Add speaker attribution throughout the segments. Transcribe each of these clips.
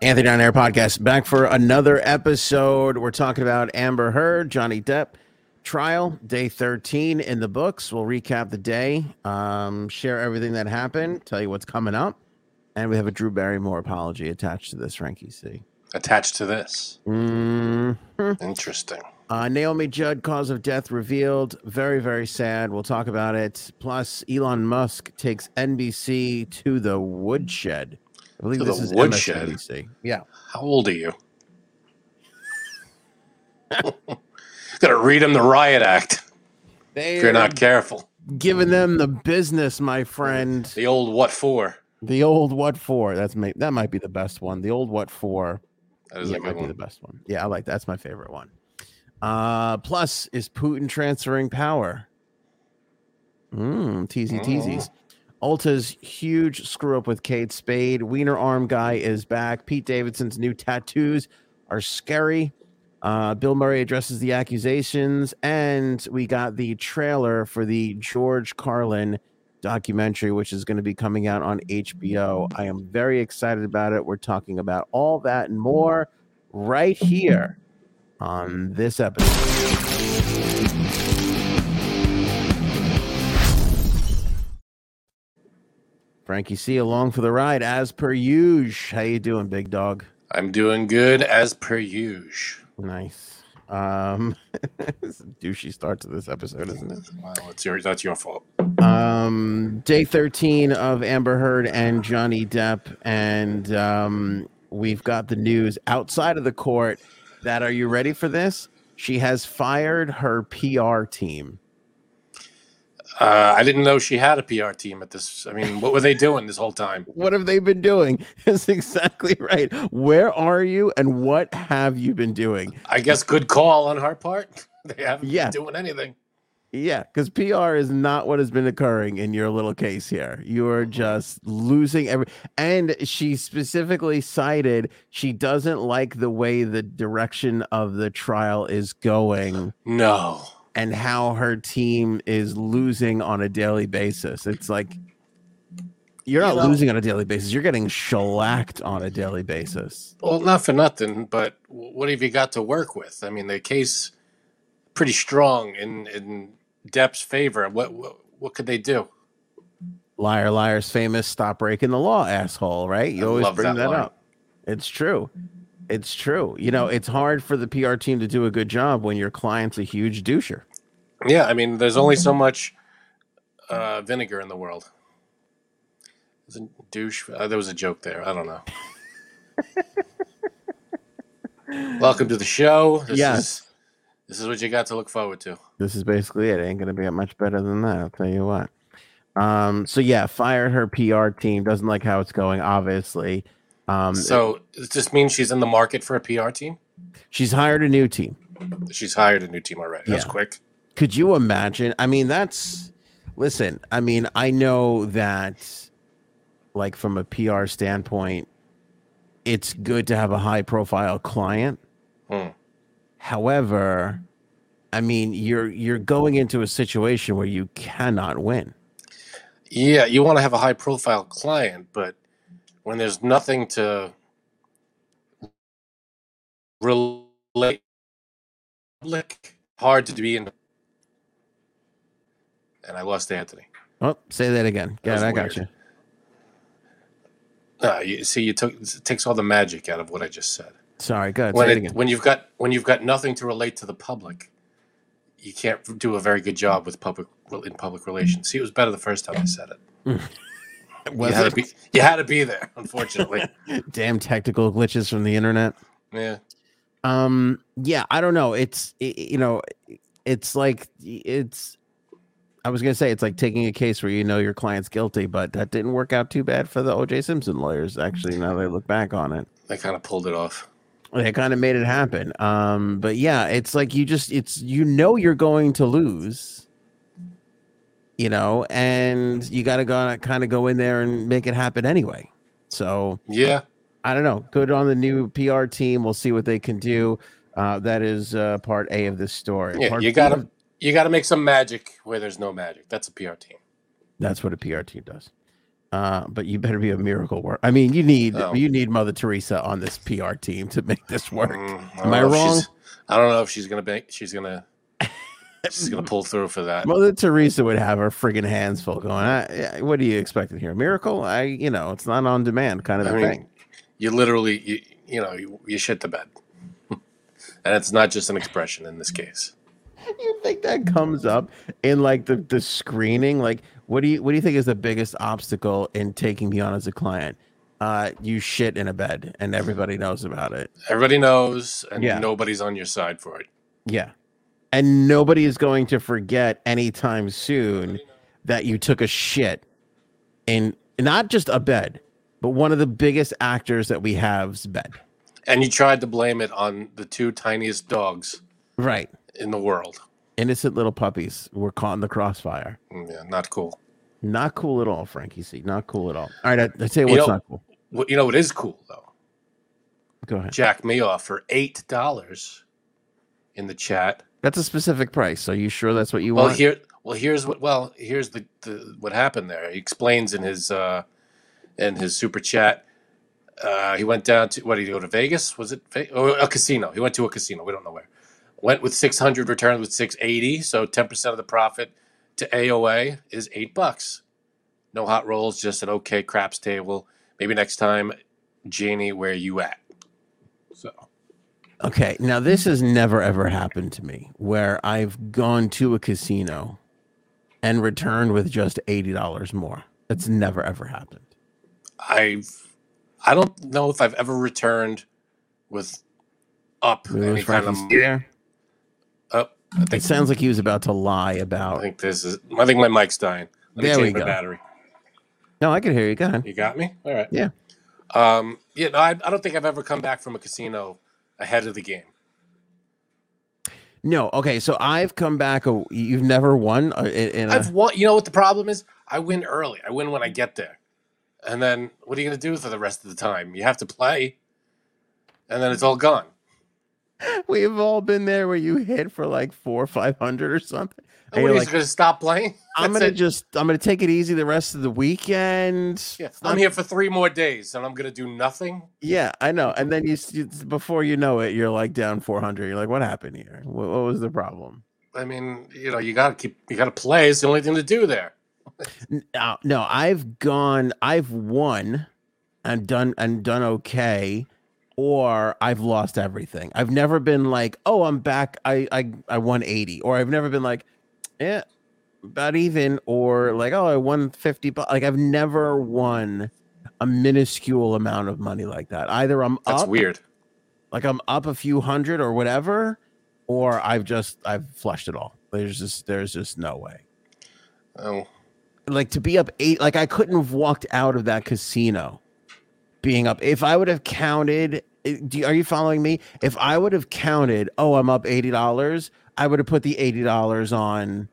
Speaker 1: Anthony Down Air podcast back for another episode. We're talking about Amber Heard, Johnny Depp trial, day 13 in the books. We'll recap the day, um, share everything that happened, tell you what's coming up. And we have a Drew Barrymore apology attached to this, Frankie C.
Speaker 2: attached to this.
Speaker 1: Mm.
Speaker 2: Interesting.
Speaker 1: Uh, Naomi Judd, cause of death revealed. Very, very sad. We'll talk about it. Plus, Elon Musk takes NBC to the woodshed. I believe
Speaker 2: To the
Speaker 1: this is
Speaker 2: woodshed?
Speaker 1: MSNBC. Yeah.
Speaker 2: How old are you? Gotta read him the riot act
Speaker 1: They
Speaker 2: if you're not careful.
Speaker 1: giving them the business, my friend.
Speaker 2: The old what for?
Speaker 1: The old what for? That's may, that might be the best one. The old what for?
Speaker 2: That is
Speaker 1: yeah,
Speaker 2: a
Speaker 1: might
Speaker 2: good
Speaker 1: be the
Speaker 2: one.
Speaker 1: best one. Yeah, I like that. that's my favorite one. Uh, plus, is Putin transferring power? Mm, teasy
Speaker 2: Mm.
Speaker 1: teasies. Alta's huge screw up with Kate Spade. Wiener arm guy is back. Pete Davidson's new tattoos are scary. Uh, Bill Murray addresses the accusations, and we got the trailer for the George Carlin documentary, which is going to be coming out on HBO. I am very excited about it. We're talking about all that and more right here on this episode. Frankie C, along for the ride as per usual. How you doing, big dog?
Speaker 2: I'm doing good as per usual.
Speaker 1: Nice. Um, it's a douchey start to this episode, isn't it?
Speaker 2: Wow, it's your, that's your fault.
Speaker 1: Um, day 13 of Amber Heard and Johnny Depp. And um, we've got the news outside of the court that are you ready for this? She has fired her PR team.
Speaker 2: Uh, I didn't know she had a PR team at this. I mean, what were they doing this whole time?
Speaker 1: What have they been doing? That's exactly right. Where are you and what have you been doing?
Speaker 2: I guess good call on her part. They haven't
Speaker 1: Yeah.
Speaker 2: been doing anything.
Speaker 1: Yeah, because PR is not what has been occurring in your little case here. You
Speaker 2: Mm-hmm.
Speaker 1: are just losing every. And she specifically cited she doesn't like the way the direction of the trial is going
Speaker 2: No.
Speaker 1: and how her team is losing on a daily basis. It's like you're
Speaker 2: You
Speaker 1: not
Speaker 2: know-
Speaker 1: losing on a daily basis, you're getting shellacked on a daily basis.
Speaker 2: Well, not for nothing, but w- what have you got to work with? I mean, the case pretty strong in in Depp's favor. What what, what could they do?
Speaker 1: Liar, liar's famous. Stop breaking the law, asshole. Right? You
Speaker 2: I
Speaker 1: always
Speaker 2: love
Speaker 1: bring that,
Speaker 2: that line.
Speaker 1: up. It's true. It's true. You know, it's hard for the PR team to do a good job when your client's a huge doucher.
Speaker 2: Yeah, I mean, there's only so much uh, vinegar in the world. Isn't douche? Uh, there was a joke there. I don't know. Welcome to the show. This
Speaker 1: Yes.
Speaker 2: is, this is what you got to look forward to.
Speaker 1: This is basically it. It ain't gonna be much better than that. I'll tell you what. Um. So yeah, fired her PR team. Doesn't like how it's going. Obviously. Um.
Speaker 2: So it just means she's in the market for a PR team.
Speaker 1: she's hired a new team.
Speaker 2: She's hired a new team already. That's
Speaker 1: Yeah.
Speaker 2: quick.
Speaker 1: Could you imagine? I mean, that's listen, I mean, I know that like from a PR standpoint, it's good to have a high profile client.
Speaker 2: Hmm.
Speaker 1: However, I mean, you're you're going into a situation where you cannot win.
Speaker 2: Yeah, you want to have a high profile client, but when there's nothing to relate public, hard to be in. And I lost Anthony.
Speaker 1: Oh, say that again.
Speaker 2: That
Speaker 1: Yeah,
Speaker 2: was
Speaker 1: I got
Speaker 2: weird.
Speaker 1: you.
Speaker 2: Uh, you see, you took it takes all the magic out of what I just said.
Speaker 1: Sorry, go ahead.
Speaker 2: When
Speaker 1: Say it
Speaker 2: it,
Speaker 1: again.
Speaker 2: when you've got when you've got nothing to relate to the public, you can't do a very good job with public in public relations. See, it was better the first time I said it.
Speaker 1: Was
Speaker 2: you, had
Speaker 1: it?
Speaker 2: To be, you had to be there, unfortunately.
Speaker 1: Damn technical glitches from the internet.
Speaker 2: yeah.
Speaker 1: um yeah i don't know it's i- i- you know it's like it's i was gonna say it's like taking a case where you know your client's guilty but that didn't work out too bad for the oj simpson lawyers actually now that i look back on it
Speaker 2: They kind of pulled it off.
Speaker 1: they kind of made it happen um but yeah it's like you just it's you know you're going to lose you know and you gotta go kind of go in there and make it happen anyway so
Speaker 2: Yeah.
Speaker 1: I don't know. Good on the new PR team. We'll see what they can do. Uh, that is uh, part A of this story.
Speaker 2: Yeah,
Speaker 1: Part
Speaker 2: you
Speaker 1: B
Speaker 2: got
Speaker 1: of-
Speaker 2: to you got to make some magic where there's no magic. That's a PR team.
Speaker 1: That's what a PR team does. Uh, but you better be a miracle worker. I mean, you need
Speaker 2: Oh.
Speaker 1: you need Mother Teresa on this PR team to make this work.
Speaker 2: Mm,
Speaker 1: Am
Speaker 2: don't
Speaker 1: I
Speaker 2: know if
Speaker 1: wrong?
Speaker 2: she's- I don't know if she's gonna be. She's gonna. She's gonna pull through for that.
Speaker 1: Mother Teresa would have her friggin' hands full going. I, I- what do you expecting here? Miracle? I, you know, it's not on demand kind of
Speaker 2: I
Speaker 1: a thing.
Speaker 2: mean, you literally, you, you know, you, you shit the bed, and it's not just an expression in this case.
Speaker 1: You think that comes up in like the, the screening? Like, what do you what do you think is the biggest obstacle in taking me on as a client? Uh, you shit in a bed, and everybody knows about it.
Speaker 2: Everybody knows, and
Speaker 1: Yeah.
Speaker 2: nobody's on your side for it.
Speaker 1: Yeah, and nobody is going to forget anytime soon that you took a shit in not just a bed, but one of the biggest actors that we have's bed.
Speaker 2: And you tried to blame it on the two tiniest dogs
Speaker 1: Right,
Speaker 2: in the world.
Speaker 1: innocent little puppies were caught in the crossfire.
Speaker 2: Mm, Yeah, not cool.
Speaker 1: Not cool at all, Frankie C. Not cool at all. All right, I, I tell you
Speaker 2: You
Speaker 1: what's
Speaker 2: know-
Speaker 1: not cool.
Speaker 2: What you know, it is cool though.
Speaker 1: Go ahead.
Speaker 2: Jack me off for eight dollars in the chat.
Speaker 1: That's a specific price. Are you sure that's what you
Speaker 2: Well,
Speaker 1: want?
Speaker 2: here, well, here's what. Well, here's the, the what happened there. He explains in his uh, in his super chat. Uh, he went down to what did he go to Vegas? Was it Ve- oh, a casino? He went to a casino. We don't know where. Went with 600, returned with 680. So 10% of the profit to AOA is eight bucks. No hot rolls, just an okay craps table. Maybe next time, Janie, where you at? So
Speaker 1: okay. Now this has never ever happened to me where I've gone to a casino and returned with just eighty dollars more. That's never ever happened.
Speaker 2: I've I don't know if I've ever returned with up
Speaker 1: We
Speaker 2: any
Speaker 1: lose
Speaker 2: kind of
Speaker 1: Frankie's there.
Speaker 2: up. I
Speaker 1: It
Speaker 2: think
Speaker 1: sounds like he was about to lie
Speaker 2: I
Speaker 1: about.
Speaker 2: think this is. I think my mic's dying. Let me
Speaker 1: There we
Speaker 2: change my
Speaker 1: go.
Speaker 2: battery.
Speaker 1: No, I can hear you. Go ahead.
Speaker 2: You got me. All right.
Speaker 1: Yeah.
Speaker 2: Um. Yeah. No, I, I don't think I've ever come back from a casino ahead of the game.
Speaker 1: No. Okay. So I've come back. A, you've never won. uh, In, in a-
Speaker 2: I've won. You know what the problem is? I win early. I win when I get there, and then what are you going to do for the rest of the time? You have to play, and then it's all gone.
Speaker 1: we've all been there where you hit for like four or five hundred or something.
Speaker 2: And
Speaker 1: And
Speaker 2: what
Speaker 1: you're
Speaker 2: are you
Speaker 1: like,
Speaker 2: going to stop playing?
Speaker 1: I'm
Speaker 2: That's
Speaker 1: gonna
Speaker 2: it.
Speaker 1: just I'm gonna take it easy the rest of the weekend.
Speaker 2: Yeah,
Speaker 1: It's
Speaker 2: I'm
Speaker 1: not-
Speaker 2: here for three more days, and I'm gonna do nothing.
Speaker 1: Yeah, I know. And then you, s- you s- before you know it, you're like down 400. You're like, what happened here? What, what was the problem?
Speaker 2: I mean, you know, you gotta keep, you gotta play. It's the only thing to do there.
Speaker 1: N- No, no, I've gone, I've won and done and done okay, or I've lost everything. I've never been like, oh, I'm back. I I I won 80, or I've never been like, eh, about even, or like, oh, I won 50. But like, I've never won a minuscule amount of money like that. Either I'm
Speaker 2: That's
Speaker 1: up
Speaker 2: weird.
Speaker 1: like I'm up a few hundred or whatever, or I've just I've flushed it all. There's just there's just no way.
Speaker 2: Oh,
Speaker 1: Like to be up eight, like I couldn't have walked out of that casino being up. If I would have counted, it- do you- are you following me? If I would have counted, oh, I'm up eighty dollars, I would have put the eighty dollars on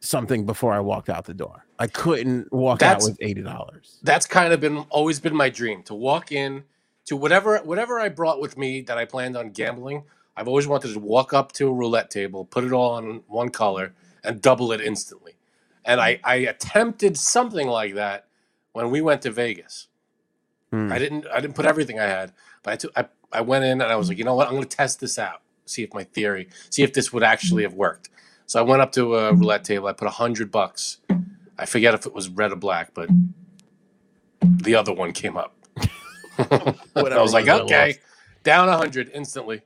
Speaker 1: something before I walked out the door. I couldn't walk
Speaker 2: That's-
Speaker 1: out with eighty dollars.
Speaker 2: that's kind of been always been my dream to walk in to whatever whatever I brought with me that I planned on gambling. I've always wanted to walk up to a roulette table, put it all on one color, and double it instantly. And I, I attempted something like that when we went to Vegas.
Speaker 1: Hmm.
Speaker 2: I didn't I didn't put everything I had, but I took I, I went in and I was like, you know what, I'm gonna test this out, see if my theory, see if this would actually have worked. So I went up to a roulette table, I put a hundred bucks. I forget if it was red or black, but the other one came up. I
Speaker 1: Whatever
Speaker 2: was like,
Speaker 1: was, I
Speaker 2: okay, down a hundred instantly.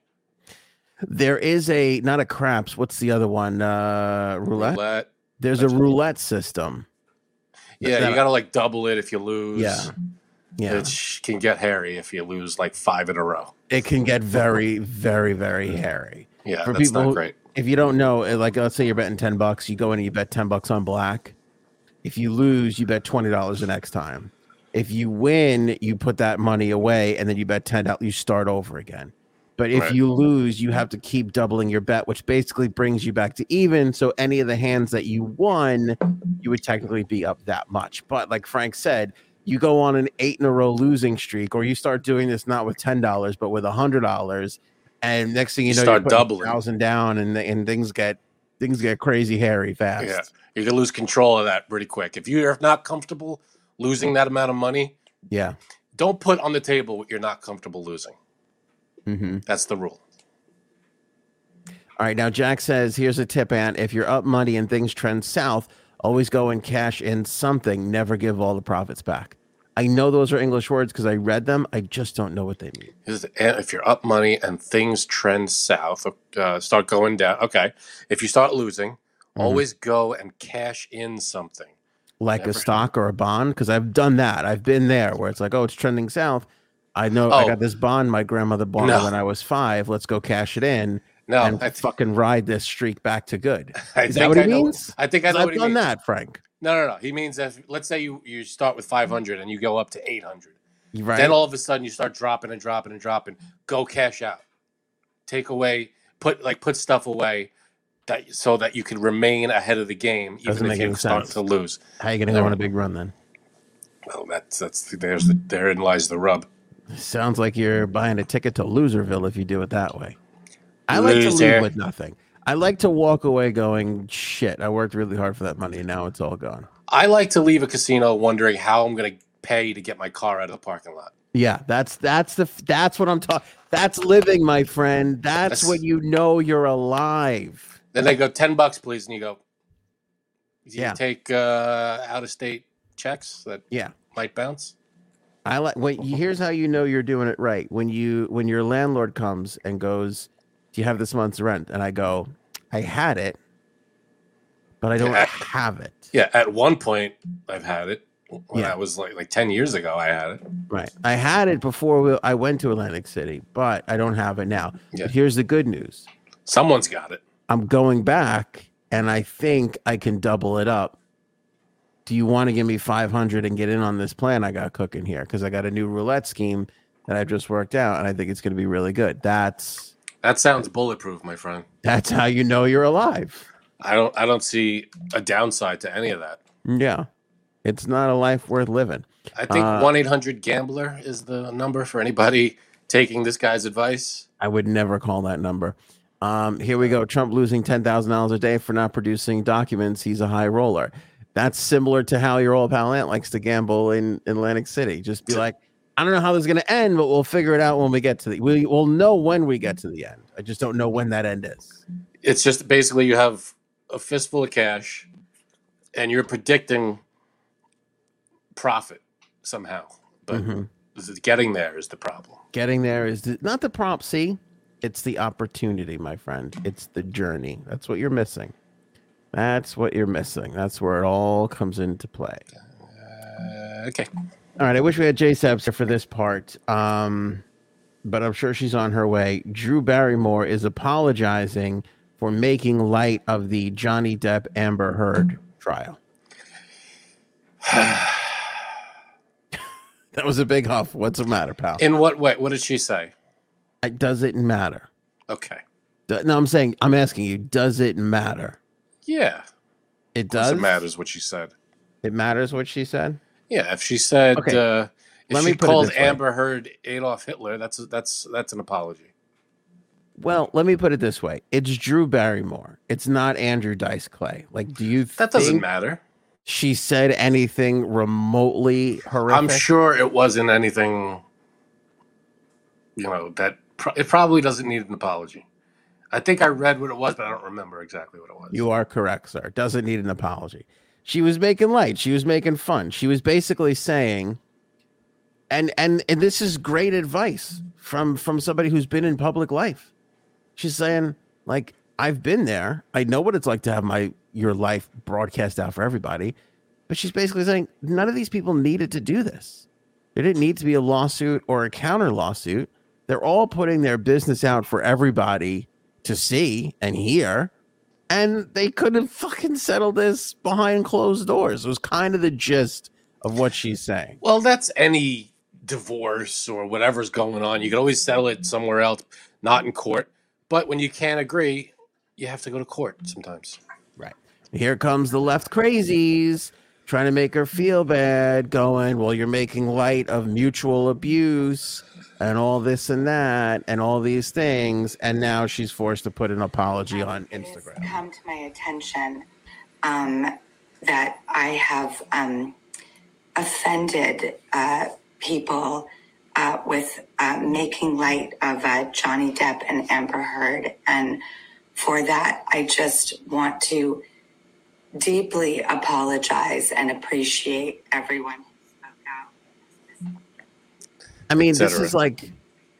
Speaker 1: There is a not a craps. What's the other one? Uh, roulette.
Speaker 2: Roulette.
Speaker 1: There's a
Speaker 2: That's-
Speaker 1: roulette system.
Speaker 2: Yeah,
Speaker 1: That-
Speaker 2: you gotta like double it if you lose.
Speaker 1: Yeah, Yeah,
Speaker 2: It can get hairy if you lose like five in a row.
Speaker 1: it can get very, very, very hairy.
Speaker 2: Yeah,
Speaker 1: For
Speaker 2: that's
Speaker 1: people who-
Speaker 2: not great.
Speaker 1: If you don't know, uh, like let's say you're betting ten bucks, you go in and you bet ten bucks on black. If you lose, you bet twenty dollars the next time. If you win, you put that money away and then you bet ten dollars. You start over again. But if
Speaker 2: Right.
Speaker 1: you lose, you have to keep doubling your bet, which basically brings you back to even. So any of the hands that you won, you would technically be up that much. But like Frank said, you go on an eight in a row losing streak, or you start doing this not with ten dollars but with a hundred dollars, and next thing you,
Speaker 2: You
Speaker 1: know,
Speaker 2: start
Speaker 1: you're putting
Speaker 2: doubling.
Speaker 1: thousand down, and and things get things get crazy hairy fast.
Speaker 2: Yeah, you can lose control of that pretty quick. If you are not comfortable losing that amount of money,
Speaker 1: Yeah.
Speaker 2: don't put on the table what you're not comfortable losing.
Speaker 1: hmm
Speaker 2: That's the rule.
Speaker 1: All right. Now, Jack says, here's a tip, Ant. If you're up money and things trend south, always go and cash in something. Never give all the profits back. I know those are English words because I read them. I just don't know what they mean.
Speaker 2: Is- and If you're up money and things trend south, uh, start going down. Okay. If you start losing,
Speaker 1: Mhm.
Speaker 2: always go and cash in something.
Speaker 1: Like a
Speaker 2: Never.
Speaker 1: stock or a bond, because I've done that. I've been there where it's like, oh, it's trending south. I know I
Speaker 2: Oh.
Speaker 1: got this bond my grandmother bought me
Speaker 2: No.
Speaker 1: when I was five. Let's go cash it in
Speaker 2: No,
Speaker 1: and
Speaker 2: I, th-
Speaker 1: fucking ride this streak back to good.
Speaker 2: I
Speaker 1: Is
Speaker 2: think
Speaker 1: that what
Speaker 2: I
Speaker 1: he
Speaker 2: know.
Speaker 1: means?
Speaker 2: I think I
Speaker 1: 'Cause
Speaker 2: know
Speaker 1: I've
Speaker 2: what he
Speaker 1: done
Speaker 2: means.
Speaker 1: that, Frank.
Speaker 2: No, no, no. He means if let's say you you start with 500 and you go up to 800,
Speaker 1: You Right?
Speaker 2: then all of a sudden you start dropping and dropping and dropping. Go cash out, take away, put like put stuff away that so that you can remain ahead of the game,
Speaker 1: Doesn't
Speaker 2: even
Speaker 1: make
Speaker 2: if you
Speaker 1: any
Speaker 2: start
Speaker 1: sense.
Speaker 2: to lose.
Speaker 1: How you going to go on a big run then?
Speaker 2: Well, that's that's there's the, therein lies the rub.
Speaker 1: Sounds like you're buying a ticket to Loserville if you do it that way. I like to
Speaker 2: Loser.
Speaker 1: leave with nothing. I like to walk away going, shit, I worked really hard for that money and now it's all gone.
Speaker 2: I like to leave a casino wondering how I'm going to pay to get my car out of the parking lot.
Speaker 1: Yeah, that's that's the that's what I'm talking. That's living, my friend. That's
Speaker 2: That's-
Speaker 1: when you know you're alive.
Speaker 2: Then they go 10 bucks, please, and you go. Do you
Speaker 1: Yeah.
Speaker 2: take uh, out of state checks that
Speaker 1: Yeah.
Speaker 2: might bounce?
Speaker 1: I like when here's how you know you're doing it right. When you when your landlord comes and goes, "Do you have this month's rent?" and I go, "I had it, but I don't
Speaker 2: Yeah.
Speaker 1: have it."
Speaker 2: Yeah, at one point I've had it when
Speaker 1: Yeah.
Speaker 2: I was like like ten years ago. I had it.
Speaker 1: Right. I had it before we, I went to Atlantic City, but I don't have it now.
Speaker 2: Yeah.
Speaker 1: But here's the good news.
Speaker 2: Someone's got it.
Speaker 1: I'm going back and I think I can double it up. Do you want to give me 500 and get in on this plan I got cooking here cuz I got a new roulette scheme that I just worked out and I think it's going to be really good. That's
Speaker 2: That sounds bulletproof, my friend.
Speaker 1: that's how you know you're alive.
Speaker 2: I don't I don't see a downside to any of that.
Speaker 1: Yeah. It's not a life worth living.
Speaker 2: I think
Speaker 1: Uh,
Speaker 2: one eight hundred gambler is the number for anybody taking this guy's advice.
Speaker 1: I would never call that number. Um, here we go. Trump losing ten thousand dollars a day for not producing documents. He's a high roller. That's similar to how your old pal Ant likes to gamble in Atlantic City. Just be like, I don't know how this is going to end, but we'll figure it out when we get to the. We will know when we get to the end. I just don't know when that end is.
Speaker 2: It's just basically you have a fistful of cash, and you're predicting profit somehow, but
Speaker 1: Mhm.
Speaker 2: getting there is the problem.
Speaker 1: Getting there is the, not the prompt. See, it's the opportunity, my friend. It's the journey. That's what you're missing. That's what you're missing. That's where it all comes into play.
Speaker 2: Uh, okay.
Speaker 1: All right, I wish we had Jay Sabs here for this part, um, but I'm sure she's on her way. Drew Barrymore is apologizing for making light of the Johnny Depp Amber Heard trial. that was a big huff. What's the matter, pal?
Speaker 2: In what way? What did she say?
Speaker 1: It doesn't matter.
Speaker 2: Okay.
Speaker 1: Do- No, I'm saying, I'm asking you, does it matter?
Speaker 2: Yeah.
Speaker 1: It does.
Speaker 2: does it matters what she said.
Speaker 1: It matters what she said.
Speaker 2: Yeah, if she said,
Speaker 1: Okay.
Speaker 2: uh, if
Speaker 1: Let
Speaker 2: she
Speaker 1: me put it
Speaker 2: called
Speaker 1: this way.
Speaker 2: Amber Heard Adolf Hitler, that's that's that's an apology.
Speaker 1: Well, let me put it this way: It's Drew Barrymore. It's not Andrew Dice Clay. Like, do you
Speaker 2: That doesn't
Speaker 1: think-
Speaker 2: matter.
Speaker 1: she said anything remotely horrific.
Speaker 2: I'm sure it wasn't anything. You know that pro- it probably doesn't need an apology. I think I read what it was, but I don't remember exactly what it was.
Speaker 1: You are correct, sir. Doesn't need an apology. She was making light. She was making fun. She was basically saying, and and and this is great advice from from somebody who's been in public life. She's saying, like, I've been there. I know what it's like to have my your life broadcast out for everybody. But she's basically saying none of these people needed to do this. There didn't need to be a lawsuit or a counter lawsuit. They're all putting their business out for everybody to see and hear. And they couldn't fucking settle this behind closed doors. It was kind of the gist of what she's saying.
Speaker 2: well, that's any divorce or whatever's going on. You can always settle it somewhere else, not in court. But when you can't agree, you have to go to court sometimes.
Speaker 1: Right. Here comes the left crazies trying to make her feel bad, going, well, you're making light of mutual abuse and all this and that and all these things. And now she's forced to put an apology on
Speaker 3: It has
Speaker 1: Instagram.
Speaker 3: come to my attention um, that I have um, offended uh, people uh, with uh, making light of uh, Johnny Depp and Amber Heard. And for that, I just want to deeply apologize and appreciate everyone who spoke out.
Speaker 1: I mean,
Speaker 2: Et
Speaker 1: this
Speaker 2: cetera.
Speaker 1: is like,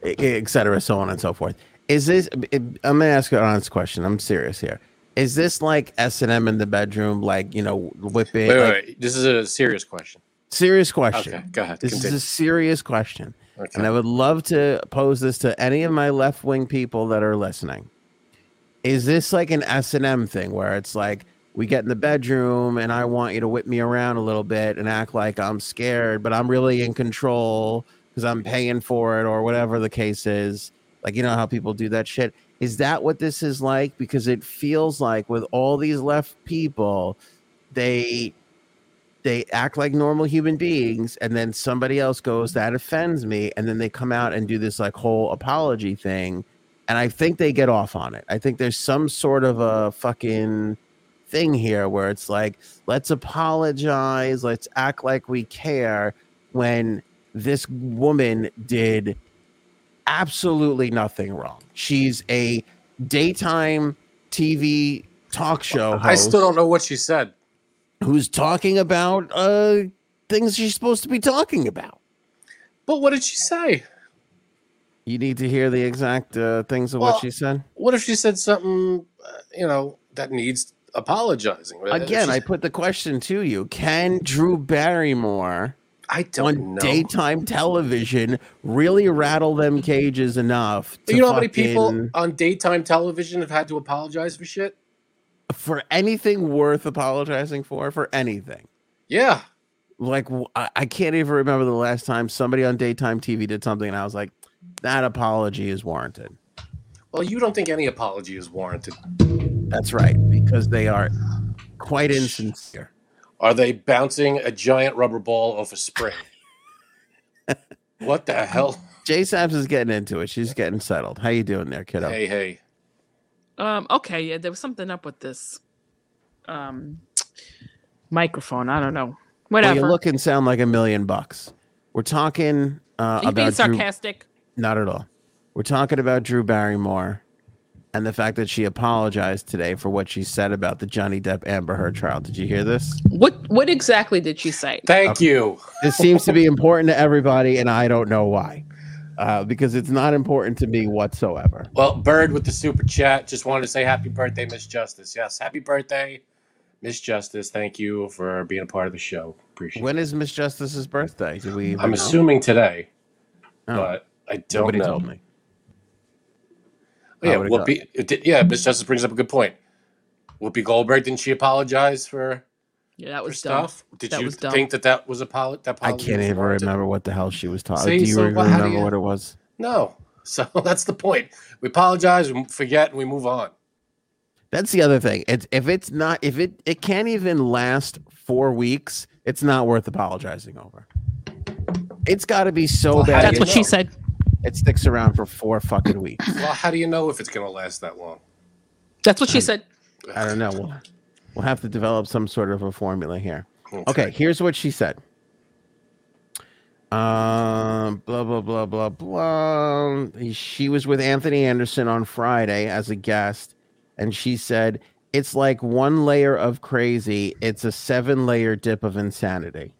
Speaker 1: e- et cetera, so on and so forth. Is this? I'm gonna ask you an honest question. I'm serious here. Is this like S and M in the bedroom? Like you know, whipping?
Speaker 2: Wait, wait,
Speaker 1: like-
Speaker 2: wait. This is a serious question.
Speaker 1: Serious question.
Speaker 2: Okay, go ahead.
Speaker 1: This
Speaker 2: Continue.
Speaker 1: is a serious question, and
Speaker 2: Okay.
Speaker 1: I would love to pose this to any of my left wing people that are listening. Is this like an S and M thing where it's like we get in the bedroom and I want you to whip me around a little bit and act like I'm scared, but I'm really in control because I'm paying for it or whatever the case is. Like you know how people do that shit. Is that what this is like? Because it feels like with all these left people, they they act like normal human beings and then somebody else
Speaker 2: Mm-hmm.
Speaker 1: goes that offends me and then they come out and do this like whole apology thing and i think they get off on it i think there's some sort of a fucking thing here where it's like let's apologize let's act like we care when this woman did absolutely nothing wrong she's a daytime tv talk show host
Speaker 2: I still don't know what she said.
Speaker 1: who's talking about uh things she's supposed to be talking about.
Speaker 2: But what did she say?
Speaker 1: You need to hear the exact uh, things of
Speaker 2: Well,
Speaker 1: what she said.
Speaker 2: What if she said something, uh, you know, that needs apologizing? What if
Speaker 1: Again,
Speaker 2: she-
Speaker 1: I put the question to you: Can Drew Barrymore
Speaker 2: I
Speaker 1: on
Speaker 2: don't know.
Speaker 1: daytime television really rattle them cages enough? To
Speaker 2: you know how many people
Speaker 1: fucking-
Speaker 2: on daytime television have had to apologize for shit?
Speaker 1: for anything worth apologizing for? For anything?
Speaker 2: Yeah.
Speaker 1: Like w- I I can't even remember the last time somebody on daytime TV did something, and I was like, that apology is warranted.
Speaker 2: Well, you don't think any apology is warranted.
Speaker 1: That's right, because they are quite insincere.
Speaker 2: Are they bouncing a giant rubber ball off a spring? what the hell?
Speaker 1: Jay Saps is getting into it. She's getting settled. How you doing there, kiddo?
Speaker 2: Hey, hey.
Speaker 4: Um, okay, yeah, there was something up with this um microphone. I don't know.
Speaker 1: well,
Speaker 4: Whatever.
Speaker 1: you look and sound like a million bucks. We're talking uh,
Speaker 4: Are you being
Speaker 1: about Drew,
Speaker 4: sarcastic?
Speaker 1: not at all. We're talking about Drew Barrymore and the fact that she apologized today for what she said about the Johnny Depp Amber Heard trial. Did you hear this?
Speaker 4: What what exactly did she say?
Speaker 2: Thank you.
Speaker 1: This seems to be important to everybody, and I don't know why. Uh, because it's not important to me whatsoever.
Speaker 2: Well, Bird with the super chat just wanted to say happy birthday, Miss Justice. Yes, happy birthday, Miss Justice. Thank you for being a part of the show. Appreciate it.
Speaker 1: When is Miss Justice's birthday? Do we? even
Speaker 2: I'm
Speaker 1: know?
Speaker 2: assuming today,
Speaker 1: Oh,
Speaker 2: but I don't
Speaker 1: nobody
Speaker 2: know.
Speaker 1: told me. I
Speaker 2: Yeah,
Speaker 1: would've
Speaker 2: Whoopi. it did- Yeah, Miss Justice brings up a good point. Whoopi Goldberg didn't she apologize for,
Speaker 4: Yeah, that
Speaker 2: for
Speaker 4: was dumb.
Speaker 2: stuff? Did
Speaker 4: That
Speaker 2: you
Speaker 4: was dumb.
Speaker 2: think that that was a poli- that
Speaker 1: I
Speaker 2: apology
Speaker 1: can't
Speaker 2: was
Speaker 1: even
Speaker 2: warranted?
Speaker 1: remember what the hell she was
Speaker 2: See,
Speaker 1: talking. Do you
Speaker 2: so
Speaker 1: even
Speaker 2: wha- how do
Speaker 1: remember
Speaker 2: you-
Speaker 1: what it was?
Speaker 2: No. So that's the point. We apologize, we forget, and we move on.
Speaker 1: That's the other thing. It's if it's not if it it can't even last four weeks, it's not worth apologizing over. It's got to be so
Speaker 2: Well, how
Speaker 1: bad.
Speaker 2: do
Speaker 4: That's
Speaker 2: you
Speaker 4: what
Speaker 1: It,
Speaker 4: she
Speaker 2: know?
Speaker 4: said.
Speaker 1: it sticks around for four fucking weeks.
Speaker 2: Well, how do you know if it's going to last that long?
Speaker 4: That's what she
Speaker 2: Um,
Speaker 4: said.
Speaker 1: I don't know. We'll, we'll have to develop some sort of a formula here. Okay, here's what she said. Um, blah blah blah blah blah. She was with Anthony Anderson on Friday as a guest, and she said it's like one layer of crazy. It's a seven layer dip of insanity.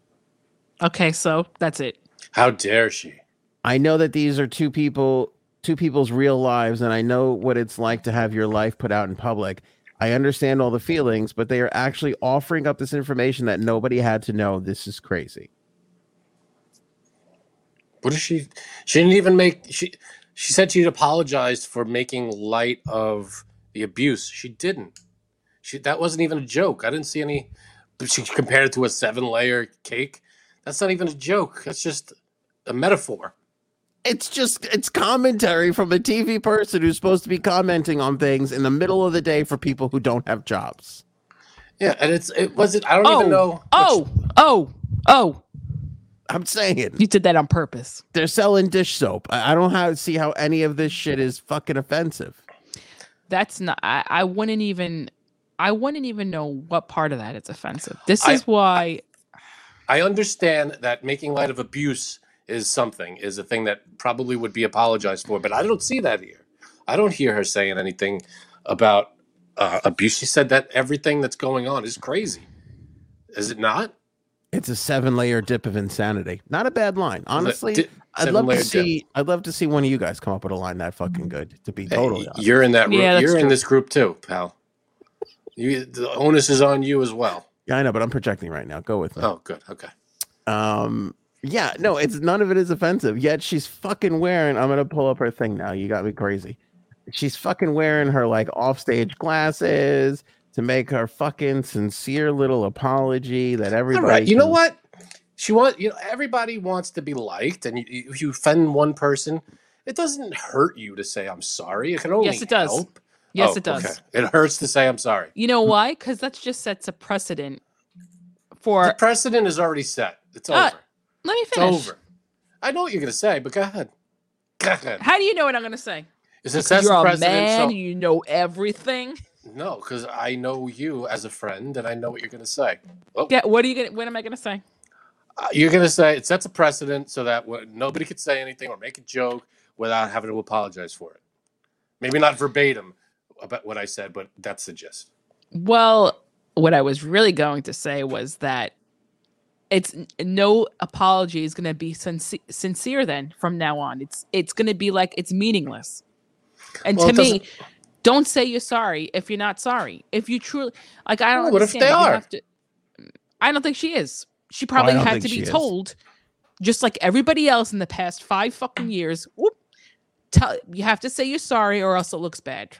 Speaker 4: Okay, so that's it.
Speaker 2: How dare she?
Speaker 1: I know that these are two people, two people's real lives, and I know what it's like to have your life put out in public. I understand all the feelings, but they are actually offering up this information that nobody had to know. This is crazy.
Speaker 2: What is she? She didn't even make. She she said she'd apologized for making light of the abuse. She didn't. She that wasn't even a joke. I didn't see any. But she compared it to a seven layer cake. That's not even a joke. That's just a metaphor.
Speaker 1: it's just it's commentary from a TV person who's supposed to be commenting on things in the middle of the day for people who don't have jobs.
Speaker 2: Yeah, and it's it wasn't. I don't even know.
Speaker 4: Oh,
Speaker 2: what
Speaker 4: oh, oh, oh!
Speaker 1: I'm saying
Speaker 4: You did that on purpose.
Speaker 1: they're selling dish soap. I I don't how see how any of this shit is fucking offensive.
Speaker 4: That's not. I, I wouldn't even. I wouldn't even know what part of that is offensive. This
Speaker 2: I-
Speaker 4: is why.
Speaker 2: I understand that making light of abuse is something is a thing that probably would be apologized for, but I don't see that here. I don't hear her saying anything about uh, abuse. She said that everything that's going on is crazy. Is it not?
Speaker 1: It's a seven layer dip of insanity. Not a bad line, honestly.
Speaker 2: Di-
Speaker 1: I'd love
Speaker 2: seven-layer
Speaker 1: to
Speaker 2: dip.
Speaker 1: see. I'd love to see one of you guys come up with a line that fucking good. To be
Speaker 2: Mm-hmm. Hey,
Speaker 1: totally honest.
Speaker 2: you're in that room.
Speaker 4: Yeah, that's
Speaker 2: you're in
Speaker 4: true.
Speaker 2: this group too, pal. You, the onus is on you as well.
Speaker 1: yeah, I know, but I'm projecting right now. Go with me.
Speaker 2: Oh, good. Okay.
Speaker 1: Um, yeah, no, it's none of it is offensive. Yet she's fucking wearing. I'm gonna pull up her thing now. You got me crazy. She's fucking wearing her like offstage glasses to make her fucking sincere little apology that everybody.
Speaker 2: All right. You know
Speaker 1: can-
Speaker 2: what? She wants. You know, everybody wants to be liked, and you, you- if you offend one person, it doesn't hurt you to say I'm sorry. It can only
Speaker 4: Yes, it does.
Speaker 2: help.
Speaker 4: Yes,
Speaker 2: Oh,
Speaker 4: it does.
Speaker 2: okay. It hurts to say I'm sorry.
Speaker 4: You know why? Because that just sets a precedent
Speaker 2: The
Speaker 4: for.
Speaker 2: precedent is already set. It's
Speaker 4: Uh,
Speaker 2: over.
Speaker 4: Let me
Speaker 2: It's
Speaker 4: finish.
Speaker 2: over. I know what you're gonna say, but go ahead. Go ahead.
Speaker 4: How do you know what I'm gonna say?
Speaker 2: Is it sets
Speaker 4: You're
Speaker 2: the
Speaker 4: a
Speaker 2: precedent?
Speaker 4: man.
Speaker 2: so-
Speaker 4: You know everything.
Speaker 2: No, because I know you as a friend, and I know what you're gonna say. Oh,
Speaker 4: Yeah. What are you gonna? What am I gonna say?
Speaker 2: uh, you're gonna say it sets a precedent so that wh- nobody could say anything or make a joke without having to apologize for it. Maybe not verbatim about what I said, but that's the gist.
Speaker 4: Well, what I was really going to say was that it's n- no apology is going to be sinc- sincere then from now on. It's it's going to be like it's meaningless. And
Speaker 2: Well,
Speaker 4: to
Speaker 2: it
Speaker 4: me, don't say you're sorry if you're not sorry. If you truly like I don't
Speaker 2: Well, what if
Speaker 4: understand,
Speaker 2: they
Speaker 4: you
Speaker 2: are?
Speaker 4: have to- I don't think she is.
Speaker 1: I
Speaker 4: She probably
Speaker 1: don't
Speaker 4: had
Speaker 1: think
Speaker 4: to
Speaker 1: she
Speaker 4: be
Speaker 1: is.
Speaker 4: told just like everybody else in the past 5 fucking years. Whoop, tell you have to say you're sorry or else it looks bad.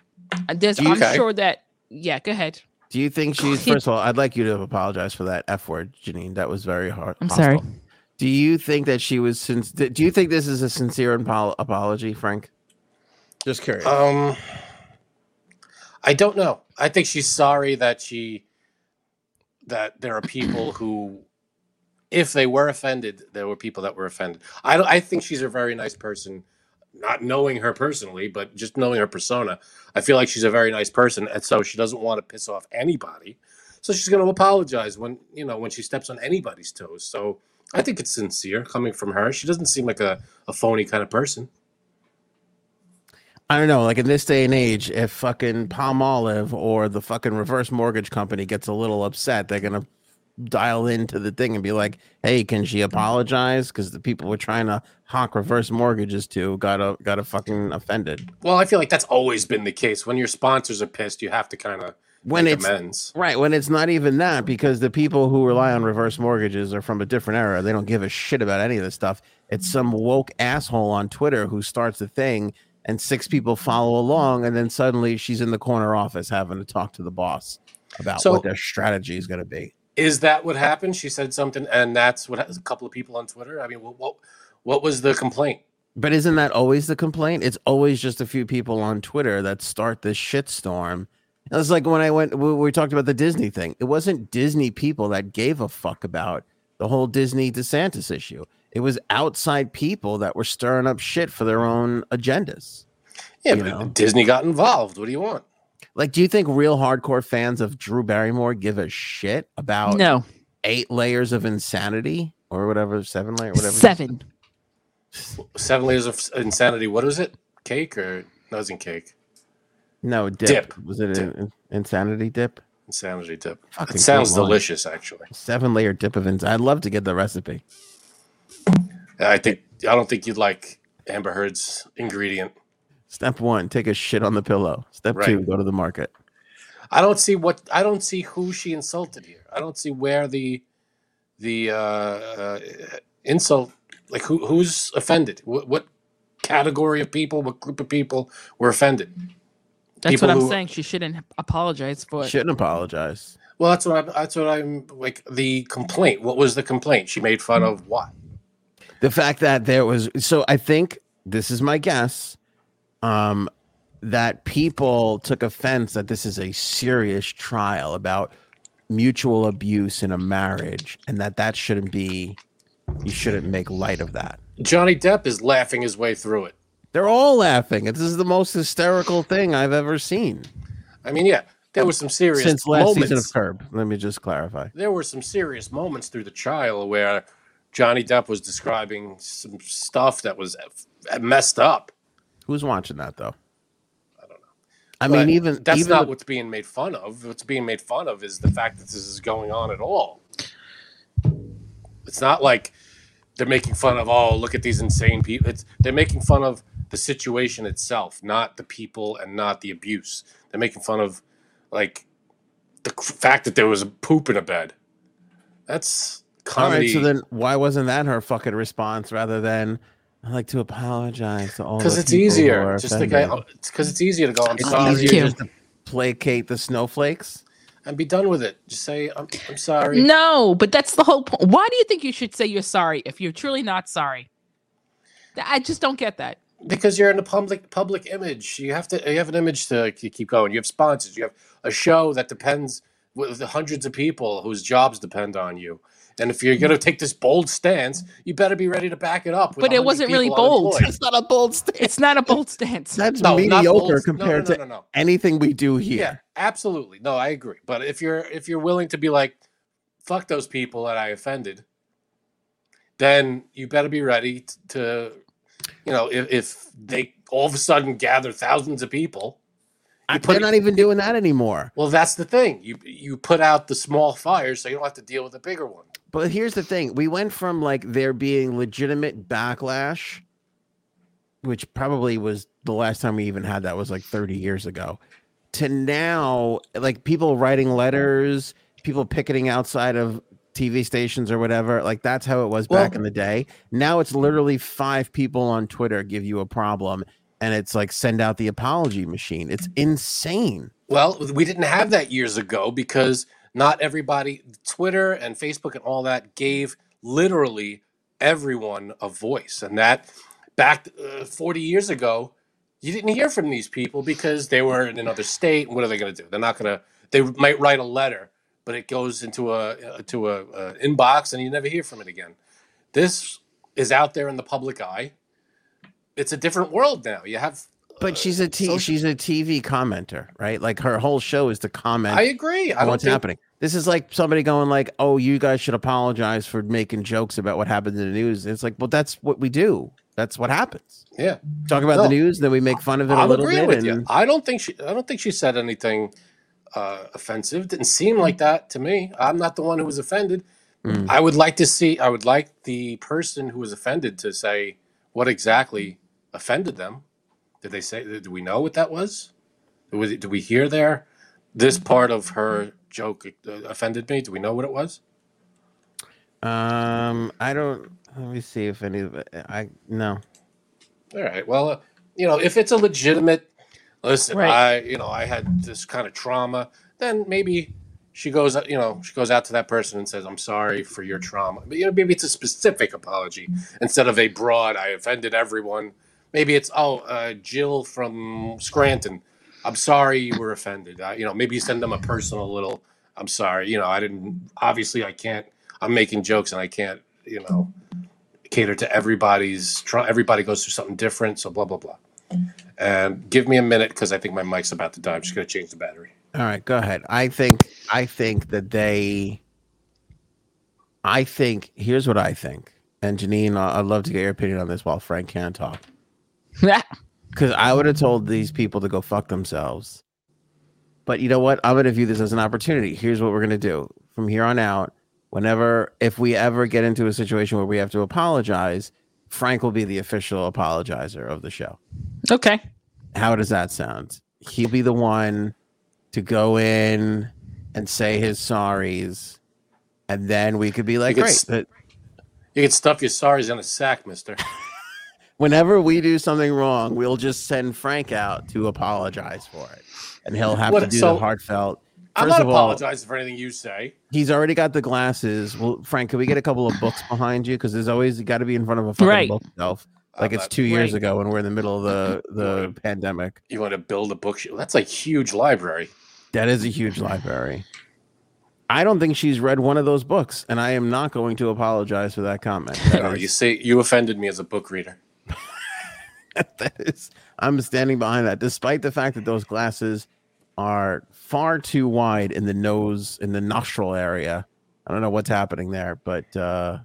Speaker 4: And there's
Speaker 1: Do you-
Speaker 4: I'm
Speaker 2: Okay.
Speaker 4: sure that yeah, go ahead.
Speaker 1: Do you think she's first of all? I'd like you to apologize for that f word, Janine. That was very hard.
Speaker 4: I'm sorry.
Speaker 1: hostile. Do you think that she was since? Do you think this is a sincere apo- apology, Frank? Uh, Just curious.
Speaker 2: Um, I don't know. I think she's sorry that she that there are people who, if they were offended, there were people that were offended. I don't, I think she's a very nice person. Not knowing her personally, but just knowing her persona, I feel like she's a very nice person, and so she doesn't want to piss off anybody. So she's going to apologize when you know when she steps on anybody's toes. So I think it's sincere coming from her. She doesn't seem like a, a phony kind of person.
Speaker 1: I don't know. Like in this day and age, if fucking Palm Olive or the fucking reverse mortgage company gets a little upset, they're gonna dial into the thing and be like, "Hey, can she apologize?" Because the people we're trying to honk reverse mortgages to got a got a fucking offended.
Speaker 2: Well, I feel like that's always been the case. When your sponsors are pissed, you have to kind of
Speaker 1: When
Speaker 2: make
Speaker 1: it's
Speaker 2: amends.
Speaker 1: right, when it's not even that, because the people who rely on reverse mortgages are from a different era. They don't give a shit about any of this stuff. It's some woke asshole on Twitter who starts a thing. And six people follow along, and then suddenly she's in the corner office having to talk to the boss about
Speaker 2: So-
Speaker 1: what their strategy is going to be.
Speaker 2: Is that what happened? She said something, and that's what a couple of people on Twitter. I mean, what what, what was the complaint?
Speaker 1: But isn't that always the complaint? It's always just a few people on Twitter that start this shitstorm. And It's like when I went, we, we talked about the Disney thing. It wasn't Disney people that gave a fuck about the whole Disney DeSantis issue. It was outside people that were stirring up shit for their own agendas.
Speaker 2: Yeah,
Speaker 1: You
Speaker 2: but
Speaker 1: know.
Speaker 2: Disney got involved. What do you want?
Speaker 1: Like, do you think real hardcore fans of Drew Barrymore give a shit about
Speaker 4: No.
Speaker 1: eight layers of insanity or whatever, seven layer, whatever?
Speaker 4: Seven.
Speaker 2: Seven layers of insanity. What was it? Cake or no? It wasn't cake.
Speaker 1: No, dip.
Speaker 2: Dip.
Speaker 1: Was it
Speaker 2: Dip.
Speaker 1: an insanity dip?
Speaker 2: Insanity dip.
Speaker 1: Fucking
Speaker 2: It sounds
Speaker 1: good line.
Speaker 2: delicious, actually.
Speaker 1: Seven layer dip of ins. I'd love to get the recipe.
Speaker 2: I think I don't think you'd like Amber Heard's ingredient.
Speaker 1: Step one, take a shit on the pillow. Step
Speaker 2: Right.
Speaker 1: two, go to the market.
Speaker 2: I don't see what I don't see who she insulted here. I don't see where the the uh, uh, insult like who who's offended. What, what category of people? What group of people were offended?
Speaker 4: That's
Speaker 2: People
Speaker 4: what I'm
Speaker 2: who-
Speaker 4: saying. She shouldn't apologize for it.
Speaker 1: Shouldn't apologize.
Speaker 2: Well, that's what I, that's what I'm like. The complaint. What was the complaint? She made fun of what?
Speaker 1: The fact that there was so I think this is my guess. Um that people took offense that this is a serious trial about mutual abuse in a marriage and that that shouldn't be you shouldn't make light of that.
Speaker 2: Johnny Depp is laughing his way through it.
Speaker 1: They're all laughing. This is the most hysterical thing I've ever seen.
Speaker 2: I mean, yeah, There was some serious
Speaker 1: since last
Speaker 2: moments.
Speaker 1: season of Curb. Let me just clarify.
Speaker 2: there were some serious moments through the trial where Johnny Depp was describing some stuff that was f- messed up.
Speaker 1: Who's watching that though?
Speaker 2: I don't know.
Speaker 1: I
Speaker 2: But
Speaker 1: mean, even
Speaker 2: that's
Speaker 1: even
Speaker 2: not
Speaker 1: the-
Speaker 2: what's being made fun of. What's being made fun of is the fact that this is going on at all. It's not like they're making fun of oh look at these insane people. It's they're making fun of the situation itself, not the people and not the abuse. They're making fun of like the c- fact that there was a poop in a bed. That's
Speaker 1: all right.
Speaker 2: comedy.
Speaker 1: So then, why wasn't that her fucking response rather than I like to apologize to all
Speaker 2: because
Speaker 1: the
Speaker 2: it's
Speaker 1: people who
Speaker 2: easier.
Speaker 1: are
Speaker 2: Just like
Speaker 1: offended."
Speaker 2: I, because it's easier to go. I'm
Speaker 1: It's
Speaker 2: sorry,
Speaker 1: easier
Speaker 4: Cute.
Speaker 1: just to placate the snowflakes.
Speaker 2: and be done with it. Just say I'm, I'm sorry.
Speaker 4: No, but that's the whole point. Why do you think you should say you're sorry if you're truly not sorry? Th- I just don't get that.
Speaker 2: because you're in the public public image you have to you have an image to k- keep going you have sponsors you have a show that depends with the hundreds of people whose jobs depend on you and if you're going to take this bold stance you better be ready to back it up with
Speaker 4: But it
Speaker 2: 100
Speaker 4: wasn't really
Speaker 2: people
Speaker 4: bold.
Speaker 2: unemployed.
Speaker 1: not a bold statement.
Speaker 4: It's not a bold stance.
Speaker 1: That's
Speaker 2: No, not bold.
Speaker 1: mediocre
Speaker 2: No,
Speaker 1: compared
Speaker 2: no, no, no, no.
Speaker 1: to anything we do here.
Speaker 2: yeah absolutely no i agree but if you're if you're willing to be like fuck those people that i offended then you better be ready t- to you know if, if they all of a sudden gather thousands of people
Speaker 1: I-
Speaker 2: put
Speaker 1: they're
Speaker 2: it-
Speaker 1: not even doing that anymore.
Speaker 2: Well, that's the thing. You you put out the small fires, so you don't have to deal with the bigger one.
Speaker 1: But here's the thing: we went from like there being legitimate backlash, which probably was the last time we even had that was like 30 years ago, to now like people writing letters, people picketing outside of TV stations or whatever. Like that's how it was back
Speaker 2: Well-
Speaker 1: in the day. Now it's literally five people on Twitter give you a problem, and it's like send out the apology machine. It's insane.
Speaker 2: Well, we didn't have that years ago because not everybody, Twitter and Facebook and all that, gave literally everyone a voice. And that back uh, 40 years ago, you didn't hear from these people because they were in another state. What are they going to do? They're not going to. They might write a letter, but it goes into a uh, to a, a inbox, and you never hear from it again. This is out there in the public eye. It's a different world now. You have.
Speaker 1: But she's a t-
Speaker 2: social-
Speaker 1: she's a TV commenter, right? Like her whole show is to comment
Speaker 2: I agree.
Speaker 1: on
Speaker 2: I don't
Speaker 1: what's
Speaker 2: think
Speaker 1: happening. This is like somebody going like, "Oh, you guys should apologize for making jokes about what happened in the news." It's like, well, that's what we do. That's what happens.
Speaker 2: Yeah.
Speaker 1: Talk about
Speaker 2: No.
Speaker 1: the news, then we make fun of it a
Speaker 2: I'm
Speaker 1: little
Speaker 2: agreeing
Speaker 1: bit.
Speaker 2: with
Speaker 1: And
Speaker 2: you. I don't think she. I don't think she said anything uh, offensive. Didn't seem like that to me. I'm not the one who was offended.
Speaker 1: Mm.
Speaker 2: I would like to see. I would like the person who was offended to say what exactly offended them. Did they say? Do we know what that was? Was it, did we hear there? This part of her joke uh, offended me. Do we know what it was?
Speaker 1: um, I don't. Let me see if any of it. I no.
Speaker 2: All right. Well, uh, you know, if it's a legitimate, listen,
Speaker 4: Right.
Speaker 2: I, you know, I had this kind of trauma, then maybe she goes, you know, she goes out to that person and says, "I'm sorry for your trauma." But you know, maybe it's a specific apology instead of a broad. I offended everyone. Maybe it's oh, uh, Jill from Scranton. I'm sorry you were offended. Uh, you know, maybe you send them a personal little. I'm sorry. You know, I didn't. Obviously, I can't. I'm making jokes and I can't. You know cater to everybody's try everybody goes through something different so blah blah blah and give me a minute because i think my mic's about to die i'm just going to change the battery
Speaker 1: All right, go ahead. I think I think that they I think here's what I think. And Janine, I- I'd love to get your opinion on this while Frank can talk. Because I would have told these people to go fuck themselves. But you know what? I'm going to view this as an opportunity. Here's what we're going to do from here on out. Whenever, if we ever get into a situation where we have to apologize, Frank will be the official apologizer of the show.
Speaker 4: okay.
Speaker 1: How does that sound? He'll be the one to go in and say his sorries. And then we could be like,
Speaker 2: could
Speaker 1: great.
Speaker 2: s-
Speaker 1: that-
Speaker 2: you can stuff your sorries in a sack mister
Speaker 1: whenever we do something wrong, we'll just send Frank out to apologize for it, and he'll have to
Speaker 2: What-
Speaker 1: do
Speaker 2: so-
Speaker 1: the heartfelt.
Speaker 2: i'm
Speaker 1: First
Speaker 2: not
Speaker 1: of all-
Speaker 2: apologizing for anything you say
Speaker 1: He's already got the glasses. Well, Frank, can we get a couple of books behind you? Because there's always got to be in front of a fucking
Speaker 4: Right.
Speaker 1: bookshelf. Like
Speaker 2: I'm
Speaker 1: it's
Speaker 2: not-
Speaker 1: two years
Speaker 4: Right.
Speaker 1: ago, and we're in the middle of the the pandemic.
Speaker 2: you want to build a bookshelf that's a huge library
Speaker 1: That is a huge library. I don't think she's read one of those books, and I am not going to apologize for that comment. That
Speaker 2: Oh,
Speaker 1: is-
Speaker 2: you say you offended me as a book reader
Speaker 1: that is, I'm standing behind that, despite the fact that those glasses are far too wide in the nose in the nostril area. I don't know what's happening there, but uh,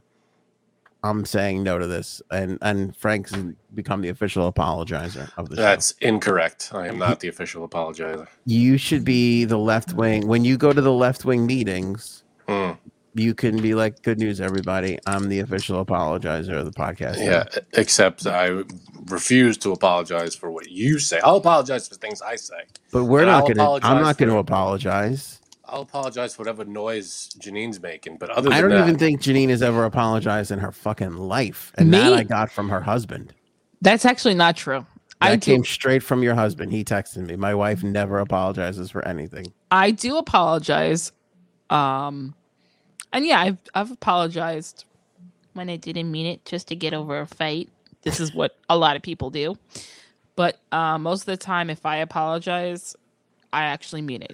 Speaker 1: I'm saying no to this. And and Frank's become the official apologizer of the show.
Speaker 2: That's incorrect. I am not the official apologizer.
Speaker 1: You should be the left wing. When you go to the left wing meetings,
Speaker 2: Hmm.
Speaker 1: you can be like, "Good news, everybody! I'm the official apologizer of the podcast."
Speaker 2: Yeah, e-, except I refuse to apologize for what you say. I'll apologize for things I say.
Speaker 1: but we're
Speaker 2: And
Speaker 1: not
Speaker 2: I'll
Speaker 1: going to. I'm
Speaker 2: apologize
Speaker 1: not going to
Speaker 2: for-
Speaker 1: apologize.
Speaker 2: I'll apologize for whatever noise Janine's making. But other than
Speaker 1: I don't
Speaker 2: that,
Speaker 1: even think Janine has ever apologized in her fucking life, and
Speaker 4: Me?
Speaker 1: that I got from her husband.
Speaker 4: That's actually not true.
Speaker 1: That
Speaker 4: I
Speaker 1: came
Speaker 4: do,
Speaker 1: straight from your husband. He texted me. My wife never apologizes for anything.
Speaker 4: I do apologize. Um, and yeah, I've I've apologized when I didn't mean it, just to get over a fight. This is what a lot of people do. But uh, most of the time, if I apologize, I actually mean it.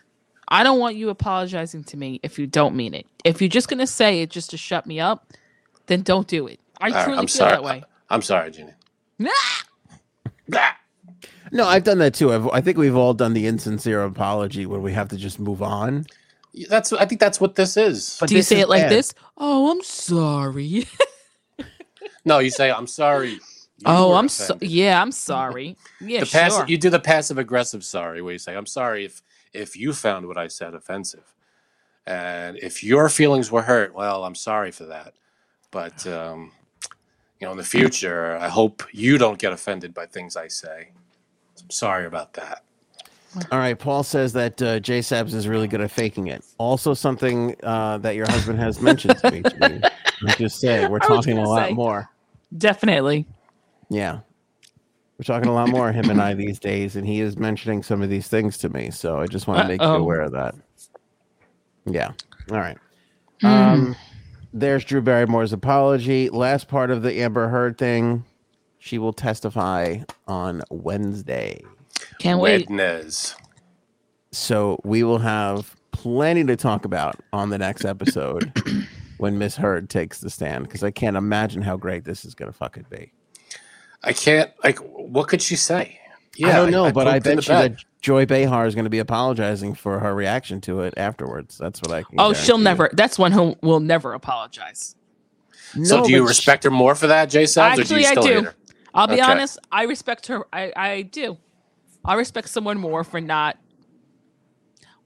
Speaker 4: I don't want you apologizing to me if you don't mean it. If you're just gonna say it just to shut me up, then don't do it. I
Speaker 2: right,
Speaker 4: truly
Speaker 2: I'm
Speaker 4: feel
Speaker 2: sorry.
Speaker 4: that way.
Speaker 2: I'm sorry, Janine.
Speaker 1: No, I've done that too. I've, I think we've all done the insincere apology where we have to just move on.
Speaker 2: That's. I think that's what this is.
Speaker 1: But
Speaker 4: do you
Speaker 1: this
Speaker 4: say
Speaker 1: is
Speaker 4: it like
Speaker 1: bad.
Speaker 4: this? Oh, I'm sorry.
Speaker 2: No, you say I'm sorry. You
Speaker 4: oh,
Speaker 2: were
Speaker 4: I'm so-
Speaker 2: offended."
Speaker 4: yeah, I'm sorry. Yeah,
Speaker 2: the
Speaker 4: sure.
Speaker 2: passive you do the passive aggressive sorry where you say i'm sorry if if you found what i said offensive and if your feelings were hurt well i'm sorry for that but um you know in the future i hope you don't get offended by things i say i'm sorry about that
Speaker 1: All right. Paul says that uh, J Sabs is really good at faking it. Also, something uh, that your husband has mentioned to me. Janine. I'm just saying, we're
Speaker 4: I was
Speaker 1: talking a
Speaker 4: gonna
Speaker 1: lot
Speaker 4: say.
Speaker 1: more.
Speaker 4: Definitely.
Speaker 1: Yeah. We're talking a lot more, him and I, these days, and he is mentioning some of these things to me. So I just want to make you
Speaker 4: Uh-oh.
Speaker 1: aware of that. Yeah. All right. Um, there's Drew Barrymore's apology. Last part of the Amber Heard thing. She will testify on Wednesday.
Speaker 4: Can't wait.
Speaker 2: witness
Speaker 1: So we will have plenty to talk about on the next episode when Miss Heard takes the stand because I can't imagine how great this is going to fucking be.
Speaker 2: i can't like what could she say
Speaker 1: I don't know, but I
Speaker 2: poked in
Speaker 1: bet
Speaker 2: the
Speaker 1: you
Speaker 2: bag.
Speaker 1: that Joy Behar is going to be apologizing for her reaction to it afterwards. That's what I. Can
Speaker 4: Oh, she'll
Speaker 1: guarantee you.
Speaker 4: never. That's one who will never apologize.
Speaker 1: No,
Speaker 2: so do you
Speaker 1: but sh-
Speaker 2: respect her more for that jay Sabs, or do
Speaker 4: Actually,
Speaker 2: you
Speaker 4: I
Speaker 2: still
Speaker 4: do.
Speaker 2: hate her
Speaker 4: I'll be
Speaker 2: Okay.
Speaker 4: honest. I respect her. I, I do. I respect someone more for not.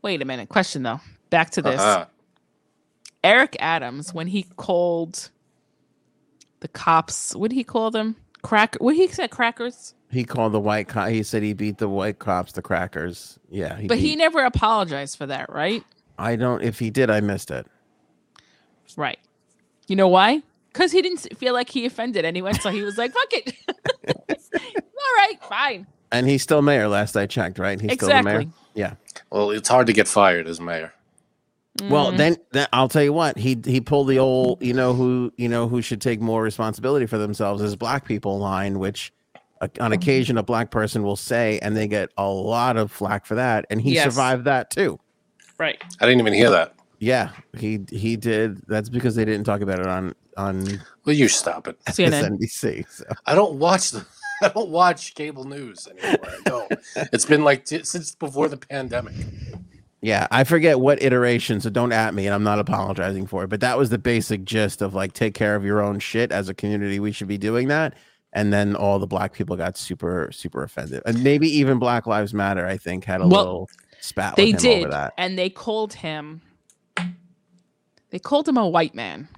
Speaker 4: Wait a minute. Question though. Back to this.
Speaker 2: Uh-huh.
Speaker 4: Eric Adams when he called the cops. What did he call them? Cracker. What he said? Crackers.
Speaker 1: He called the white. Co- he said he beat the white cops, the crackers. Yeah,
Speaker 4: But he
Speaker 1: beat-
Speaker 4: never apologized for that, right?
Speaker 1: I don't. If he did, I missed it.
Speaker 4: Right. You know why? Because he didn't s- feel like he offended anyone, so he was like, "Fuck it." All right, fine.
Speaker 1: And he's still mayor. Last I checked, right? He's still the
Speaker 4: Exactly.
Speaker 1: mayor. Yeah.
Speaker 2: well it's hard to get fired as mayor
Speaker 1: Well,
Speaker 4: Mhm.
Speaker 1: then, then I'll tell you what. He he pulled the old, you know who, you know who should take more responsibility for themselves is black people line, which uh, on occasion a black person will say, and they get a lot of flack for that. And he
Speaker 4: Yes.
Speaker 1: survived that too.
Speaker 4: right.
Speaker 2: i didn't even hear that
Speaker 1: Yeah, he he did. That's because they didn't talk about it on on
Speaker 2: will you stop it
Speaker 4: CNN.
Speaker 1: SNBC. So.
Speaker 2: I don't watch the. I don't watch cable news anymore. I don't. it's been like t- since before the pandemic.
Speaker 1: Yeah, I forget what iteration, so don't at me, and I'm not apologizing for it. But that was the basic gist of like, take care of your own shit as a community. We should be doing that. And then all the black people got super, super offended, and maybe even Black Lives Matter. I think had a
Speaker 4: Well,
Speaker 1: little spat.
Speaker 4: They
Speaker 1: with him
Speaker 4: did,
Speaker 1: over that.
Speaker 4: and they called him. They called him a white man,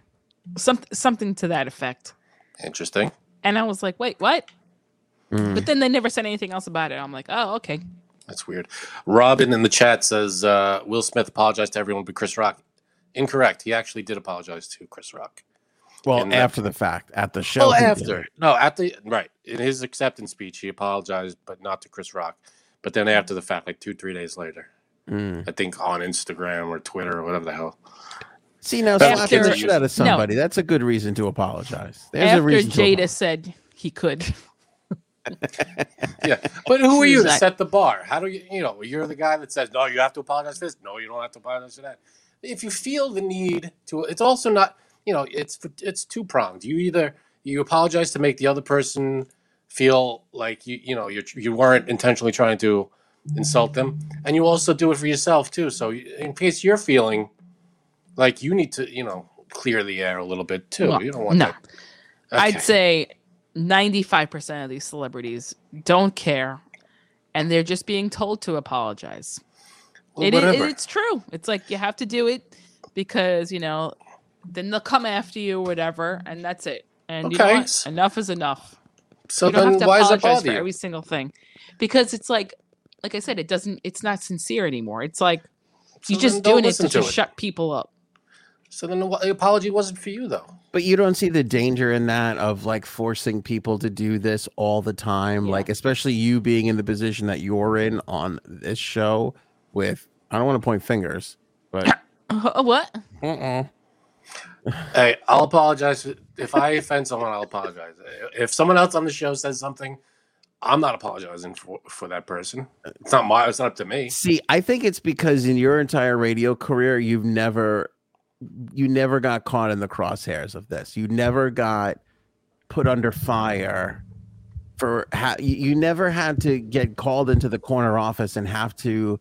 Speaker 4: some something to that effect.
Speaker 2: Interesting.
Speaker 4: And I was like, "Wait, what?"
Speaker 1: Mm.
Speaker 4: But then they never said anything else about it. I'm like, "Oh, okay."
Speaker 2: That's weird. Robin in the chat says uh, Will Smith apologized to everyone but Chris Rock. Incorrect. He actually did apologize to Chris Rock.
Speaker 1: Well,
Speaker 2: and the-
Speaker 1: after the fact, at the show.
Speaker 2: Oh,
Speaker 1: he did.
Speaker 2: after no, after right in his acceptance speech, he apologized, but not to Chris Rock. But then after the fact, like two, three days later,
Speaker 1: Mm.
Speaker 2: I think on Instagram or Twitter or whatever the hell.
Speaker 1: See now,
Speaker 2: That was
Speaker 1: slapping the
Speaker 2: after-
Speaker 1: shit out of
Speaker 4: No.
Speaker 1: somebody. That's a good reason to apologize. There's a
Speaker 4: After
Speaker 1: reason. to
Speaker 4: Jada said he could,
Speaker 2: Yeah, but who are you to
Speaker 4: Exact-
Speaker 2: set the bar? How do you, you know, you're the guy that says, no, you have to apologize for this. No, you don't have to apologize for that. If you feel the need to, it's also not, you know, it's it's two pronged. You either you apologize to make the other person feel like you, you know, you you weren't intentionally trying to insult them, and you also do it for yourself too. So y- in case you're feeling like you need to, you know, clear the air a little bit too.
Speaker 4: Well,
Speaker 2: you don't want
Speaker 4: no.
Speaker 2: that. Okay.
Speaker 4: I'd say 95% of these celebrities don't care and they're just being told to apologize.
Speaker 2: Well,
Speaker 4: It i-
Speaker 2: whatever.
Speaker 4: it's true. It's like you have to do it because, you know, then they'll come after you or whatever and that's it. And you know
Speaker 2: Okay.
Speaker 4: what? enough is enough.
Speaker 2: so
Speaker 4: you don't
Speaker 2: then
Speaker 4: have to
Speaker 2: why is it
Speaker 4: apologize for
Speaker 2: bother you?
Speaker 4: every single thing because it's like like I said it doesn't it's not sincere anymore. It's like
Speaker 2: So
Speaker 4: you're
Speaker 2: then
Speaker 4: just
Speaker 2: don't
Speaker 4: doing it
Speaker 2: listen
Speaker 4: to,
Speaker 2: to
Speaker 4: just shut people up.
Speaker 2: So then the wa- the apology wasn't for you though.
Speaker 1: But you don't see the danger in that of like forcing people to do this all the time,
Speaker 4: Yeah.
Speaker 1: like especially you being in the position that you're in on this show with I don't want to point fingers, but
Speaker 4: what?
Speaker 1: Mm-mm.
Speaker 2: Hey, I'll apologize if I offend someone. I'll apologize. If someone else on the show says something, I'm not apologizing for for that person. It's not my. It's not up to me.
Speaker 1: see, I think it's because in your entire radio career you've never you never got caught in the crosshairs of this. You never got put under fire for ha- you you never had to get called into the corner office and have to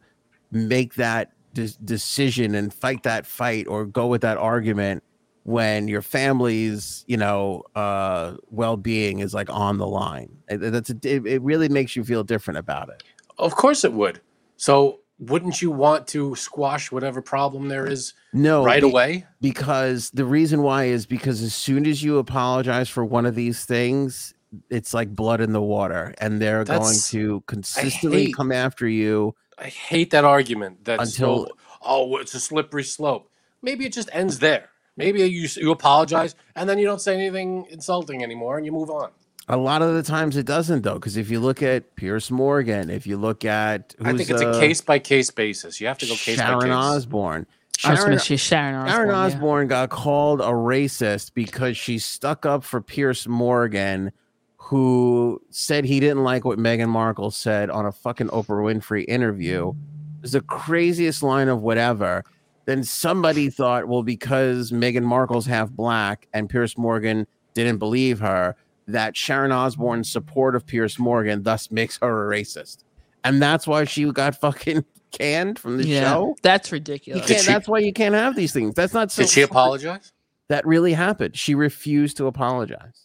Speaker 1: make that de- decision and fight that fight or go with that argument when your family's you know uh well-being is like on the line It- it- that's a, it, it really makes you feel different about it
Speaker 2: Of course it would. So wouldn't you want to squash whatever problem there is
Speaker 1: no
Speaker 2: right
Speaker 1: be-
Speaker 2: away?
Speaker 1: because the reason why is because as soon as you apologize for one of these things it's like blood in the water and they're
Speaker 2: That's-
Speaker 1: going to consistently
Speaker 2: hate-
Speaker 1: come after you
Speaker 2: I hate that argument. That
Speaker 1: Until-
Speaker 2: so- oh, it's a slippery slope. Maybe it just ends there. Maybe you you apologize and then you don't say anything insulting anymore and you move on.
Speaker 1: A lot of the times it doesn't though, because if you look at Pierce Morgan, if you look at who's,
Speaker 2: I think it's
Speaker 1: uh,
Speaker 2: a case by case basis. You have to go case
Speaker 1: Sharon
Speaker 2: by case.
Speaker 1: Osborne.
Speaker 4: I was
Speaker 1: Sharon,
Speaker 4: gonna say Sharon Osbourne.
Speaker 1: Sharon
Speaker 4: yeah.
Speaker 1: Osborne got called a racist because she stuck up for Pierce Morgan, who said he didn't like what Meghan Markle said on a fucking Oprah Winfrey interview. It was the craziest line of whatever. Then somebody thought, well, because Meghan Markle's half black and Pierce Morgan didn't believe her, that Sharon Osborne's support of Pierce Morgan thus makes her a racist. And that's why she got fucking canned from the
Speaker 4: Yeah,
Speaker 1: show.
Speaker 4: that's
Speaker 1: You
Speaker 4: ridiculous.
Speaker 1: can't,
Speaker 2: she-
Speaker 1: that's why you can't have these things. That's not so.
Speaker 2: Did she apologize?
Speaker 1: That really happened. She refused to apologize.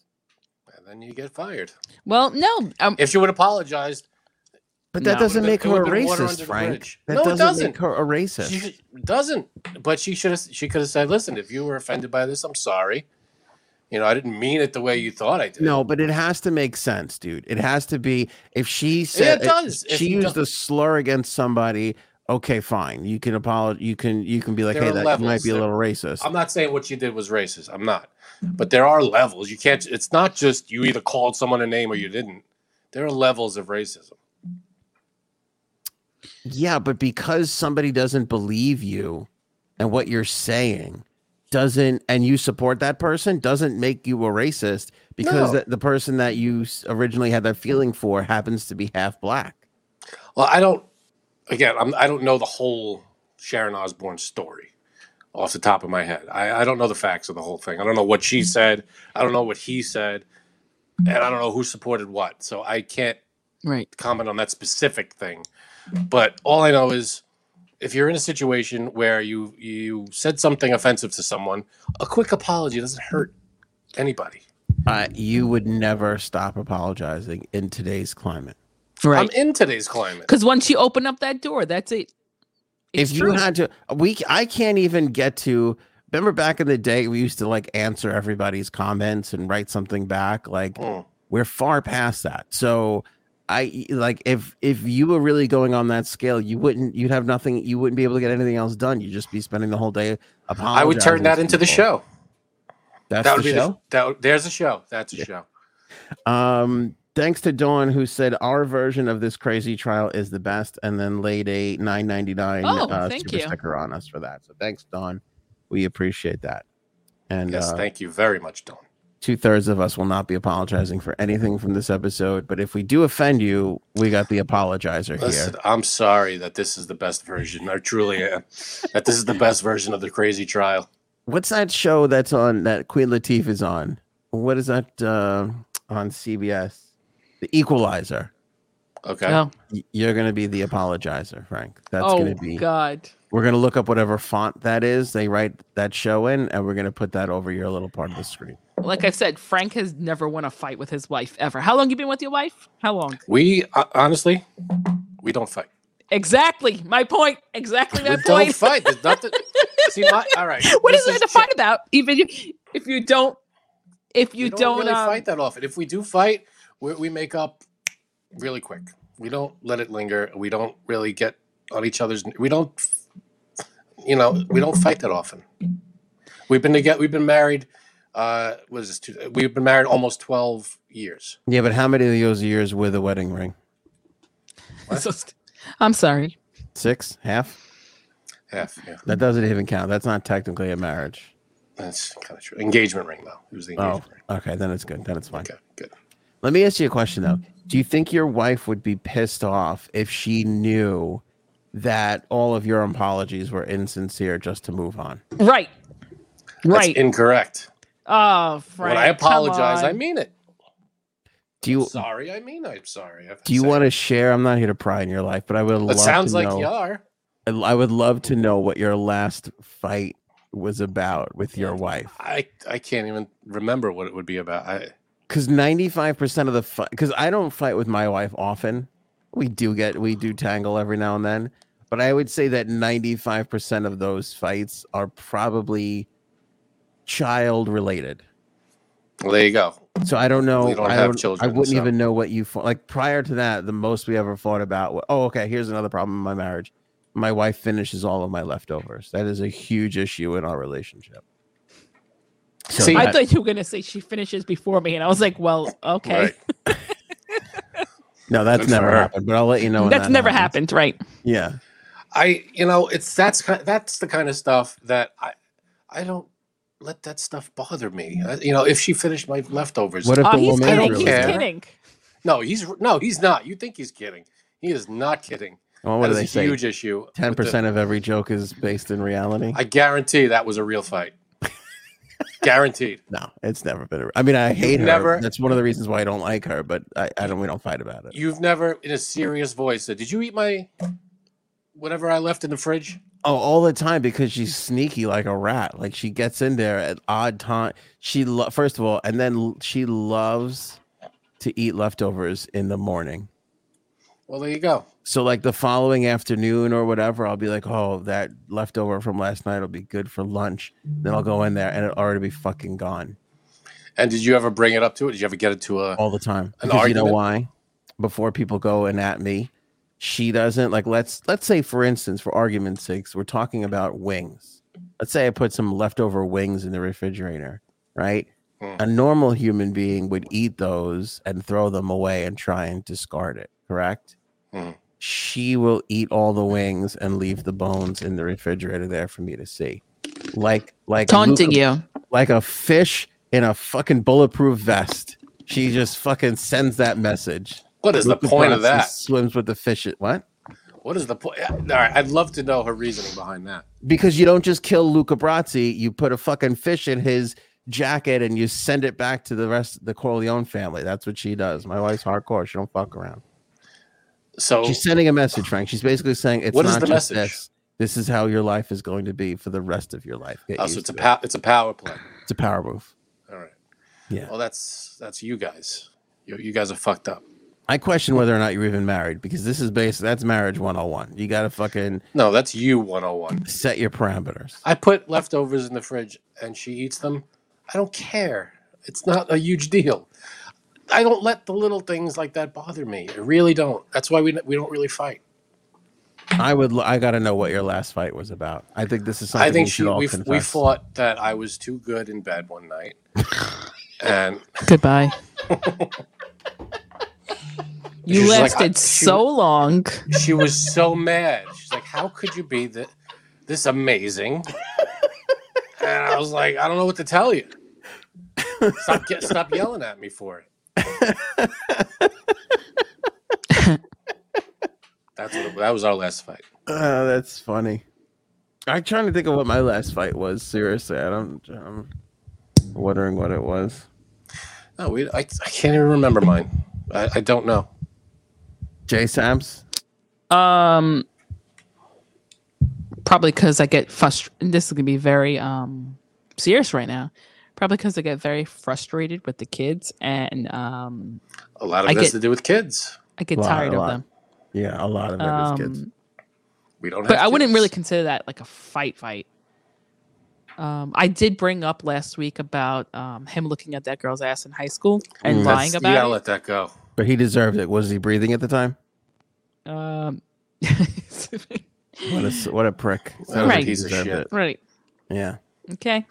Speaker 2: And then you get fired.
Speaker 4: Well, no, um,
Speaker 2: If she would apologize,
Speaker 1: But that
Speaker 4: No,
Speaker 1: doesn't
Speaker 2: it
Speaker 1: make her a
Speaker 2: would've been water under
Speaker 1: racist,
Speaker 2: the
Speaker 1: Frank.
Speaker 2: bridge.
Speaker 1: That
Speaker 2: No, it
Speaker 1: doesn't,
Speaker 2: doesn't.
Speaker 1: make her a racist.
Speaker 2: she sh- doesn't. But she should have. She could have said, "Listen, if you were offended by this, I'm sorry. You know, I didn't mean it the way you thought I did."
Speaker 1: no, but it has to make sense, dude. It has to be if she said
Speaker 2: it does.
Speaker 1: if
Speaker 2: If
Speaker 1: she
Speaker 2: you
Speaker 1: used
Speaker 2: don't-
Speaker 1: a slur against somebody. Okay, fine. You can apologize. You can you can be like,
Speaker 2: There
Speaker 1: hey,
Speaker 2: are
Speaker 1: that might
Speaker 2: levels.
Speaker 1: be a
Speaker 2: There-
Speaker 1: little racist.
Speaker 2: I'm not saying what you did was racist. I'm not. But there are levels. You can't. It's not just you either called someone a name or you didn't. There are levels of racism.
Speaker 1: Yeah, but because somebody doesn't believe you and what you're saying doesn't and you support that person doesn't make you a racist because
Speaker 2: No.
Speaker 1: the, the person that you s- originally had that feeling for happens to be half black.
Speaker 2: Well, I don't. Again, I'm, I don't know the whole Sharon Osbourne story off the top of my head. I, I don't know the facts of the whole thing. I don't know what she said. I don't know what he said, and I don't know who supported what. So I can't
Speaker 4: right.
Speaker 2: comment on that specific thing. But all I know is if you're in a situation where you you said something offensive to someone, a quick apology doesn't hurt anybody.
Speaker 1: Uh, you would never stop apologizing in today's climate.
Speaker 2: I'm in today's climate.
Speaker 4: Because once you open up that door, that's it. It's
Speaker 1: if
Speaker 4: true.
Speaker 1: you had to, we I can't even get to. Remember back in the day, we used to like answer everybody's comments and write something back. Like
Speaker 2: Mm.
Speaker 1: we're far past that. So I like if if you were really going on that scale, you wouldn't you'd have nothing. You wouldn't be able to get anything else done. You'd just be spending the whole day apologizing.
Speaker 2: I would turn that
Speaker 1: to
Speaker 2: into the
Speaker 1: people.
Speaker 2: show.
Speaker 1: That's
Speaker 2: that would
Speaker 1: the
Speaker 2: be
Speaker 1: show.
Speaker 2: The, that, would- there's a show. That's a show.
Speaker 1: Um, thanks to Dawn who said our version of this crazy trial is the best, and then laid a nine ninety nine
Speaker 4: Oh,
Speaker 1: uh,
Speaker 4: thank
Speaker 1: super
Speaker 4: you.
Speaker 1: sticker on us for that. So thanks, Dawn. We appreciate that. And
Speaker 2: Yes,
Speaker 1: uh,
Speaker 2: thank you very much, Don.
Speaker 1: two thirds of us will not be apologizing for anything from this episode. But if we do offend you, we got the apologizer here.
Speaker 2: Listen, I'm sorry that this is the best version. I truly am. that this is the best version of the crazy trial.
Speaker 1: What's that show that's on that Queen Latifah is on? What is that uh, on CBS? The Equalizer.
Speaker 2: Okay.
Speaker 4: Oh,
Speaker 1: Y- You're going to be the apologizer, Frank. That's
Speaker 4: oh
Speaker 1: going to be.
Speaker 4: God.
Speaker 1: We're going to look up whatever font that is. They write that show in, and we're going to put that over your little part of the screen.
Speaker 4: Like I've said, Frank has never won a fight with his wife ever. How long you been with your wife? How long?
Speaker 2: We uh, honestly, we don't fight.
Speaker 4: Exactly. My point. Exactly
Speaker 2: We
Speaker 4: my
Speaker 2: don't
Speaker 4: point.
Speaker 2: fight. There's nothing. See, my, all right.
Speaker 4: What is
Speaker 2: this
Speaker 4: there to fight about? Even if- if you don't, if you
Speaker 2: we
Speaker 4: don't,
Speaker 2: don't, really
Speaker 4: um,
Speaker 2: fight that often. If we do fight, we we make up really quick. We don't let it linger. We don't really get on each other's. We don't, you know, we don't fight that often. We've been together. We've been married. Uh, what is this? two- We've been married almost twelve years.
Speaker 1: Yeah, but how many of those years with a wedding ring?
Speaker 2: What?
Speaker 4: um, so st- I'm sorry.
Speaker 1: Six? Half?
Speaker 2: Half. Yeah,
Speaker 1: That doesn't even count. That's not technically a marriage.
Speaker 2: that's kind of true. Engagement ring though. It was the
Speaker 1: Oh,
Speaker 2: engagement ring.
Speaker 1: okay. Then it's good. Then it's fine.
Speaker 2: Okay, good.
Speaker 1: Let me ask you a question though. Do you think your wife would be pissed off if she knew that all of your apologies were insincere just to move on?
Speaker 4: Right.
Speaker 2: That's
Speaker 4: Right.
Speaker 2: incorrect.
Speaker 4: oh, Frank.
Speaker 2: when I
Speaker 4: come
Speaker 2: apologize,
Speaker 4: on.
Speaker 2: I mean it.
Speaker 1: Do you
Speaker 2: sorry, I mean I'm sorry. If I
Speaker 1: do you
Speaker 2: say
Speaker 1: want to share? I'm not here to pry in your life, but I would
Speaker 2: It
Speaker 1: love
Speaker 2: It sounds
Speaker 1: to
Speaker 2: like
Speaker 1: know.
Speaker 2: you are.
Speaker 1: I I would love to know what your last fight was about with your wife.
Speaker 2: I I can't even remember what it would be about. I
Speaker 1: because 95% of the fight because i don't fight with my wife often we do get we do tangle every now and then but i would say that 95% of those fights are probably child related
Speaker 2: well, there you go.
Speaker 1: so i don't know
Speaker 2: We don't
Speaker 1: I,
Speaker 2: have
Speaker 1: don't-
Speaker 2: children,
Speaker 1: I wouldn't
Speaker 2: so-
Speaker 1: even know what you fought. like prior to that the most we ever fought about wa- oh okay here's another problem in my marriage my wife finishes all of my leftovers that is a huge issue in our relationship so
Speaker 2: See,
Speaker 1: that-
Speaker 4: I thought you were gonna say she finishes before me, and I was like, well, okay,
Speaker 2: Right.
Speaker 1: no that's
Speaker 2: Good for
Speaker 1: never
Speaker 2: her.
Speaker 1: happened but i'll let you know when
Speaker 4: that's
Speaker 1: that
Speaker 4: never
Speaker 1: happens.
Speaker 4: happened, right?
Speaker 1: yeah
Speaker 2: I you know it's that's ki- that's the kind of stuff that I I don't let that stuff bother me. I, you know, if she finished my leftovers,
Speaker 1: What if
Speaker 4: Oh,
Speaker 1: the
Speaker 4: he's
Speaker 1: woman
Speaker 2: I don't
Speaker 4: kidding.
Speaker 1: really
Speaker 4: He's
Speaker 2: care.
Speaker 4: kidding.
Speaker 2: no, he's no, he's not. You think he's kidding? He is not kidding.
Speaker 1: Well, what
Speaker 2: that
Speaker 1: do
Speaker 2: is
Speaker 1: they
Speaker 2: a
Speaker 1: say?
Speaker 2: huge issue. with the-
Speaker 1: Ten percent of every joke is based in reality.
Speaker 2: I guarantee that was a real fight. Guaranteed.
Speaker 1: no, it's never been. A, I mean, I hate her.
Speaker 2: never-
Speaker 1: That's one of the reasons why I don't like her. But I, I don't. We don't fight about it.
Speaker 2: You've never, in a serious voice, said, "Did you eat my whatever I left in the fridge?"
Speaker 1: Oh, all the time because she's sneaky like a rat. Like she gets in there at odd time. She lo- first of all, and then l- she loves to eat leftovers in the morning.
Speaker 2: Well, there you go.
Speaker 1: So like the following afternoon or whatever, I'll be like, oh, that leftover from last night will be good for lunch. Then I'll go in there and it'll already be fucking gone.
Speaker 2: And did you ever bring it up to it? Did you ever get it to a?
Speaker 1: all the time.
Speaker 2: uh, An
Speaker 1: Because you know
Speaker 2: argument?
Speaker 1: why? Before people go and at me, she doesn't like. Let's let's say, for instance, for argument's sakes, we're talking about wings. Let's say I put some leftover wings in the refrigerator, right?
Speaker 2: Hmm.
Speaker 1: A normal human being would eat those and throw them away and try and discard it. Correct?
Speaker 2: Hmm.
Speaker 1: She will eat all the wings and leave the bones in the refrigerator there for me to see, like like
Speaker 4: Taunting
Speaker 1: Luca
Speaker 4: you.
Speaker 1: like a fish in a fucking bulletproof vest. She just fucking sends that message.
Speaker 2: What is the
Speaker 1: Luca
Speaker 2: point of
Speaker 1: Brasi
Speaker 2: that?
Speaker 1: Swims with the fish. At, what?
Speaker 2: What is the point? All right, I'd love to know her reasoning behind that.
Speaker 1: Because you don't just kill Luca Brazzi, you put a fucking fish in his jacket and you send it back to the rest of the Corleone family. That's what she does. My wife's hardcore. She don't fuck around.
Speaker 2: So
Speaker 1: She's sending a message, Frank. She's basically saying it's
Speaker 2: What is
Speaker 1: not
Speaker 2: the
Speaker 1: just
Speaker 2: message?
Speaker 1: this. This is how your life is going to be for the rest of your life. Get
Speaker 2: oh, so
Speaker 1: used
Speaker 2: it's a
Speaker 1: to it.
Speaker 2: pow- it's a power play.
Speaker 1: it's a power move.
Speaker 2: All right.
Speaker 1: Yeah.
Speaker 2: Well, that's that's you guys. You, you guys are fucked up.
Speaker 1: I question whether or not you're even married because this is based that's marriage 101. You got to fucking
Speaker 2: No, that's you 101.
Speaker 1: set your parameters.
Speaker 2: I put leftovers in the fridge and she eats them. I don't care. It's not a huge deal. I don't let the little things like that bother me. I really don't. That's why we we don't really fight.
Speaker 1: I would. l- I got to know what your last fight was about. I think this is something
Speaker 2: I think
Speaker 1: we
Speaker 2: she
Speaker 1: should all
Speaker 2: we,
Speaker 1: confess.
Speaker 2: we fought that I was too good in bed one night. and
Speaker 4: Goodbye.
Speaker 2: She
Speaker 4: you
Speaker 2: was like,
Speaker 4: lasted
Speaker 2: I- she-
Speaker 4: so long.
Speaker 2: she was so mad. She's like, "How could you be this, this amazing?" And I was like, "I don't know what to tell you. Stop, get, stop yelling at me for it." That's what it- that was our last fight.
Speaker 1: Oh, that's funny. I'm trying to think of what my last fight was. Seriously, I don't. I'm wondering what it was.
Speaker 2: No, we, I, I can't even remember mine. I, I don't know.
Speaker 1: J Sabs.
Speaker 4: Um, probably because I get frustrated. This is gonna be very um serious right now. Probably because I get very frustrated with the kids, and um,
Speaker 2: A lot of
Speaker 4: I
Speaker 2: it has
Speaker 4: get-
Speaker 2: to do with kids.
Speaker 4: I get
Speaker 1: Lot,
Speaker 4: tired
Speaker 1: a
Speaker 4: of
Speaker 1: lot.
Speaker 4: them.
Speaker 1: Yeah, a lot of it is
Speaker 4: Um,
Speaker 1: kids.
Speaker 2: We don't.
Speaker 4: but
Speaker 2: have
Speaker 4: I wouldn't
Speaker 2: kids.
Speaker 4: really consider that like a fight fight. Um, I did bring up last week about um, him looking at that girl's ass in high school and
Speaker 1: Mm.
Speaker 4: lying
Speaker 2: That's- You gotta
Speaker 4: about
Speaker 2: let that go.
Speaker 1: But he deserved it. Was he breathing at the time?
Speaker 4: it. Um,
Speaker 1: What a s- what a prick.
Speaker 2: That was a
Speaker 4: Right.
Speaker 2: piece of
Speaker 1: Deserved
Speaker 2: shit.
Speaker 1: it.
Speaker 4: right.
Speaker 1: Yeah.
Speaker 4: Okay.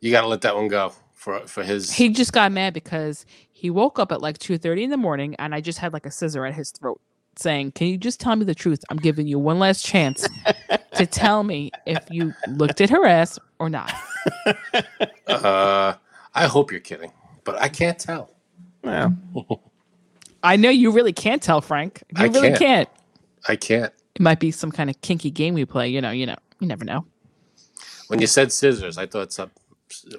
Speaker 2: You gotta let that one go for for his.
Speaker 4: He just got mad because he woke up at like two thirty in the morning, and I just had like a scissor at his throat, saying, "Can you just tell me the truth? I'm giving you one last chance to tell me if you looked at her ass or not."
Speaker 2: uh, I hope you're kidding, but I can't tell.
Speaker 1: Well,
Speaker 4: I know you really can't tell, Frank. You
Speaker 2: I
Speaker 4: really
Speaker 2: can't.
Speaker 4: can't.
Speaker 2: I can't.
Speaker 4: It might be some kind of kinky game we play. You know, you know, you never know.
Speaker 2: When you said scissors, I thought some.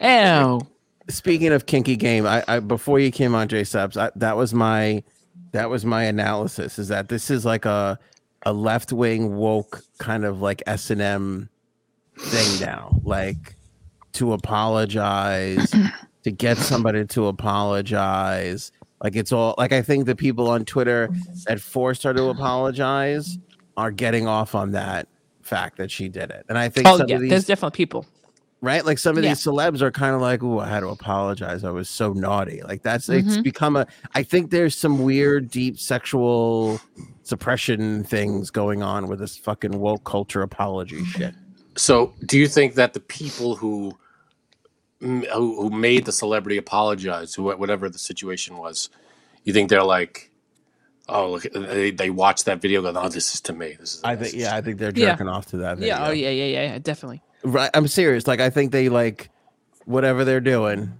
Speaker 4: Oh,
Speaker 1: speaking of kinky game, I, I before you came on J Sabs, I, that was my that was my analysis. Is that this is like a a left wing woke kind of like S and M thing now, like to apologize, to get somebody to apologize. Like it's all like I think the people on Twitter that forced her to apologize are getting off on that fact that she did it. And I think
Speaker 4: oh
Speaker 1: some
Speaker 4: yeah.
Speaker 1: of these
Speaker 4: There's definitely people.
Speaker 1: right? Like some of
Speaker 4: Yeah.
Speaker 1: these celebs are kind of like, "Oh, I had to apologize. I was so naughty." Like that's it's
Speaker 4: Mhm.
Speaker 1: become a. I think there's some weird, deep sexual suppression things going on with this fucking woke culture apology shit.
Speaker 2: So, do you think that the people who m- who, who made the celebrity apologize, who whatever the situation was, you think they're like, oh, look, they, they watch that video, going, oh, this is to me. This is.
Speaker 1: I think, yeah, I think they're
Speaker 4: Yeah.
Speaker 1: jerking off to that. Video.
Speaker 4: Yeah. Oh yeah. Yeah. Yeah. yeah definitely.
Speaker 1: Right. I'm serious. Like I think they like whatever they're doing,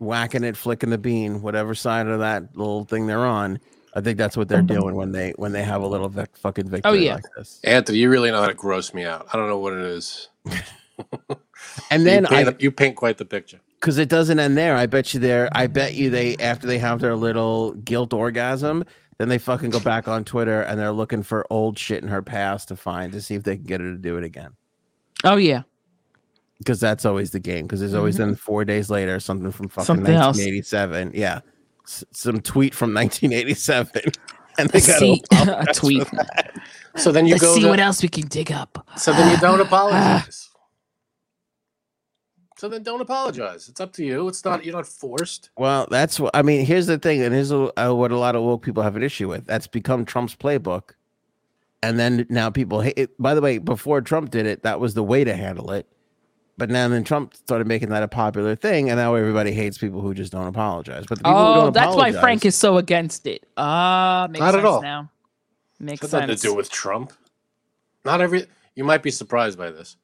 Speaker 1: whacking it, flicking the bean, whatever side of that little thing they're on. I think that's what they're doing when they when they have a little vic- fucking victory
Speaker 4: Mm-hmm. Oh, yeah.
Speaker 1: like this.
Speaker 2: Anthony, you really know how to gross me out. I don't know what it is.
Speaker 1: And then
Speaker 2: you,
Speaker 1: I
Speaker 2: paint, you paint quite the picture.
Speaker 1: because it doesn't end there. I bet you there. I bet you they after they have their little guilt orgasm, then they fucking go back on Twitter and they're looking for old shit in her past to find to see if they can get her to do it again.
Speaker 4: Oh yeah.
Speaker 1: Because that's always the game. Because there's always then four days later something from fucking
Speaker 4: Mm-hmm. Something else.
Speaker 1: 1987. Yeah, S- some tweet from 1987, and they got
Speaker 4: See a tweet.
Speaker 2: So then you
Speaker 4: Let's
Speaker 2: go.
Speaker 4: see
Speaker 2: to-
Speaker 4: what else we can dig up.
Speaker 2: So then you don't apologize. so then don't apologize. It's up to you. It's not you're not forced.
Speaker 1: Well, that's what I mean. Here's the thing, and here's a- uh, what a lot of woke people have an issue with. That's become Trump's playbook, and then now people hate it. By the way, before Trump did it, that was the way to handle it. But now then Trump started making that a popular thing, and now everybody hates people who just don't apologize. But the people who
Speaker 4: Oh,
Speaker 1: don't
Speaker 4: that's why
Speaker 1: apologize,
Speaker 4: Frank is so against it. Ah, makes
Speaker 2: Not at
Speaker 4: sense
Speaker 2: all.
Speaker 4: now. Makes
Speaker 2: It's nothing to
Speaker 4: sense.
Speaker 2: do with Trump. Not every you might be surprised by this,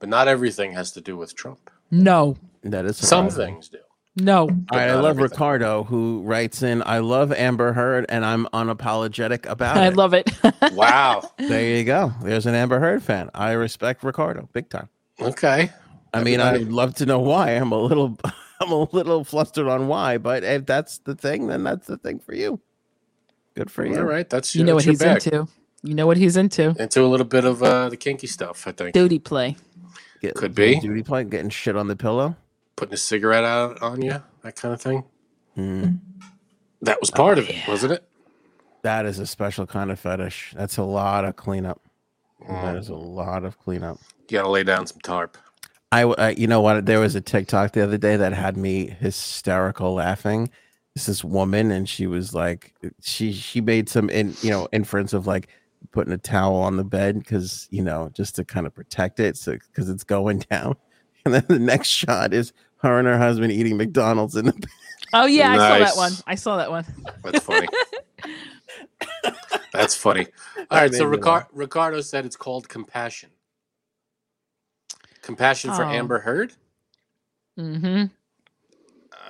Speaker 2: but not everything has to do with Trump.
Speaker 4: No,
Speaker 1: That is
Speaker 2: Some
Speaker 1: surprising.
Speaker 2: things do.
Speaker 4: no.
Speaker 1: All right, I
Speaker 2: Not
Speaker 1: love
Speaker 2: everything.
Speaker 1: Ricardo who writes in. I love Amber Heard, and I'm unapologetic about
Speaker 4: I
Speaker 1: it.
Speaker 4: love it.
Speaker 2: Wow.
Speaker 1: there you go. There's an Amber Heard fan. I respect Ricardo big time.
Speaker 2: okay.
Speaker 1: I mean,
Speaker 2: Everybody-
Speaker 1: I'd love to know why. I'm a little, I'm a little flustered on why, but if that's the thing, then that's the thing for you. Good for you.
Speaker 2: All right. That's
Speaker 4: you know what
Speaker 2: that's your
Speaker 4: he's
Speaker 2: bag.
Speaker 4: into. You know what he's into.
Speaker 2: Into a little bit of uh, the kinky stuff, I think.
Speaker 4: Duty play.
Speaker 1: Get-
Speaker 2: Could be.
Speaker 1: duty point, getting shit on the pillow.
Speaker 2: Putting a cigarette out on you, that kind of thing.
Speaker 1: Hmm.
Speaker 2: That was part of it,
Speaker 4: Oh,
Speaker 2: wasn't it?
Speaker 1: That is a special kind of fetish. That's a lot of cleanup.
Speaker 2: Mm.
Speaker 1: That is a lot of cleanup.
Speaker 2: You gotta lay down some tarp.
Speaker 1: I, w- uh, you know what? There was a TikTok the other day that had me hysterical laughing. It's this woman, and she was like, she she made some in you know inference of like putting a towel on the bed because you know just to kind of protect it, so because it's going down. And then the next shot is her and her husband eating McDonald's, and
Speaker 4: Oh yeah, I saw that
Speaker 2: Nice.
Speaker 4: one. I saw that one.
Speaker 2: That's funny. That's funny. All right. So
Speaker 1: made me laugh.
Speaker 2: Ricar- Ricardo said it's called compassion. Compassion for
Speaker 4: Oh.
Speaker 2: Amber Heard.
Speaker 4: Mm-hmm.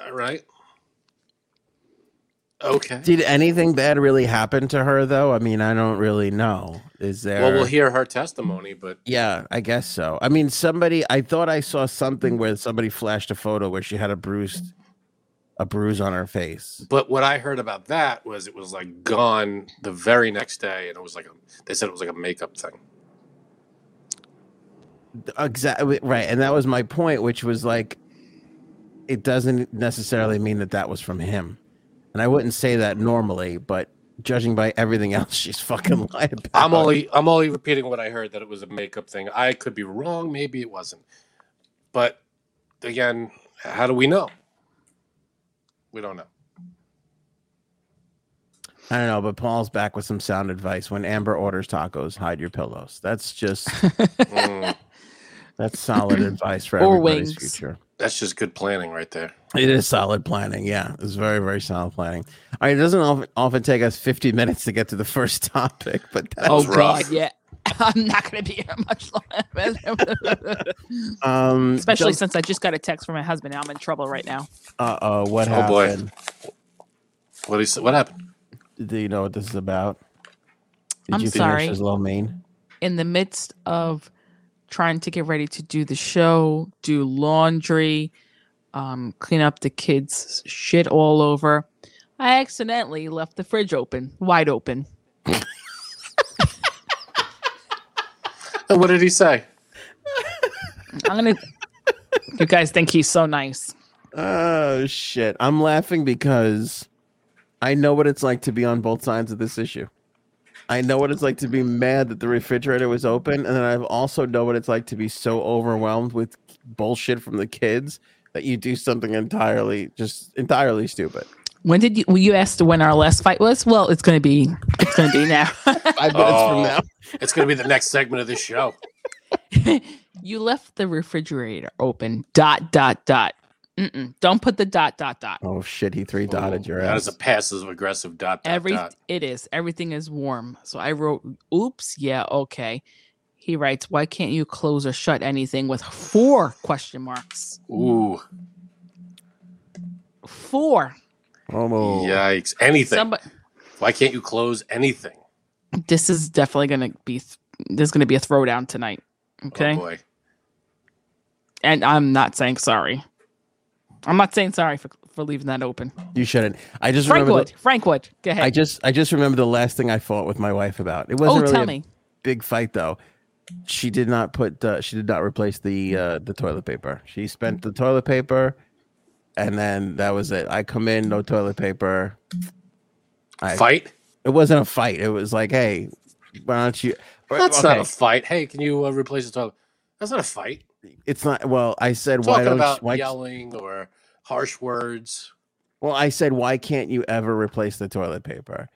Speaker 2: All right. Okay.
Speaker 1: did anything bad really happen to her though? I mean, I don't really know. Is there?
Speaker 2: Well, we'll hear her testimony, but
Speaker 1: Yeah, I guess so. I mean, somebody I thought I saw something where somebody flashed a photo where she had a bruised a bruise on her face.
Speaker 2: But what I heard about that was it was like gone the very next day, and it was like a, they said it was like a makeup thing.
Speaker 1: Exactly right, and that was my point, which was like, it doesn't necessarily mean that that was from him, and I wouldn't say that normally, but judging by everything else, she's fucking lying. About.
Speaker 2: I'm only I'm only repeating what I heard that it was a makeup thing. I could be wrong, maybe it wasn't. But again, how do we know? We don't know.
Speaker 1: I don't know, but Paul's back with some sound advice. When Amber orders tacos, hide your pillows. That's just
Speaker 2: Mm,
Speaker 1: that's solid advice for
Speaker 4: Or
Speaker 1: everybody's
Speaker 4: wings.
Speaker 1: future.
Speaker 2: that's just good planning right there.
Speaker 1: It is solid planning. Yeah, it's very, very solid planning. All right, it doesn't often, often take us 50 minutes to get to the first topic, but that's,
Speaker 4: oh
Speaker 2: That's rough.
Speaker 4: God, yeah. I'm not gonna be here much longer.
Speaker 1: um,
Speaker 4: Especially since I just got a text from my husband. Now I'm in trouble right now.
Speaker 1: uh oh, what
Speaker 2: Oh, boy.
Speaker 1: happened?
Speaker 2: What do you, s- what happened?
Speaker 1: Do you know what this is about? Did
Speaker 4: I'm
Speaker 1: you
Speaker 4: sorry.
Speaker 1: Think this is a little mean.
Speaker 4: In the midst of trying to get ready to do the show, do laundry, um, clean up the kids' shit all over, I accidentally left the fridge open, wide open.
Speaker 2: And what did he say?
Speaker 4: I'm gonna. you guys think he's so nice.
Speaker 1: Oh shit! I'm laughing because I know what it's like to be on both sides of this issue. I know what it's like to be mad that the refrigerator was open, and then I also know what it's like to be so overwhelmed with bullshit from the kids that you do something entirely, just entirely stupid.
Speaker 4: When did you? Well, you asked when our last fight was. Well, it's gonna be. It's gonna be now.
Speaker 1: Five minutes
Speaker 2: Oh.
Speaker 1: from now,
Speaker 2: It's going to be the next segment of this show.
Speaker 4: you left the refrigerator open. Dot dot dot. Mm-mm. Don't put the dot dot dot.
Speaker 1: oh shit! He three dotted your
Speaker 2: That
Speaker 1: ass.
Speaker 2: is a passive aggressive dot. dot,
Speaker 4: Every
Speaker 2: dot.
Speaker 4: it is everything is warm. So I wrote, "Oops, yeah, okay." He writes, "Why can't you close or shut anything with four question marks?
Speaker 2: Ooh,
Speaker 4: Four.
Speaker 1: Almost.
Speaker 2: yikes! Anything?
Speaker 4: Somebody.
Speaker 2: Why can't you close anything? Oh,
Speaker 4: This is definitely gonna be. Th- there's gonna be a throwdown tonight. Okay.
Speaker 2: Oh boy.
Speaker 4: and I'm not saying sorry. I'm not saying sorry for, for leaving that open.
Speaker 1: You shouldn't. I just
Speaker 4: Frank
Speaker 1: remember.
Speaker 4: Wood.
Speaker 1: The,
Speaker 4: Frank Wood. Go ahead.
Speaker 1: I just. I just remember the last thing I fought with my wife about. It wasn't
Speaker 4: oh,
Speaker 1: really
Speaker 4: tell
Speaker 1: a
Speaker 4: me.
Speaker 1: big fight though. She did not put. Uh, she did not replace the uh, the toilet paper. She spent the toilet paper, and then that was it. I come in, no toilet paper. I-
Speaker 2: Fight?
Speaker 1: It wasn't a fight. It was like, hey, why don't you? or-
Speaker 2: That's not
Speaker 1: okay,
Speaker 2: a fight. Hey, can you uh, replace the toilet? That's not a fight.
Speaker 1: It's not. Well, I said, why
Speaker 2: Talking
Speaker 1: don't?
Speaker 2: about
Speaker 1: why,
Speaker 2: yelling or harsh words.
Speaker 1: Well, I said, why can't you ever replace the toilet paper?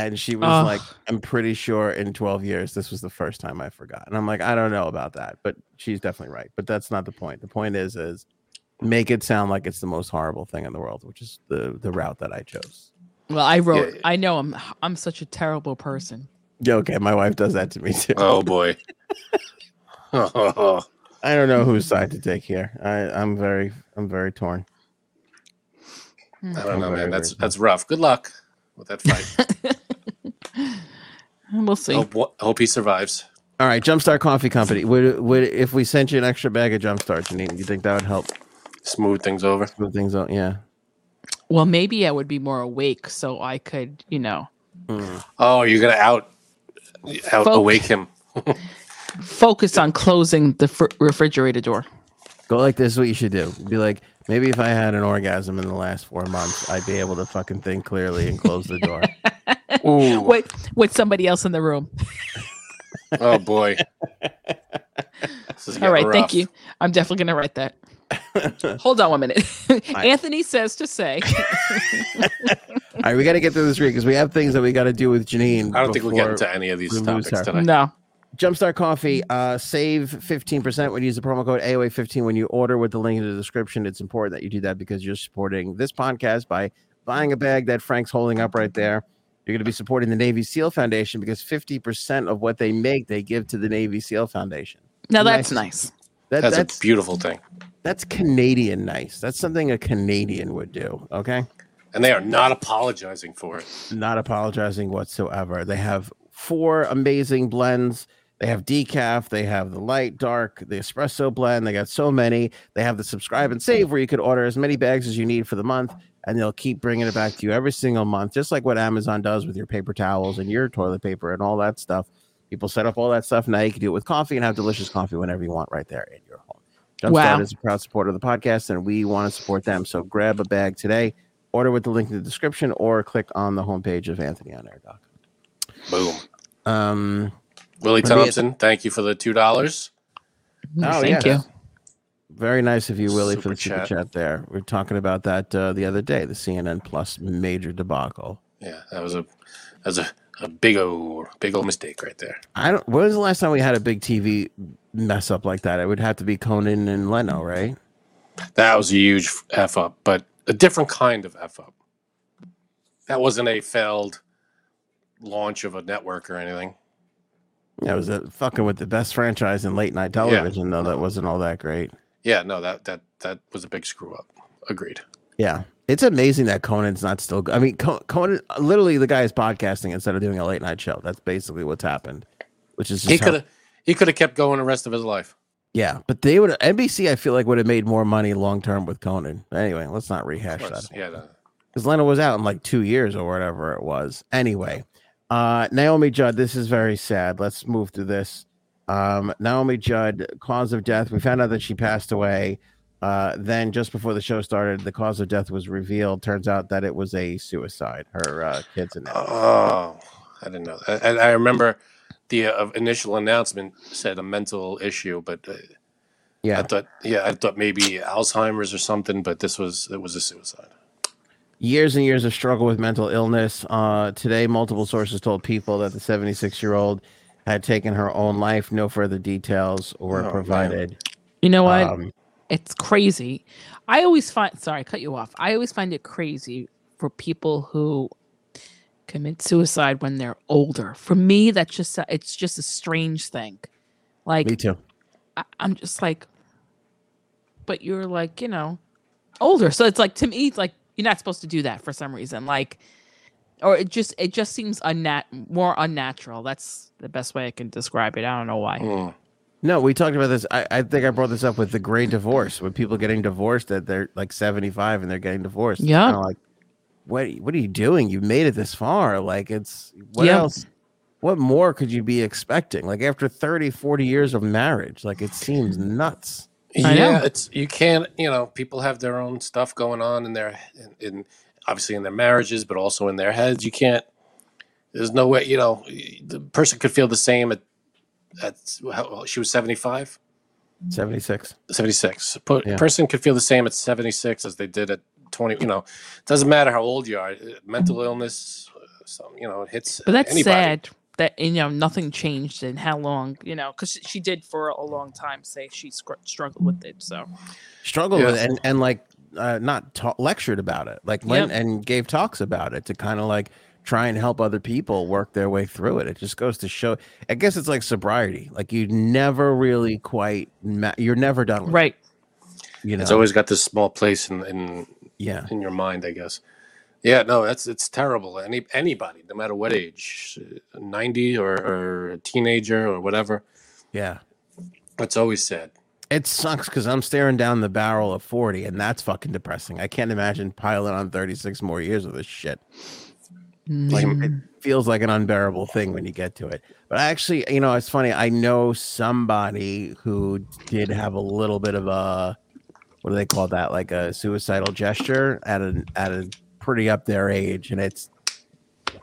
Speaker 1: And she was
Speaker 4: Ugh.
Speaker 1: like, I'm pretty sure in 12 years, this was the first time I forgot. And I'm like, I don't know about that, but she's definitely right. But that's not the point. The point is, is make it sound like it's the most horrible thing in the world, which is the, the route that I chose.
Speaker 4: Well, I wrote.
Speaker 2: yeah.
Speaker 4: I know I'm. I'm such a terrible person.
Speaker 1: Yeah, okay. My wife does that to me too.
Speaker 2: Oh boy. oh,
Speaker 1: I don't know whose side to take here. I, I'm very, I'm very torn.
Speaker 2: I don't know, man. That's
Speaker 1: Whatever.
Speaker 2: that's rough. Good luck with that fight.
Speaker 4: We'll see.
Speaker 2: hope, wha- hope he survives.
Speaker 1: All right. Jumpstart Coffee Company. Would, would, if we sent you an extra bag of Jumpstart, Janine, you think that would help
Speaker 2: Smooth things over.
Speaker 1: smooth things out? Yeah.
Speaker 4: Well, maybe I would be more awake, so I could, you know,
Speaker 2: Oh, you're gonna out out
Speaker 4: Folk.
Speaker 2: awake him.
Speaker 4: focus on closing the fr- refrigerator door.
Speaker 1: Go like this. Is what you should do. Be like, maybe if I had an orgasm in the last four months, I'd be able to fucking think clearly and close the door.
Speaker 2: Ooh.
Speaker 4: Wait, with somebody else in the room.
Speaker 2: Oh boy. This is
Speaker 4: All
Speaker 2: getting
Speaker 4: right,
Speaker 2: rough.
Speaker 4: thank you. I'm definitely gonna write that. Hold on one minute. Anthony says to say.
Speaker 1: All right, we got to get through this week because we have things that we got to do with Janine.
Speaker 2: I don't think we'll get
Speaker 1: before-
Speaker 2: into any of these
Speaker 1: we lose
Speaker 2: topics
Speaker 1: her.
Speaker 2: today.
Speaker 4: No.
Speaker 1: Jumpstart Coffee. Uh, save fifteen percent when you use the promo code AOA15 when you order with the link in the description. It's important that you do that because you're supporting this podcast by buying a bag that Frank's holding up right there. You're going to be supporting the Navy SEAL Foundation because fifty percent of what they make, they give to the Navy SEAL Foundation.
Speaker 4: Now
Speaker 1: Nice.
Speaker 4: that's nice.
Speaker 1: That,
Speaker 2: That's, a beautiful thing.
Speaker 1: That's Canadian nice. That's something a Canadian would do. Okay.
Speaker 2: And they are not apologizing for it.
Speaker 1: Not apologizing whatsoever. They have four amazing blends. They have decaf, they have the light, dark, the espresso blend. They got so many. They have the subscribe and save where you could order as many bags as you need for the month, and they'll keep bringing it back to you every single month, just like what Amazon does with your paper towels and your toilet paper and all that stuff. People set up all that stuff. Now you can do it with coffee and have delicious coffee whenever you want right there in your home. Jumpstart
Speaker 4: Wow.
Speaker 1: is a proud supporter of the podcast, and we want to support them. So grab a bag today, order with the link in the description, or click on the homepage of AnthonyOnAir.com.
Speaker 2: Boom.
Speaker 1: Um,
Speaker 2: Willie
Speaker 1: Maybe it-
Speaker 2: Thompson, thank you for the two dollars.
Speaker 1: Oh,
Speaker 4: Thank
Speaker 1: yeah.
Speaker 4: you.
Speaker 1: Very nice of you, Willie, for
Speaker 2: Super
Speaker 1: the super
Speaker 2: chat.
Speaker 1: chat there. We were talking about that uh, the other day, the CNN Plus major debacle.
Speaker 2: Yeah, that was a that was a, a big old big old mistake right there.
Speaker 1: I don't. When was the last time we had a big TV mess up like that? It would have to be Conan and Leno, right?
Speaker 2: That was a huge f up, but a different kind of f up. That wasn't a failed launch of a network or anything.
Speaker 1: That was uh fucking with the best franchise in late night television, though. That wasn't all that great.
Speaker 2: Yeah, no, that that that was a big screw up. Agreed.
Speaker 1: Yeah, it's amazing that Conan's not still. go- I mean, Co- Conan literally the guy is podcasting instead of doing a late night show. That's basically what's happened. Which is just
Speaker 2: He
Speaker 1: how
Speaker 2: could have he could have kept going the rest of his life.
Speaker 1: Yeah, but they would NBC. I feel like would have made more money long term with Conan. Anyway, let's not rehash
Speaker 2: Of
Speaker 1: that
Speaker 2: course. Yeah, no.
Speaker 1: because Lena was out in like two years or whatever it was. Anyway, uh, Naomi Judd. This is very sad. Let's move through this. Um, Naomi Judd, cause of death. We found out that she passed away. Uh, then just before the show started, the cause of death was revealed. Turns out that it was a suicide. Her uh, kids and
Speaker 2: Oh, I didn't know that. And I remember the uh, initial announcement said a mental issue, but uh, I
Speaker 1: yeah,
Speaker 2: thought, yeah, I thought maybe Alzheimer's or something, but this was it was a suicide.
Speaker 1: years and years of struggle with mental illness. Uh, today, multiple sources told people that the 76 year old had taken her own life. No further details were
Speaker 2: Oh, man.
Speaker 1: provided.
Speaker 4: You know what?
Speaker 1: Um,
Speaker 4: it's crazy. I always find sorry, I cut you off. I always find it crazy for people who commit suicide when they're older. For me, that's just a- it's just a strange thing.
Speaker 1: me
Speaker 4: Like
Speaker 1: too.
Speaker 4: I, I'm just like, but you're like you know older, so it's like to me, it's like you're not supposed to do that for some reason. Like, or it just it just seems unnat more unnatural. That's the best way I can describe it. I don't know why.
Speaker 2: Mm.
Speaker 1: No, we talked about this. I, I think I brought this up with the gray divorce, when people getting divorced that they're like 75 and they're getting divorced. It's
Speaker 4: Yeah.
Speaker 1: kinda Like, what, what are you doing? You made it this far. Like, it's what
Speaker 4: Yeah.
Speaker 1: else? What more could you be expecting? Like, after 30, 40 years of marriage, like, it seems nuts.
Speaker 4: I know.
Speaker 2: Yeah, it's you can't. You know, people have their own stuff going on in their in, in obviously in their marriages, but also in their heads. You can't. There's no way. You know, the person could feel the same at at how, she was 75.
Speaker 1: 76.
Speaker 2: 76 per-
Speaker 1: Yeah.
Speaker 2: person could feel the same at 76 as they did at 20 you know doesn't matter how old you are uh, mental illness uh, some you know it hits
Speaker 4: But that's
Speaker 2: anybody.
Speaker 4: sad that you know nothing changed in how long you know because she did for a long time say she scr- struggled with it. So
Speaker 1: struggled
Speaker 2: Yeah.
Speaker 1: with it and, and like uh, not ta- lectured about it like went and gave talks about it to kind of like try and help other people work their way through it it just goes to show i guess it's like sobriety like you never really quite ma- you're never done with
Speaker 4: right,
Speaker 1: it, you know
Speaker 2: it's always got this small place in, in
Speaker 1: yeah
Speaker 2: in your mind i guess yeah no that's it's terrible any anybody no matter what age uh, 90 or, or a teenager or whatever
Speaker 1: yeah
Speaker 2: that's always sad
Speaker 1: it sucks because i'm staring down the barrel of 40 and that's fucking depressing i can't imagine piling on 36 more years of this shit
Speaker 4: Mm-hmm.
Speaker 1: like it feels like an unbearable thing when you get to it but i actually you know it's funny i know somebody who did have a little bit of a what do they call that like a suicidal gesture at an at a pretty up their age and it's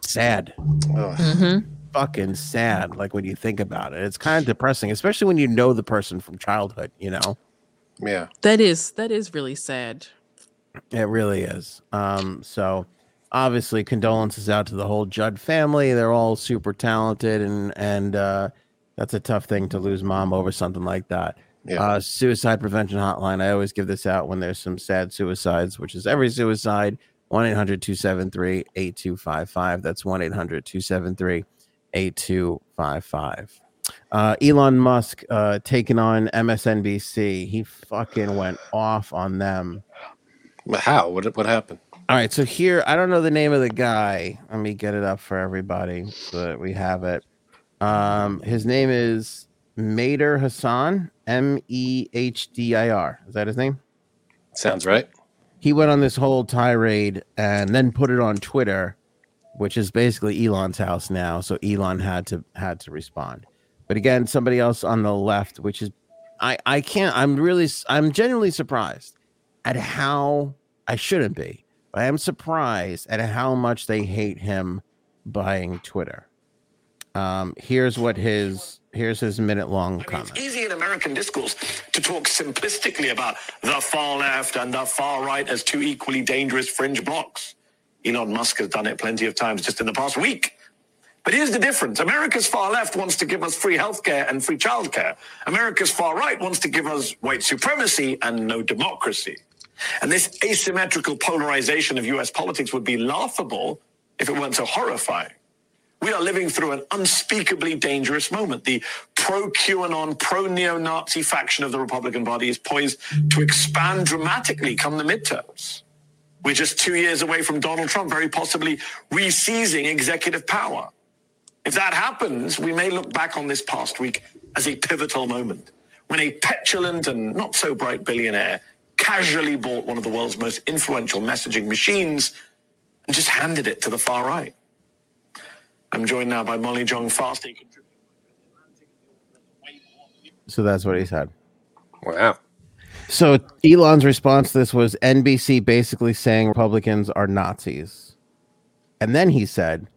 Speaker 1: sad
Speaker 2: Ugh.
Speaker 4: Mm-hmm.
Speaker 1: fucking sad like when you think about it it's kind of depressing especially when you know the person from childhood you know
Speaker 2: yeah
Speaker 4: that is that is really sad.
Speaker 1: It really is. Um, so obviously condolences out to the whole Judd family. They're all super talented and and uh that's a tough thing to lose mom over something like that.
Speaker 2: Yeah.
Speaker 1: Uh suicide prevention hotline. I always give this out when there's some sad suicides, which is every suicide 1-800-273-8255. That's 1-800-273-8255. Uh, Elon Musk uh, taking on MSNBC. He fucking went off on them.
Speaker 2: But how what, what happened
Speaker 1: All right, so here I don't know the name of the guy. Let me get it up for everybody so that we have it. Um, his name is Mader Hassan, M E H D I R. Is that his name?
Speaker 2: Sounds right.
Speaker 1: He went on this whole tirade and then put it on Twitter, which is basically Elon's house now. So Elon had to had to respond. But again, somebody else on the left, which is I I can't. I'm really I'm genuinely surprised at how I shouldn't be. But I am surprised at how much they hate him buying Twitter. Um, here's what his here's his minute long
Speaker 5: I mean, it's
Speaker 1: comment.
Speaker 5: easy in American discourse to talk simplistically about the far left and the far right as two equally dangerous fringe blocks. Elon Musk has done it plenty of times just in the past week. But here's the difference. America's far left wants to give us free healthcare and free childcare. America's far right wants to give us white supremacy and no democracy. And this asymmetrical polarization of US politics would be laughable if it weren't so horrifying. We are living through an unspeakably dangerous moment. The pro QAnon, pro neo Nazi faction of the Republican Party is poised to expand dramatically come the midterms. We're just two years away from Donald Trump very possibly re seizing executive power. If that happens, we may look back on this past week as a pivotal moment when a petulant and not so bright billionaire casually bought one of the world's most influential messaging machines and just handed it to the far right. I'm joined now by Molly Jong Fast.
Speaker 1: So that's what he said.
Speaker 2: Wow.
Speaker 1: So Elon's response to this was NBC basically saying Republicans are Nazis. And then he said,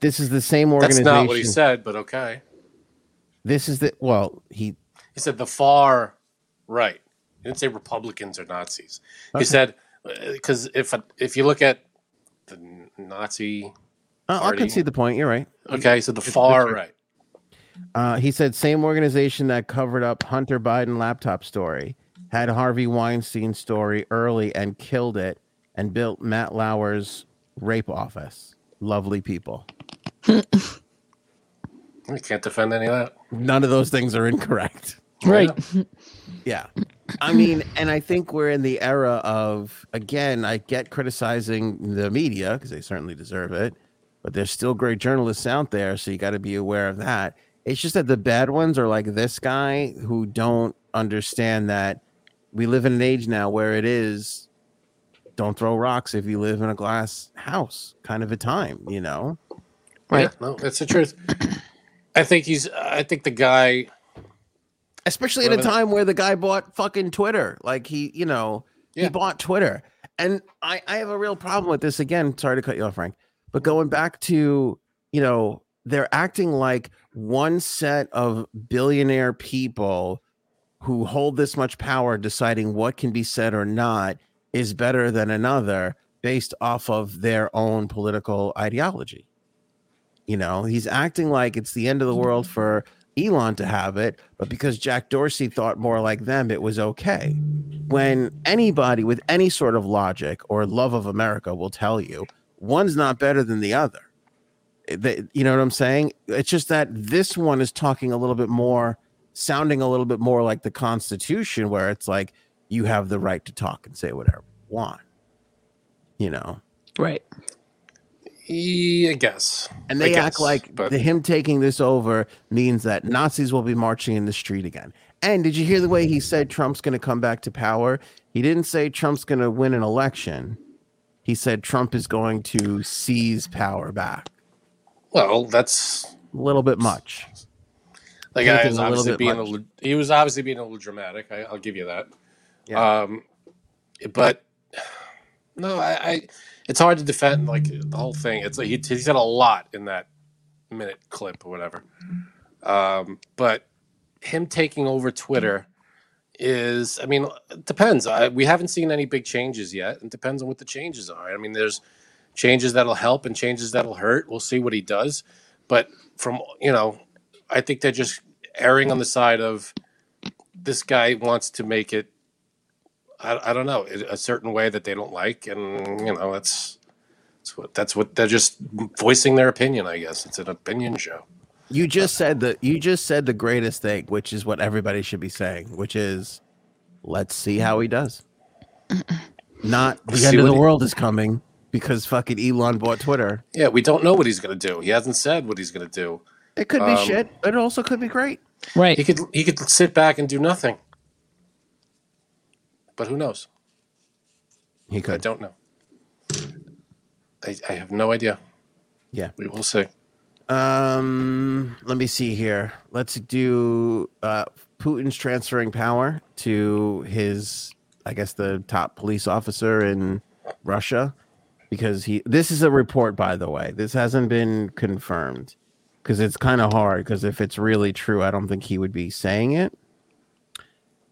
Speaker 1: This is the same
Speaker 2: That's
Speaker 1: organization.
Speaker 2: not what he said, but okay.
Speaker 1: This is the well, he
Speaker 2: He said the far right. He didn't say Republicans or Nazis.
Speaker 1: Okay.
Speaker 2: He said because if if you look at the Nazi,
Speaker 1: uh, I
Speaker 2: Already-
Speaker 1: can see the point. You're right.
Speaker 2: okay, so the far
Speaker 1: different.
Speaker 2: right.
Speaker 1: Uh, he said same organization that covered up Hunter Biden laptop story had Harvey Weinstein story early and killed it and built Matt Lauer's rape office. Lovely people.
Speaker 2: We can't defend any of that.
Speaker 1: None of those things are incorrect.
Speaker 4: Right.
Speaker 1: Yeah. I mean, and I think we're in the era of, again, I get criticizing the media because they certainly deserve it, but there's still great journalists out there. So you got to be aware of that. It's just that the bad ones are like this guy who don't understand that we live in an age now where it is don't throw rocks if you live in a glass house kind of a time, you know?
Speaker 4: Right.
Speaker 2: Yeah, no, that's the truth. I think he's. I think the guy.
Speaker 1: especially at a
Speaker 2: Well, then-
Speaker 1: time where the guy bought fucking Twitter. Like he, you know, he
Speaker 2: Yeah.
Speaker 1: bought Twitter. And I, I have a real problem with this again. Sorry to cut you off, Frank. But going back to, you know, they're acting like one set of billionaire people who hold this much power deciding what can be said or not is better than another based off of their own political ideology. You know, he's acting like it's the end of the world for Elon to have it, but because Jack Dorsey thought more like them, it was okay. When anybody with any sort of logic or love of America will tell you one's not better than the other. Eh, They- you know what I'm saying? It's just that this one is talking a little bit more, sounding a little bit more like the Constitution, where it's like you have the right to talk and say whatever you want. You know,
Speaker 4: Right.
Speaker 2: he- I guess.
Speaker 1: and
Speaker 2: I
Speaker 1: they act
Speaker 2: guess,
Speaker 1: like
Speaker 2: but-
Speaker 1: the, him taking this over means that Nazis will be marching in the street again. And did you hear the way he said Trump's going to come back to power? He didn't say Trump's going to win an election. He said Trump is going to seize power back.
Speaker 2: Well, that's
Speaker 1: A little bit much.
Speaker 2: the guy
Speaker 1: Taking
Speaker 2: is
Speaker 1: a little
Speaker 2: obviously
Speaker 1: bit
Speaker 2: being. A,
Speaker 1: much.
Speaker 2: lit- he was obviously being a little dramatic. I, I'll give you that.
Speaker 1: Yeah.
Speaker 2: Um, but no, I, I. It's hard to defend like the whole thing. It's like he, he said a lot in that minute clip or whatever. Um, but him taking over Twitter is, I mean, it depends. I, we haven't seen any big changes yet. It depends on what the changes are. I mean, there's changes that'll help and changes that'll hurt. We'll see what he does. But from, you know, I think they're just erring on the side of this guy wants to make it, I, I don't know, a certain way that they don't like. And, you know, that's. That's what, that's what they're just voicing their opinion, I guess. It's an opinion show.
Speaker 1: You just said the you just said the greatest thing, which is what everybody should be saying, which is let's see how he does. Not the
Speaker 2: See
Speaker 1: end of
Speaker 2: what
Speaker 1: the
Speaker 2: he-
Speaker 1: world is coming because fucking Elon bought Twitter.
Speaker 2: Yeah, we don't know what he's going to do. He hasn't said what he's going to do.
Speaker 1: It could be
Speaker 2: Um,
Speaker 1: shit. It also could be great.
Speaker 4: Right.
Speaker 2: He could he could sit back and do nothing. But who knows?
Speaker 1: He
Speaker 2: I
Speaker 1: could.
Speaker 2: don't know. I, I have no idea.
Speaker 1: Yeah.
Speaker 2: We will see.
Speaker 1: Um, let me see here. Let's do uh, Putin's transferring power to his, I guess, the top police officer in Russia, because he. This is a report, by the way. This hasn't been confirmed, because it's kind of hard. Because if it's really true, I don't think he would be saying it.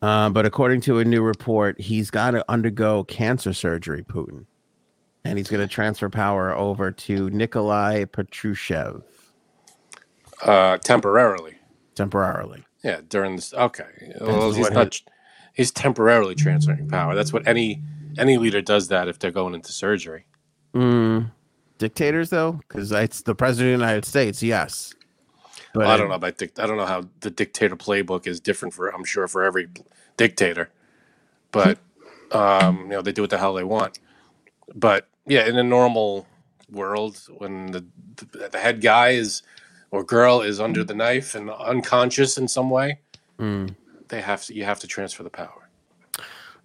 Speaker 1: Uh, but according to a new report, he's got to undergo cancer surgery, Putin, and he's going to transfer power over to Nikolai Patrushev
Speaker 2: Uh, temporarily.
Speaker 1: temporarily.
Speaker 2: Yeah, during this. Okay. Well,
Speaker 1: That's
Speaker 2: he's
Speaker 1: what
Speaker 2: not. He's temporarily transferring power. That's what any any leader does that if they're going into surgery.
Speaker 1: Mm. Dictators, though, because it's the president of the United States. Yes, but
Speaker 2: I don't know about dic- I don't know how the dictator playbook is different for I'm sure for every dictator, but um, you know they do what the hell they want. But yeah, in a normal world, when the the, the head guy is or girl is under the knife and unconscious in some way,
Speaker 1: Mm.
Speaker 2: they have to you have to transfer the power.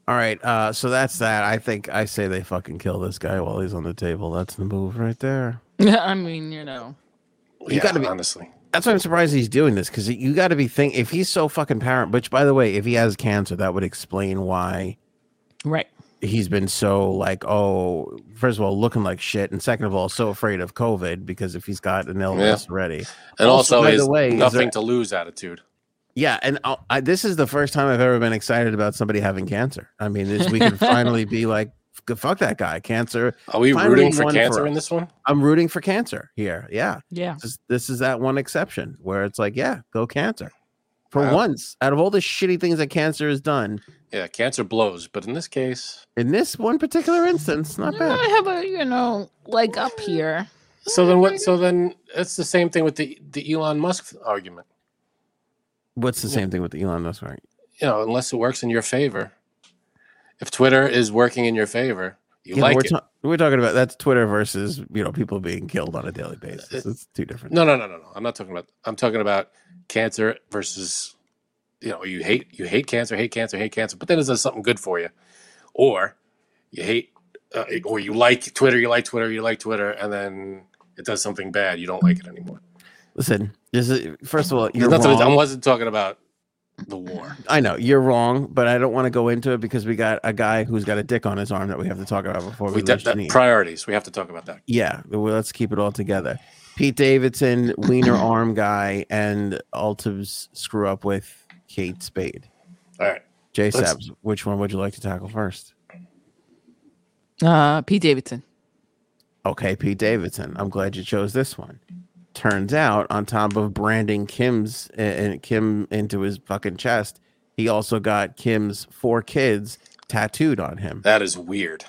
Speaker 1: All right, uh, so that's that. I think I say they fucking kill this guy while he's on the table. That's the move right there.
Speaker 4: I mean, you know.
Speaker 1: You
Speaker 2: yeah,
Speaker 1: gotta be-
Speaker 2: honestly.
Speaker 1: That's why I'm surprised he's doing this because you got to be think if he's so fucking parent. Which, by the way, if he has cancer, that would explain why
Speaker 4: Right.
Speaker 1: he's been so like, oh, first of all, looking like shit, and second of all, so afraid of COVID because if he's got an illness already,
Speaker 2: And
Speaker 1: Also,
Speaker 2: also,
Speaker 1: by
Speaker 2: his
Speaker 1: the way, is
Speaker 2: nothing
Speaker 1: there-
Speaker 2: to lose attitude.
Speaker 1: Yeah, and I'll, I, this is the first time I've ever been excited about somebody having cancer. I mean, this we can finally be like, "F- fuck that guy, cancer.
Speaker 2: Are we
Speaker 1: Finally
Speaker 2: rooting for
Speaker 1: one
Speaker 2: cancer
Speaker 1: for
Speaker 2: in
Speaker 1: us.
Speaker 2: this one?
Speaker 1: I'm rooting for cancer here. Yeah,
Speaker 4: Yeah.
Speaker 1: this is, this is that one exception where it's like, yeah, go cancer. For
Speaker 2: Wow.
Speaker 1: once, out of all the shitty things that cancer has done,
Speaker 2: Yeah, cancer blows, but in this case,
Speaker 1: in this one particular instance, not bad.
Speaker 4: I have a, you know, like up here.
Speaker 2: So then what? So then it's the same thing with the the Elon Musk argument.
Speaker 1: What's the same thing with Elon Musk? Right?
Speaker 2: You know, unless it works in your favor. If Twitter is working in your favor, you
Speaker 1: Yeah, but
Speaker 2: like
Speaker 1: we're,
Speaker 2: it.
Speaker 1: ta- we're talking about that's Twitter versus you know people being killed on a daily basis. It's two different.
Speaker 2: no, no, no, no, no. I'm not talking about. I'm talking about cancer versus. You know, you hate you hate cancer, hate cancer, hate cancer, but then it does something good for you, or you hate, uh, or you like Twitter, you like Twitter, you like Twitter, and then it does something bad, you don't like it anymore.
Speaker 1: Listen, this is first of all, you're
Speaker 2: Nothing-
Speaker 1: wrong.
Speaker 2: I wasn't talking about the war.
Speaker 1: I know you're wrong, but I don't want to go into it because we got a guy who's got a dick on his arm that we have to talk about before we,
Speaker 2: We
Speaker 1: reach
Speaker 2: did
Speaker 1: Janine.
Speaker 2: that, priorities. We have to talk about that.
Speaker 1: yeah, well, let's keep it all together. Pete Davidson, Wiener Arm Guy, and Altiv's screw up with Kate Spade.
Speaker 2: All right.
Speaker 1: J
Speaker 2: Let's-
Speaker 1: Sabs, which one would you like to tackle first?
Speaker 4: Uh, Pete Davidson.
Speaker 1: Okay, Pete Davidson. I'm glad you chose this one. Turns out, on top of branding Kim's uh, and Kim into his fucking chest, he also got Kim's four kids tattooed on him.
Speaker 2: That is weird.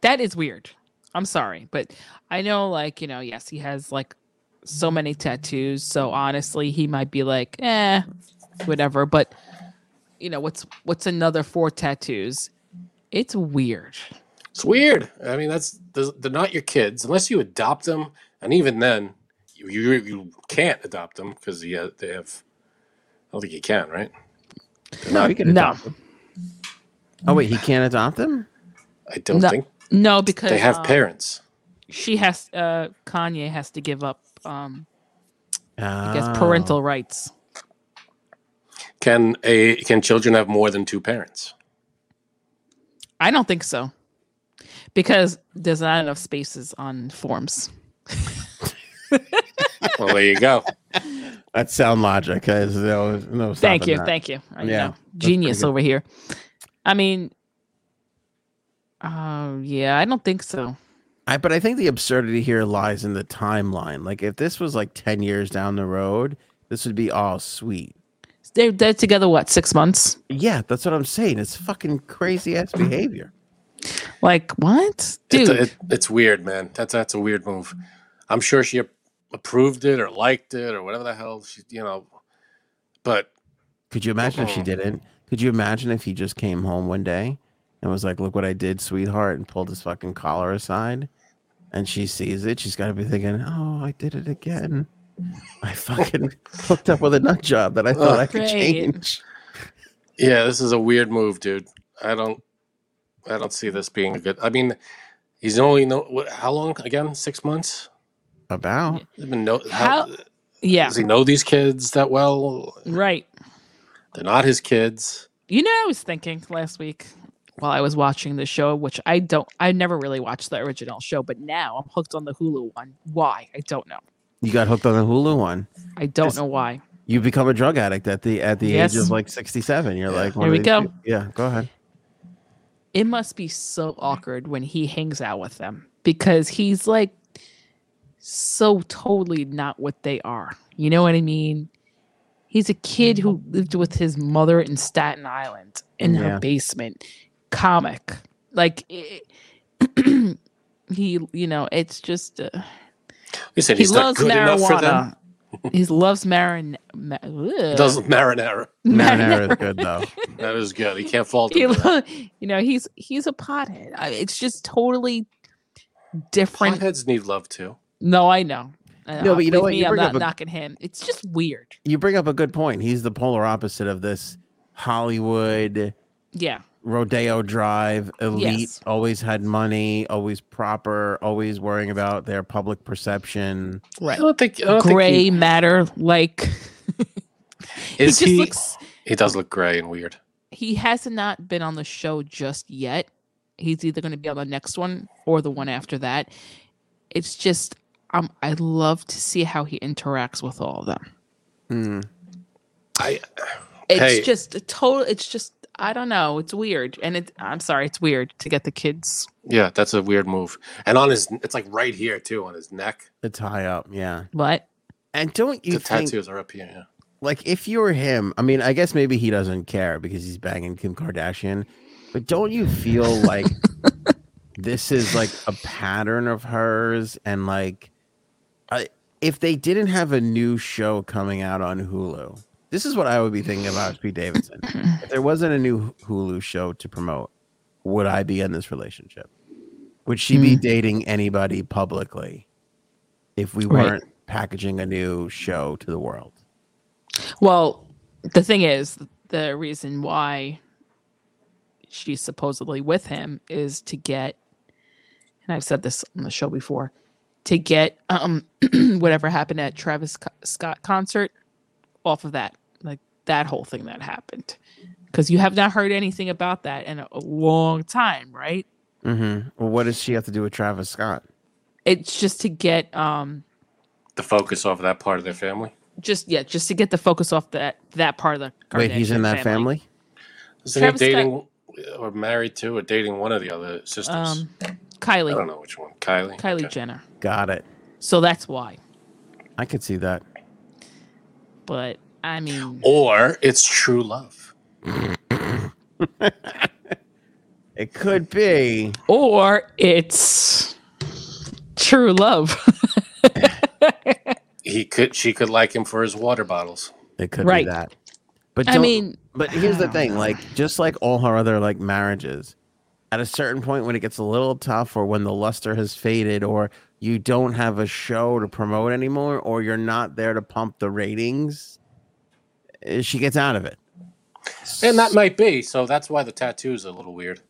Speaker 4: That is weird. I'm sorry, but I know, like, you know, yes, he has like so many tattoos. So honestly, he might be like, eh, whatever. But you know, what's what's another four tattoos? It's weird.
Speaker 2: It's weird. I mean, that's they're they're not your kids unless you adopt them, and even then, you you, you can't adopt them because they have. I don't think you can, right?
Speaker 1: No, he can
Speaker 4: No.
Speaker 1: adopt them. Oh wait, he can't adopt them.
Speaker 2: I don't
Speaker 4: No,
Speaker 2: think
Speaker 4: No, because
Speaker 2: they have
Speaker 4: um,
Speaker 2: parents.
Speaker 4: she has uh Kanye has to give up um I
Speaker 2: Oh.
Speaker 4: guess
Speaker 1: Ah.
Speaker 4: parental rights.
Speaker 2: Can a can children have more than two parents?
Speaker 4: I don't think so. Because there's not enough spaces on forms.
Speaker 2: Well, there you go.
Speaker 1: That's sound logic. 'cause there was no
Speaker 4: Thank
Speaker 1: stopping
Speaker 4: you.
Speaker 1: that.
Speaker 4: Thank you. I
Speaker 1: Yeah,
Speaker 4: know.
Speaker 1: that's pretty
Speaker 4: Genius
Speaker 1: good.
Speaker 4: over here. I mean, uh, yeah, I don't think so.
Speaker 1: I, but I think the absurdity here lies in the timeline. Like, if this was like ten years down the road, this would be all sweet.
Speaker 4: They're, they're together, what, six months?
Speaker 1: Yeah, that's what I'm saying. It's fucking crazy ass behavior.
Speaker 4: Like, what?
Speaker 2: It,
Speaker 4: Dude,
Speaker 2: it, it's weird, man. That's that's a weird move. I'm sure she ap- approved it or liked it or whatever the hell she, you know. But
Speaker 1: Could you imagine if she
Speaker 2: Mhm.
Speaker 1: didn't? Could you imagine if he just came home one day and was like, "Look what I did, sweetheart," and pulled his fucking collar aside, and she sees it. She's got to be thinking, "Oh, I did it again." I fucking hooked up with a nut job that I thought
Speaker 2: Oh.
Speaker 1: I could
Speaker 4: Great.
Speaker 1: change.
Speaker 2: Yeah, this is a weird move, dude. I don't, I don't see this being a good. I mean, he's only no. What, how long again? Six months.
Speaker 1: About
Speaker 2: There's been no. How,
Speaker 4: How- Yeah,
Speaker 2: does he know these kids that well?
Speaker 4: right.
Speaker 2: They're not his kids.
Speaker 4: You know, I was thinking last week while I was watching the show, which I don't, I never really watched the original show, but now I'm hooked on the Hulu one. Why? I don't know.
Speaker 1: you got hooked on the Hulu one.
Speaker 4: I don't
Speaker 1: Just-
Speaker 4: know why.
Speaker 1: You become a drug addict at the at the age
Speaker 4: Yes.
Speaker 1: of like sixty seven. You're like,
Speaker 4: Here we go.
Speaker 1: Yeah, go ahead.
Speaker 4: It must be so awkward when he hangs out with them because he's like so totally not what they are. You know what I mean? He's a kid who lived with his mother in Staten Island in
Speaker 1: Yeah.
Speaker 4: her basement. Comic. Like, it, he, you know, it's just. Uh,
Speaker 2: He said
Speaker 4: he
Speaker 2: he's not
Speaker 4: loves
Speaker 2: good enough for them.
Speaker 4: marijuana. he loves marin. Ma-
Speaker 2: He
Speaker 4: ugh.
Speaker 2: does marinara.
Speaker 1: Marinara is good though.
Speaker 2: That is good. He can't fault
Speaker 4: He
Speaker 2: him. for that.
Speaker 4: lo- you know, he's he's a pothead. I- It's just totally different.
Speaker 2: Potheads need love too.
Speaker 4: No, I know. I
Speaker 1: No, but you know
Speaker 4: Believe
Speaker 1: what?
Speaker 4: Me,
Speaker 1: You
Speaker 4: I'm
Speaker 1: bring
Speaker 4: not
Speaker 1: up a-
Speaker 4: knocking him. It's just weird.
Speaker 1: You bring up a good point. He's the polar opposite of this Hollywood
Speaker 4: Yeah,
Speaker 1: rodeo drive elite
Speaker 4: Yes.
Speaker 1: always had money always proper always worrying about their public perception
Speaker 2: I don't think. I don't
Speaker 4: Gray
Speaker 2: Think
Speaker 4: matter. Like
Speaker 2: he, is
Speaker 4: he just
Speaker 2: he?
Speaker 4: looks.
Speaker 2: he does look gray and weird.
Speaker 4: He has not been on the show just yet. He's either going to be on the next one or the one after that. It's just, um, I love to see how he interacts with all of them.
Speaker 1: Mm.
Speaker 2: I.
Speaker 4: It's
Speaker 2: Hey.
Speaker 4: just a total. It's just I don't know. It's weird, and it. I'm sorry, it's weird to get the kids.
Speaker 2: Yeah, that's a weird move. And on his, it's like right here too, on his neck.
Speaker 1: it's high up yeah
Speaker 4: But
Speaker 1: and don't you
Speaker 2: the
Speaker 1: think
Speaker 2: tattoos are up here. Yeah.
Speaker 1: like if you were him i mean i guess maybe he doesn't care because he's banging kim kardashian but don't you feel like this is like a pattern of hers and like I, if they didn't have a new show coming out on hulu this is what i would be thinking about pete davidson if there wasn't a new hulu show to promote would i be in this relationship would she be dating anybody publicly if we
Speaker 4: Right.
Speaker 1: weren't packaging a new show to the world
Speaker 4: well, the thing is, the reason why she's supposedly with him is to get. And I've said this on the show before, to get um whatever happened at Travis Sc- Scott concert off of that, like that whole thing that happened, because you have not heard anything about that in a- a long time, right?
Speaker 1: Mm-hmm. Well, what does she have to do with Travis Scott?
Speaker 4: it's just to get um
Speaker 2: The focus off of that part of their family.
Speaker 4: just yeah just to get the focus off that that part of the
Speaker 1: Wait, he's in
Speaker 4: Kardashian
Speaker 1: that family?
Speaker 2: Isn't he
Speaker 4: Travis Scott-
Speaker 2: dating or married to or dating one of the other sisters?
Speaker 4: um
Speaker 2: I don't
Speaker 4: kylie
Speaker 2: know which one. Kylie.
Speaker 4: kylie
Speaker 2: Okay.
Speaker 4: jenner
Speaker 1: Got it.
Speaker 4: so that's why
Speaker 1: I could see that.
Speaker 4: but i mean
Speaker 2: Or it's true love.
Speaker 1: It could be.
Speaker 4: or it's true love
Speaker 2: He could. She could like him for his water bottles.
Speaker 1: It could
Speaker 4: Right.
Speaker 1: be that. But
Speaker 4: i
Speaker 1: don't-
Speaker 4: mean
Speaker 1: but here's the
Speaker 4: I don't
Speaker 1: thing: like, just like all her other like marriages, at a certain point when it gets a little tough, or when the luster has faded, or you don't have a show to promote anymore, or you're not there to pump the ratings, eh, she gets out of it.
Speaker 2: And that might be. So that's why the tattoo's a little weird.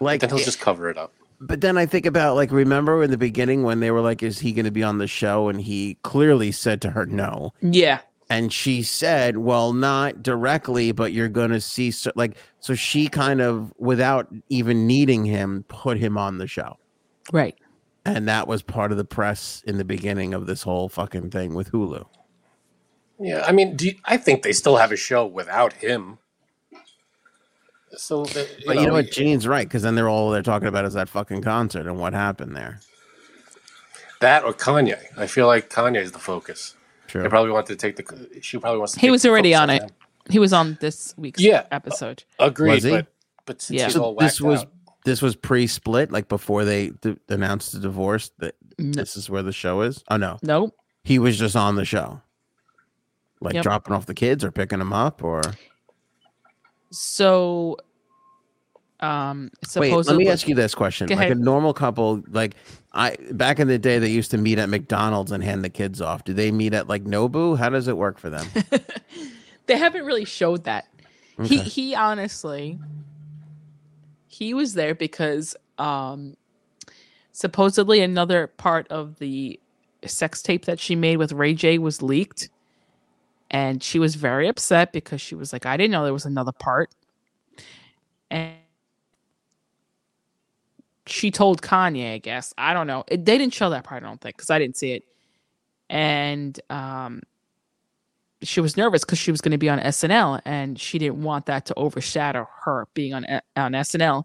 Speaker 1: Like,
Speaker 2: Then he'll
Speaker 1: it-
Speaker 2: just cover it up.
Speaker 1: But then I think about like remember in the beginning when they were like, "Is he going to be on the show?" and he clearly said to her, "No,"
Speaker 4: yeah
Speaker 1: and she said, "Well, not directly, but you're going to see." So, like, so she kind of, without even needing him, put him on the show,
Speaker 4: right
Speaker 1: and that was part of the press in the beginning of this whole fucking thing with Hulu.
Speaker 2: Yeah. I mean, do you- I think they still have a show without him. So, the-
Speaker 1: But you know what, Gene's right because then they're all they're talking about is that fucking concert and what happened there.
Speaker 2: That or Kanye. I feel like Kanye is the focus. They
Speaker 1: True.
Speaker 2: probably want to take the. She probably wants. to
Speaker 4: he
Speaker 2: take
Speaker 4: was
Speaker 2: the
Speaker 4: already
Speaker 2: focus
Speaker 4: on it
Speaker 2: him.
Speaker 4: he was on this week's
Speaker 2: Yeah.
Speaker 4: episode
Speaker 2: Agreed,
Speaker 1: Was he?
Speaker 2: but but since
Speaker 4: Yeah.
Speaker 2: he's
Speaker 1: So
Speaker 2: all
Speaker 1: this
Speaker 2: whacked
Speaker 1: was
Speaker 2: out,
Speaker 1: this was pre-split, like before they d- announced the divorce. That
Speaker 4: no,
Speaker 1: this is where the show is. Oh no,
Speaker 4: nope
Speaker 1: he was just on the show, like
Speaker 4: Yep.
Speaker 1: dropping off the kids or picking them up or
Speaker 4: so um
Speaker 1: Wait, let
Speaker 4: supposedly
Speaker 1: me ask you this question.
Speaker 4: Go
Speaker 1: like
Speaker 4: ahead.
Speaker 1: a normal couple, like I back in the day, they used to meet at McDonald's and hand the kids off. Do they meet at like Nobu? How does it work for them?
Speaker 4: they haven't really showed that. He
Speaker 1: Okay.
Speaker 4: he honestly he was there because um supposedly another part of the sex tape that she made with Ray J was leaked and she was very upset because she was like I didn't know there was another part. And she told Kanye, I guess. I don't know. It, they didn't show that part, I don't think, cuz I didn't see it. And um she was nervous because she was going to be on SNL and she didn't want that to overshadow her being on eh, on SNL.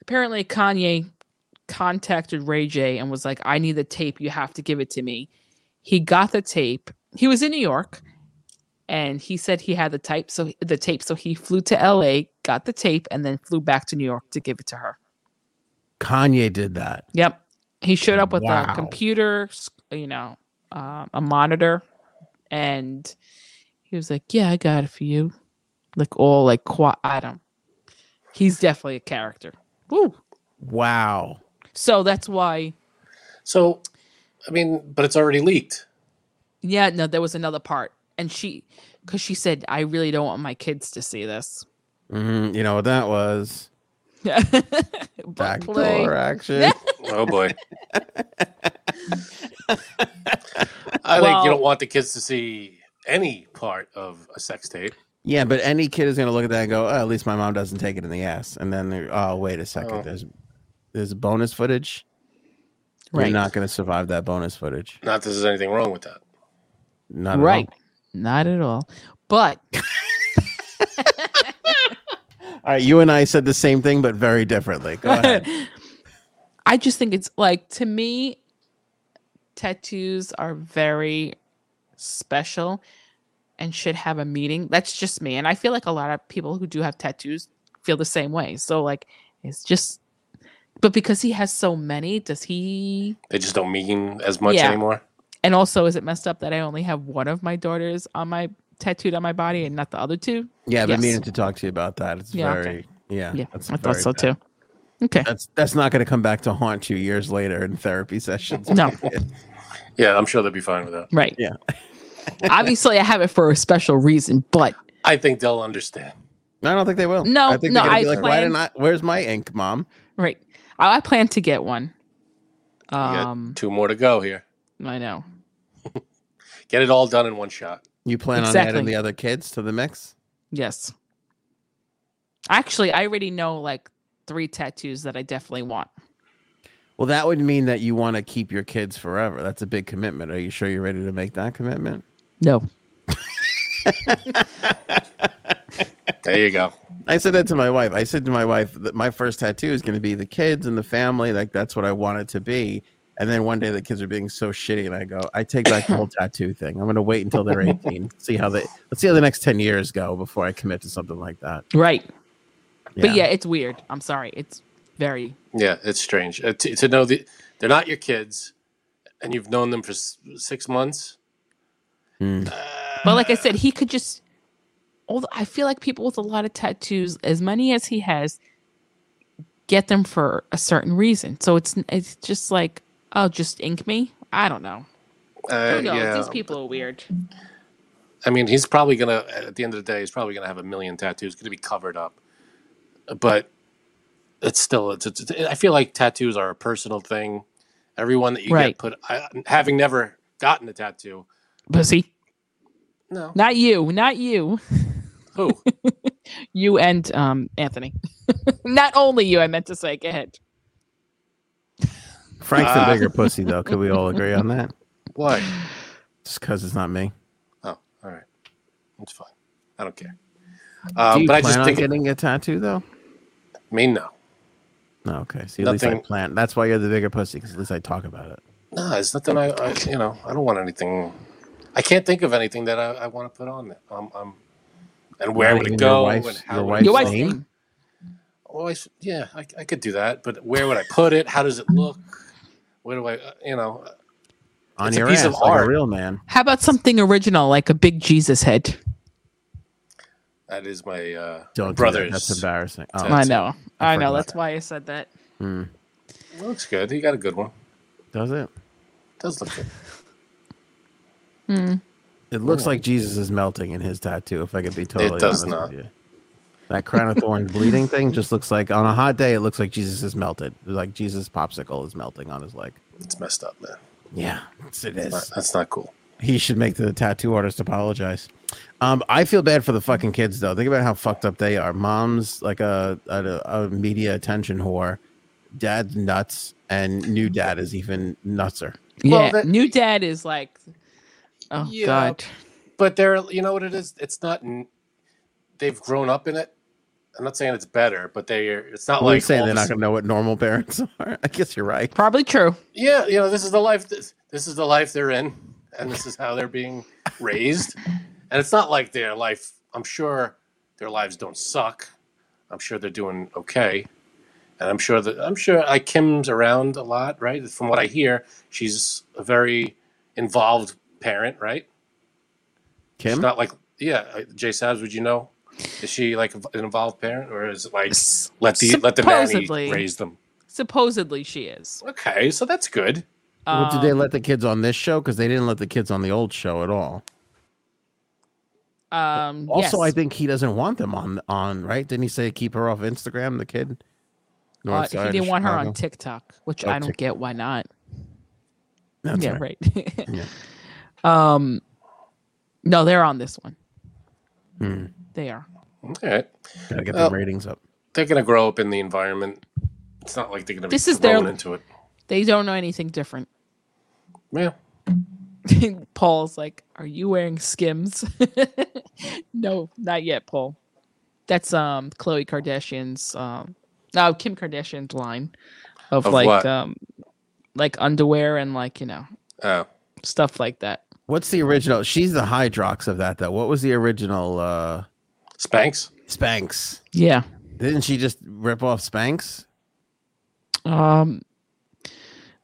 Speaker 4: Apparently, Kanye contacted Ray J and was like, "I need the tape. You have to give it to me." He got the tape. He was in New York, and he said he had the tape. So the tape. So he flew to L.A., got the tape, and then flew back to New York to give it to her.
Speaker 1: Kanye did that.
Speaker 4: Yep. He showed up with
Speaker 1: Wow.
Speaker 4: a computer, s- you know, um, a monitor, and he was like, "Yeah, I got it for you." Like all like qua I don't. He's definitely a character. Woo.
Speaker 1: Wow.
Speaker 4: So that's why.
Speaker 2: So, I mean, but it's already leaked.
Speaker 4: Yeah, no, there was another part, and she, because she said, "I really don't want my kids to see this."
Speaker 1: Mhm, you know what that was?
Speaker 4: Back
Speaker 1: Backdoor action.
Speaker 2: Oh boy. I think
Speaker 4: Well-
Speaker 2: you don't want the kids to see any part of a sex tape.
Speaker 1: yeah, but any kid is gonna look at that and go, oh, "At least my mom doesn't take it in the ass." And then, they're, oh, wait a second.
Speaker 2: Oh.
Speaker 1: There's there's bonus footage.
Speaker 4: Right.
Speaker 1: You're not gonna survive that bonus footage.
Speaker 2: Not that there's anything wrong with that.
Speaker 1: Not at all.
Speaker 4: right. Not at all. But
Speaker 1: All right, you and I said the same thing, but very differently. Go ahead.
Speaker 4: I just think it's like to me, tattoos are very special and should have a meaning. That's just me. And I feel like a lot of people who do have tattoos feel the same way. So like it's just but because he has so many, does he
Speaker 2: They just don't mean as much
Speaker 4: Yeah.
Speaker 2: anymore.
Speaker 4: and also is it messed up that I only have one of my daughters on my tattooed on my body and not the other two?
Speaker 1: Yeah, I've been
Speaker 4: Yes.
Speaker 1: meaning to talk to you about that. It's
Speaker 4: Yeah,
Speaker 1: very
Speaker 4: okay.
Speaker 1: yeah.
Speaker 4: Yeah,
Speaker 1: that's
Speaker 4: I thought
Speaker 1: very
Speaker 4: so
Speaker 1: bad.
Speaker 4: too. Okay.
Speaker 1: That's that's not going to come back to haunt you years later in therapy sessions.
Speaker 4: No.
Speaker 2: Yeah, I'm sure they'll be fine with that.
Speaker 4: Right.
Speaker 1: Yeah.
Speaker 4: Obviously I have it for a special reason, but
Speaker 2: I think they'll understand.
Speaker 1: I don't think they will.
Speaker 4: No,
Speaker 1: I think
Speaker 4: no,
Speaker 1: they're gonna
Speaker 4: I
Speaker 1: be like, why
Speaker 4: plan-
Speaker 1: didn't I? Where's my ink, mom?
Speaker 4: Right. I, I plan to get one.
Speaker 2: You got
Speaker 4: Um,
Speaker 2: two more to go here.
Speaker 4: I know.
Speaker 2: Get it all done in one shot.
Speaker 1: You plan on adding
Speaker 4: Exactly.
Speaker 1: the other kids to the mix?
Speaker 4: Yes. Actually, I already know like three tattoos that I definitely want.
Speaker 1: Well, that would mean that you want to keep your kids forever. That's a big commitment. Are you sure you're ready to make that commitment?
Speaker 4: No.
Speaker 2: There you go.
Speaker 1: I said that to my wife. I said to my wife that my first tattoo is going to be the kids and the family. Like that's what I want it to be. And then one day the kids are being so shitty, and I go, I take back the whole tattoo thing. I'm going to wait until they're 18. see how they. Let's see how the next 10 years go before I commit to something like that.
Speaker 4: Right. But yeah, it's weird. I'm sorry. It's very
Speaker 2: Yeah, it's strange uh, to, to know that they're not your kids, and you've known them for s- six months.
Speaker 4: But like I said, he could just although I feel like people with a lot of tattoos, as many as he has, get them for a certain reason. So it's it's just like, oh, just ink me. I don't know.
Speaker 2: Uh,
Speaker 4: Who knows?
Speaker 2: yeah.
Speaker 4: These people are weird.
Speaker 2: I mean, he's probably gonna at the end of the day, he's probably gonna have a million tattoos, gonna be covered up. But it's still, it's, it's, I feel like tattoos are a personal thing. Everyone that you
Speaker 4: Right.
Speaker 2: get put, I, having never gotten a tattoo,
Speaker 4: Pussy.
Speaker 2: no,
Speaker 4: Not you. Not you.
Speaker 2: who?
Speaker 4: You and um, Anthony. Not only you, I meant to say. Go ahead.
Speaker 1: Frank's
Speaker 4: Uh,
Speaker 2: Ah.
Speaker 1: a bigger pussy, though. Could we all agree on that?
Speaker 2: Why?
Speaker 1: Just because it's not me.
Speaker 2: Oh, all right, that's fine. I don't care.
Speaker 1: Do
Speaker 2: Um,
Speaker 1: you
Speaker 2: but I
Speaker 1: plan
Speaker 2: just
Speaker 1: on
Speaker 2: think,
Speaker 1: getting a tattoo though.
Speaker 2: I mean, no,
Speaker 1: No, okay. See, at least I
Speaker 2: Nothing.
Speaker 1: plan. That's why you're the bigger pussy, because at least I talk about it.
Speaker 2: no, there's nothing. I, I, you know, I don't want anything. I can't think of anything that I, I want to put on there. Um, um, and where
Speaker 1: Not
Speaker 2: would
Speaker 1: even
Speaker 2: it
Speaker 1: your
Speaker 2: go?
Speaker 1: wife's-
Speaker 2: and how
Speaker 1: your
Speaker 2: would it
Speaker 1: wife's
Speaker 4: Your
Speaker 2: go?
Speaker 4: wife's
Speaker 1: name?
Speaker 4: name.
Speaker 2: Oh, I s yeah, I, I could do that, but where would I put it? How does it look? Where do I, uh, you know, uh,
Speaker 1: On
Speaker 2: It's a
Speaker 1: your
Speaker 2: piece
Speaker 1: ass,
Speaker 2: of
Speaker 1: like a
Speaker 2: art.
Speaker 1: real man.
Speaker 4: How about something original, like a big Jesus head?
Speaker 2: That is my uh,
Speaker 1: Don't do that.
Speaker 2: brother's.
Speaker 1: That's embarrassing. Oh,
Speaker 2: That's
Speaker 4: I know. I know.
Speaker 1: forgot.
Speaker 4: That's why I said that.
Speaker 1: hmm.
Speaker 2: Looks good. You got a good one.
Speaker 1: Does it?
Speaker 2: Does look good.
Speaker 1: It looks like Jesus is melting in his tattoo. If I could be totally
Speaker 2: does
Speaker 1: honest
Speaker 2: not.
Speaker 1: with you, that crown of thorns bleeding thing just looks like on a hot day. It looks like Jesus is melted. Like Jesus popsicle is melting on his leg.
Speaker 2: It's messed up, man.
Speaker 1: Yeah, it's- it
Speaker 2: That's
Speaker 1: is.
Speaker 2: not, that's not cool.
Speaker 1: He should make the tattoo artist apologize. Um, I feel bad for the fucking kids though. Think about how fucked up they are. Mom's like a a, a media attention whore. Dad's nuts, and new dad is even nutser.
Speaker 2: Well,
Speaker 4: yeah.
Speaker 2: that-
Speaker 4: New dad is like, oh
Speaker 2: Yeah.
Speaker 4: god.
Speaker 2: But they're, you know what it is? It's not. n- They've grown up in it. I'm not saying it's better, but they. are It's not
Speaker 1: Well, you
Speaker 2: like
Speaker 1: saying
Speaker 2: all
Speaker 1: they're
Speaker 2: of a
Speaker 1: not going to know what normal parents are. I guess you're right.
Speaker 4: Probably true.
Speaker 2: yeah, you know, this is the life. This, this is the life they're in, and this is how they're being raised. And it's not like their life. I'm sure their lives don't suck. I'm sure they're doing okay, and I'm sure that I'm sure I Kim's around a lot, right? From what I hear, she's a very involved parent, right? She's
Speaker 1: Kim,
Speaker 2: not like yeah, uh, Jay Sabs. Would you know? Is she like an involved parent, or is it like
Speaker 4: S-
Speaker 2: let the let the
Speaker 4: supposedly.
Speaker 2: nanny raise them?
Speaker 4: Supposedly she is.
Speaker 2: Okay, so that's good.
Speaker 1: Well, did they
Speaker 4: Um,
Speaker 1: let the kids on this show? Because they didn't let the kids on the old show at all.
Speaker 4: Um,
Speaker 1: Also, I
Speaker 4: yes.
Speaker 1: think he doesn't want them on on right. Didn't he say keep her off Instagram? The kid.
Speaker 4: Uh,
Speaker 1: North side
Speaker 4: he
Speaker 1: of
Speaker 4: didn't want her on
Speaker 1: Chicago?
Speaker 4: TikTok, which
Speaker 1: Oh,
Speaker 4: I don't
Speaker 1: Tik-
Speaker 4: get why not.
Speaker 1: That's
Speaker 4: yeah,
Speaker 1: right.
Speaker 4: right.
Speaker 1: Yeah.
Speaker 4: Um, no, they're on this one.
Speaker 1: Hmm.
Speaker 4: They are.
Speaker 2: All right.
Speaker 1: Gotta get the
Speaker 2: Well-
Speaker 1: ratings up.
Speaker 2: they're gonna grow up in the environment. It's not like they're gonna be
Speaker 4: This is their-
Speaker 2: thrown into it.
Speaker 4: They don't know anything different.
Speaker 2: Yeah,
Speaker 4: Paul's like, "Are you wearing Skims?" no, not yet, Paul. That's um Khloe Kardashian's um no Kim Kardashian's line of,
Speaker 2: Of
Speaker 4: like
Speaker 2: what?
Speaker 4: um like underwear and like you know
Speaker 2: uh,
Speaker 4: stuff like that.
Speaker 1: What's the original? She's the Hydrox of that though. What was the original uh
Speaker 2: Spanx.
Speaker 1: Spanx?
Speaker 4: Yeah.
Speaker 1: Didn't she just rip off Spanx?
Speaker 4: Um,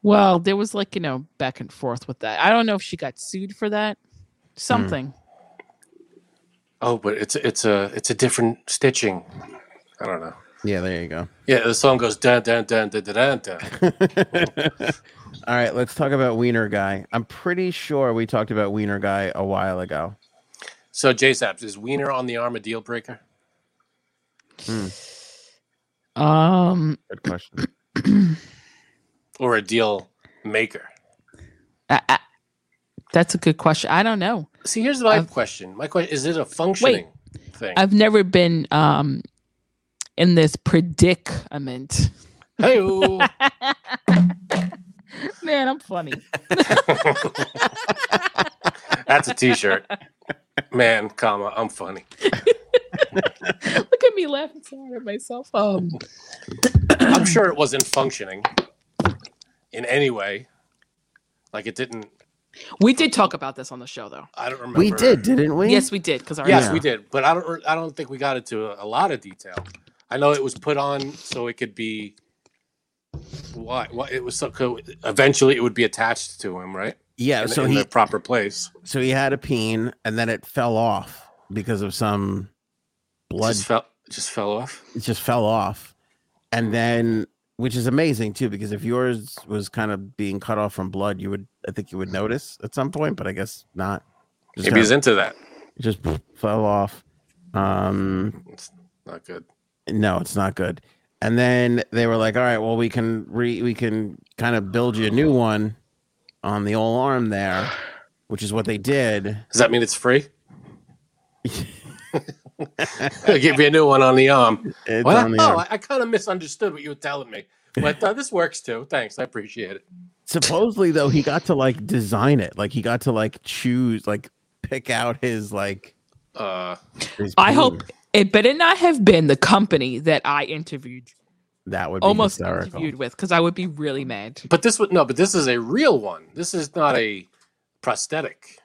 Speaker 4: well, there was like you know back and forth with that. I don't know if she got sued for that. Something.
Speaker 2: Oh, but it's it's a it's a different stitching. I don't know.
Speaker 1: Yeah, there you go.
Speaker 2: Yeah, the song goes dun dun dun dun dun dun. dun.
Speaker 1: All right, let's talk about Wiener Guy. I'm pretty sure we talked about Wiener Guy a while ago.
Speaker 2: so J Saps is Wiener on the arm a deal breaker?
Speaker 4: Um,
Speaker 1: Good question.
Speaker 2: Or a deal maker?
Speaker 4: I, I, that's a good question. I don't know.
Speaker 2: See, here's my
Speaker 4: I've-
Speaker 2: question. My question is it a functioning thing?
Speaker 4: I've never been um in this predicament.
Speaker 2: Hey
Speaker 4: Man, I'm funny.
Speaker 2: That's a t shirt. Man, comma, I'm funny.
Speaker 4: Look at me laughing so hard at myself. Um,
Speaker 2: I'm sure it wasn't functioning in any way. Like it didn't
Speaker 4: we did talk about this on the show though.
Speaker 2: I don't remember.
Speaker 1: we did, didn't we?
Speaker 4: Yes, we did because our
Speaker 2: Yes,
Speaker 1: Yeah.
Speaker 2: we did, but I don't. I don't think we got into a, a lot of detail. I know it was put on so it could be. Why? Why it was so? co- Eventually, it would be attached to him, right?
Speaker 1: Yeah.
Speaker 2: In,
Speaker 1: So
Speaker 2: in
Speaker 1: he
Speaker 2: the proper place.
Speaker 1: so he had a peen and then it fell off because of some blood
Speaker 2: Just fell. Just fell off.
Speaker 1: it just fell off and then which is amazing too because if yours was kind of being cut off from blood you would i think you would notice at some point but i guess not just,
Speaker 2: Maybe he's
Speaker 1: kinda-
Speaker 2: into that.
Speaker 1: it just fell off um
Speaker 2: It's not good.
Speaker 1: no it's not good and then they were like all right well we can re we can kind of build you a new one on the old arm there which is what they did
Speaker 2: Does that mean it's free? I'll give you a new one on the arm.
Speaker 1: it's
Speaker 2: Well,
Speaker 1: on the
Speaker 2: oh,
Speaker 1: arm.
Speaker 2: I, I kind of misunderstood what you were telling me, but uh, this works too. Thanks, I appreciate it.
Speaker 1: supposedly though he got to like design it like he got to like choose like pick out his like
Speaker 2: Uh,
Speaker 1: his
Speaker 4: I
Speaker 1: peen.
Speaker 4: hope it better not have been the company that I interviewed,
Speaker 1: that would be
Speaker 4: almost
Speaker 1: hysterical.
Speaker 4: interviewed with, because I would be really mad.
Speaker 2: But this would no, but this is a real one. This is not a prosthetic,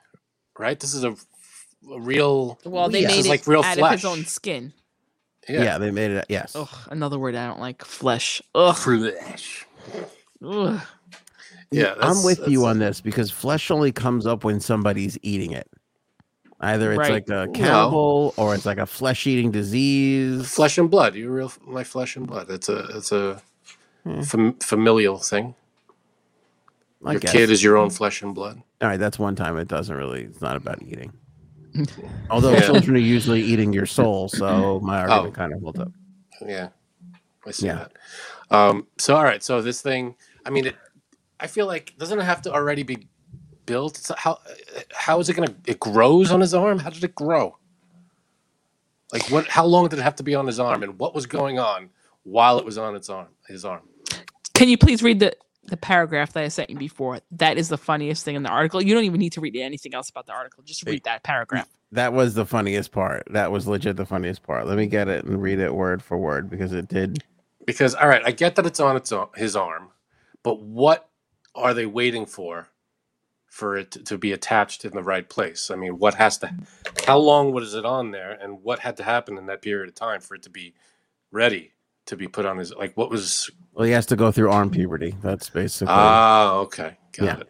Speaker 2: right? This is a, a real.
Speaker 4: Well,
Speaker 1: they
Speaker 4: they
Speaker 1: Yeah. made
Speaker 4: made
Speaker 2: This is
Speaker 4: it
Speaker 2: it like real
Speaker 4: out of
Speaker 2: flesh.
Speaker 4: his own skin.
Speaker 1: yeah. they made it yes
Speaker 4: Ugh, another word I don't like: flesh. Ugh.
Speaker 2: Flesh.
Speaker 4: Ugh.
Speaker 2: Yeah,
Speaker 1: i'm
Speaker 2: that's-
Speaker 1: with you
Speaker 2: that's-
Speaker 1: on this because flesh only comes up when somebody's eating it Either it's
Speaker 4: Right.
Speaker 1: like a
Speaker 2: No.
Speaker 1: cannibal or it's like a flesh eating disease.
Speaker 2: Flesh and blood. You're real like flesh and blood. It's a it's a fam- familial thing.
Speaker 1: I
Speaker 2: your
Speaker 1: guess.
Speaker 2: kid is your own flesh and blood.
Speaker 1: All right, that's one time it doesn't really. It's not about eating. Although
Speaker 2: Yeah.
Speaker 1: children are usually eating your soul, so my argument
Speaker 2: Oh.
Speaker 1: kind of holds up.
Speaker 2: Yeah, I see
Speaker 1: Yeah.
Speaker 2: that. Um, so all right, so this thing, I mean, it, I feel like doesn't it have to already be built? It's how how is it gonna? It grows on his arm. How did it grow? Like what? How long did it have to be on his arm, and what was going on while it was on its arm? His arm.
Speaker 4: Can you please read the the paragraph that I sent you before? That is the funniest thing in the article. You don't even need to read anything else about the article. Just read that paragraph.
Speaker 1: That was the funniest part. That was legit the funniest part. Let me get it and read it word for word because it did.
Speaker 2: Because all right, I get that it's on its ar- his arm, but what are they waiting for? For it to, to be attached in the right place. I mean, what has to? How long was it on there, and what had to happen in that period of time for it to be ready to be put on his? Like, what was?
Speaker 1: Well, he has to go through arm puberty. That's basically.
Speaker 2: Ah, okay, got
Speaker 1: Yeah.
Speaker 2: it.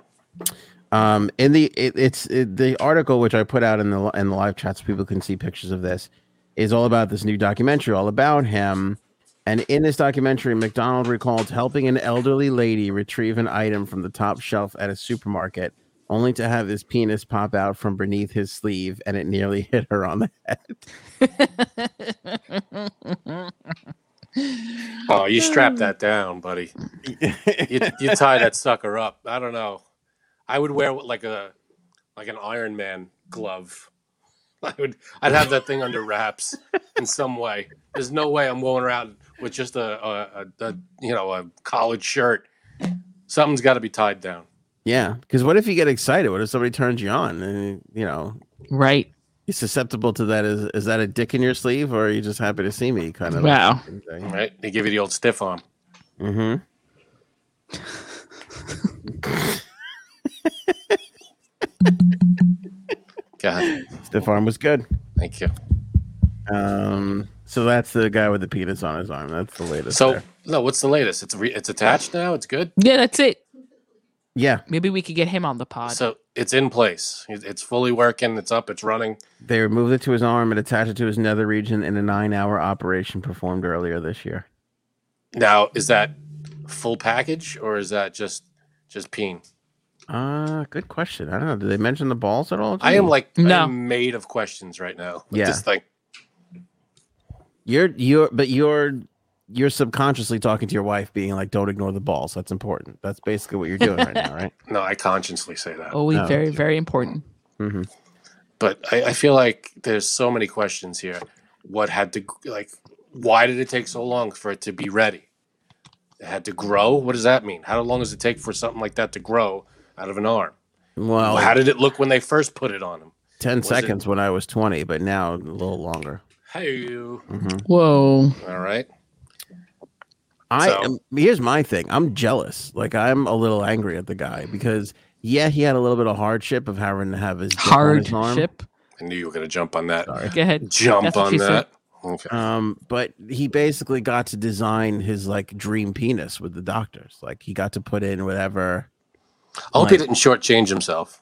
Speaker 1: um in the it, it's it, the article which i put out in the li- in the live chat so people can see pictures of this is all about this new documentary all about him and in this documentary mcdonald recalled helping an elderly lady retrieve an item from the top shelf at a supermarket only to have his penis pop out from beneath his sleeve and it nearly hit her on the head
Speaker 2: Oh, you strap that down, buddy. You, you tie that sucker up. I don't know. I would wear like a like an Iron Man glove. I would. I'd have that thing under wraps in some way. There's no way I'm going around with just a, a, a, a you know a collared shirt. Something's got to be tied down.
Speaker 1: yeah because what if you get excited what if somebody turns you on and you know
Speaker 4: Right.
Speaker 1: you're susceptible to that is is that a dick in your sleeve or are you just happy to see me kind of
Speaker 4: Wow.
Speaker 1: thing?
Speaker 2: Right? They give you the old stiff arm.
Speaker 1: Mm-hmm.
Speaker 2: God,
Speaker 1: Stiff arm was good.
Speaker 2: thank you.
Speaker 1: Um, so that's the guy with the penis on his arm. That's the latest.
Speaker 2: So
Speaker 1: there.
Speaker 2: no, what's the latest? It's re- it's attached now. It's good.
Speaker 4: Yeah, that's it.
Speaker 1: yeah,
Speaker 4: Maybe we could get him on the pod.
Speaker 2: So it's in place. It- It's fully working. It's up. It's running.
Speaker 1: they removed it to his arm and attached it to his nether region in a nine-hour operation performed earlier this year.
Speaker 2: Now, is that full package or is that just just peen?
Speaker 1: Uh, good question. I don't know. Did they mention the balls at all?
Speaker 2: I am
Speaker 1: Gee,
Speaker 2: like
Speaker 4: No.
Speaker 2: I'm made of questions right now. With
Speaker 1: Yeah.
Speaker 2: This thing.
Speaker 1: you're you're, but you're you're subconsciously talking to your wife, being like, "Don't ignore the balls. That's important." That's basically what you're doing right now, right?
Speaker 2: No, I consciously say that.
Speaker 4: Always
Speaker 1: no.
Speaker 4: very, very important.
Speaker 1: Mm-hmm.
Speaker 2: But I, I feel like there's so many questions here. What had to like why did it take so long for it to be ready? It had to grow? What does that mean? How long does it take for something like that to grow out of an arm?
Speaker 1: Well,
Speaker 2: How did it look when they first put it on him?
Speaker 1: ten
Speaker 2: it-
Speaker 1: seconds when I was twenty, but now a little longer.
Speaker 2: Hey,
Speaker 1: Mhm.
Speaker 4: Whoa.
Speaker 2: all right.
Speaker 1: I
Speaker 2: So-
Speaker 1: am, here's my thing. I'm jealous. Like I'm a little angry at the guy because yeah, he had a little bit of hardship of having to have his dick on his arm.
Speaker 4: Hardship.
Speaker 2: I knew you were gonna jump on that.
Speaker 1: Sorry.
Speaker 4: Go ahead.
Speaker 2: Jump
Speaker 4: That's what
Speaker 2: on
Speaker 4: she said.
Speaker 2: that. Okay.
Speaker 1: Um, but he basically got to design his like dream penis with the doctors. Like he got to put in whatever.
Speaker 2: I hope he
Speaker 1: Like-
Speaker 2: didn't shortchange himself.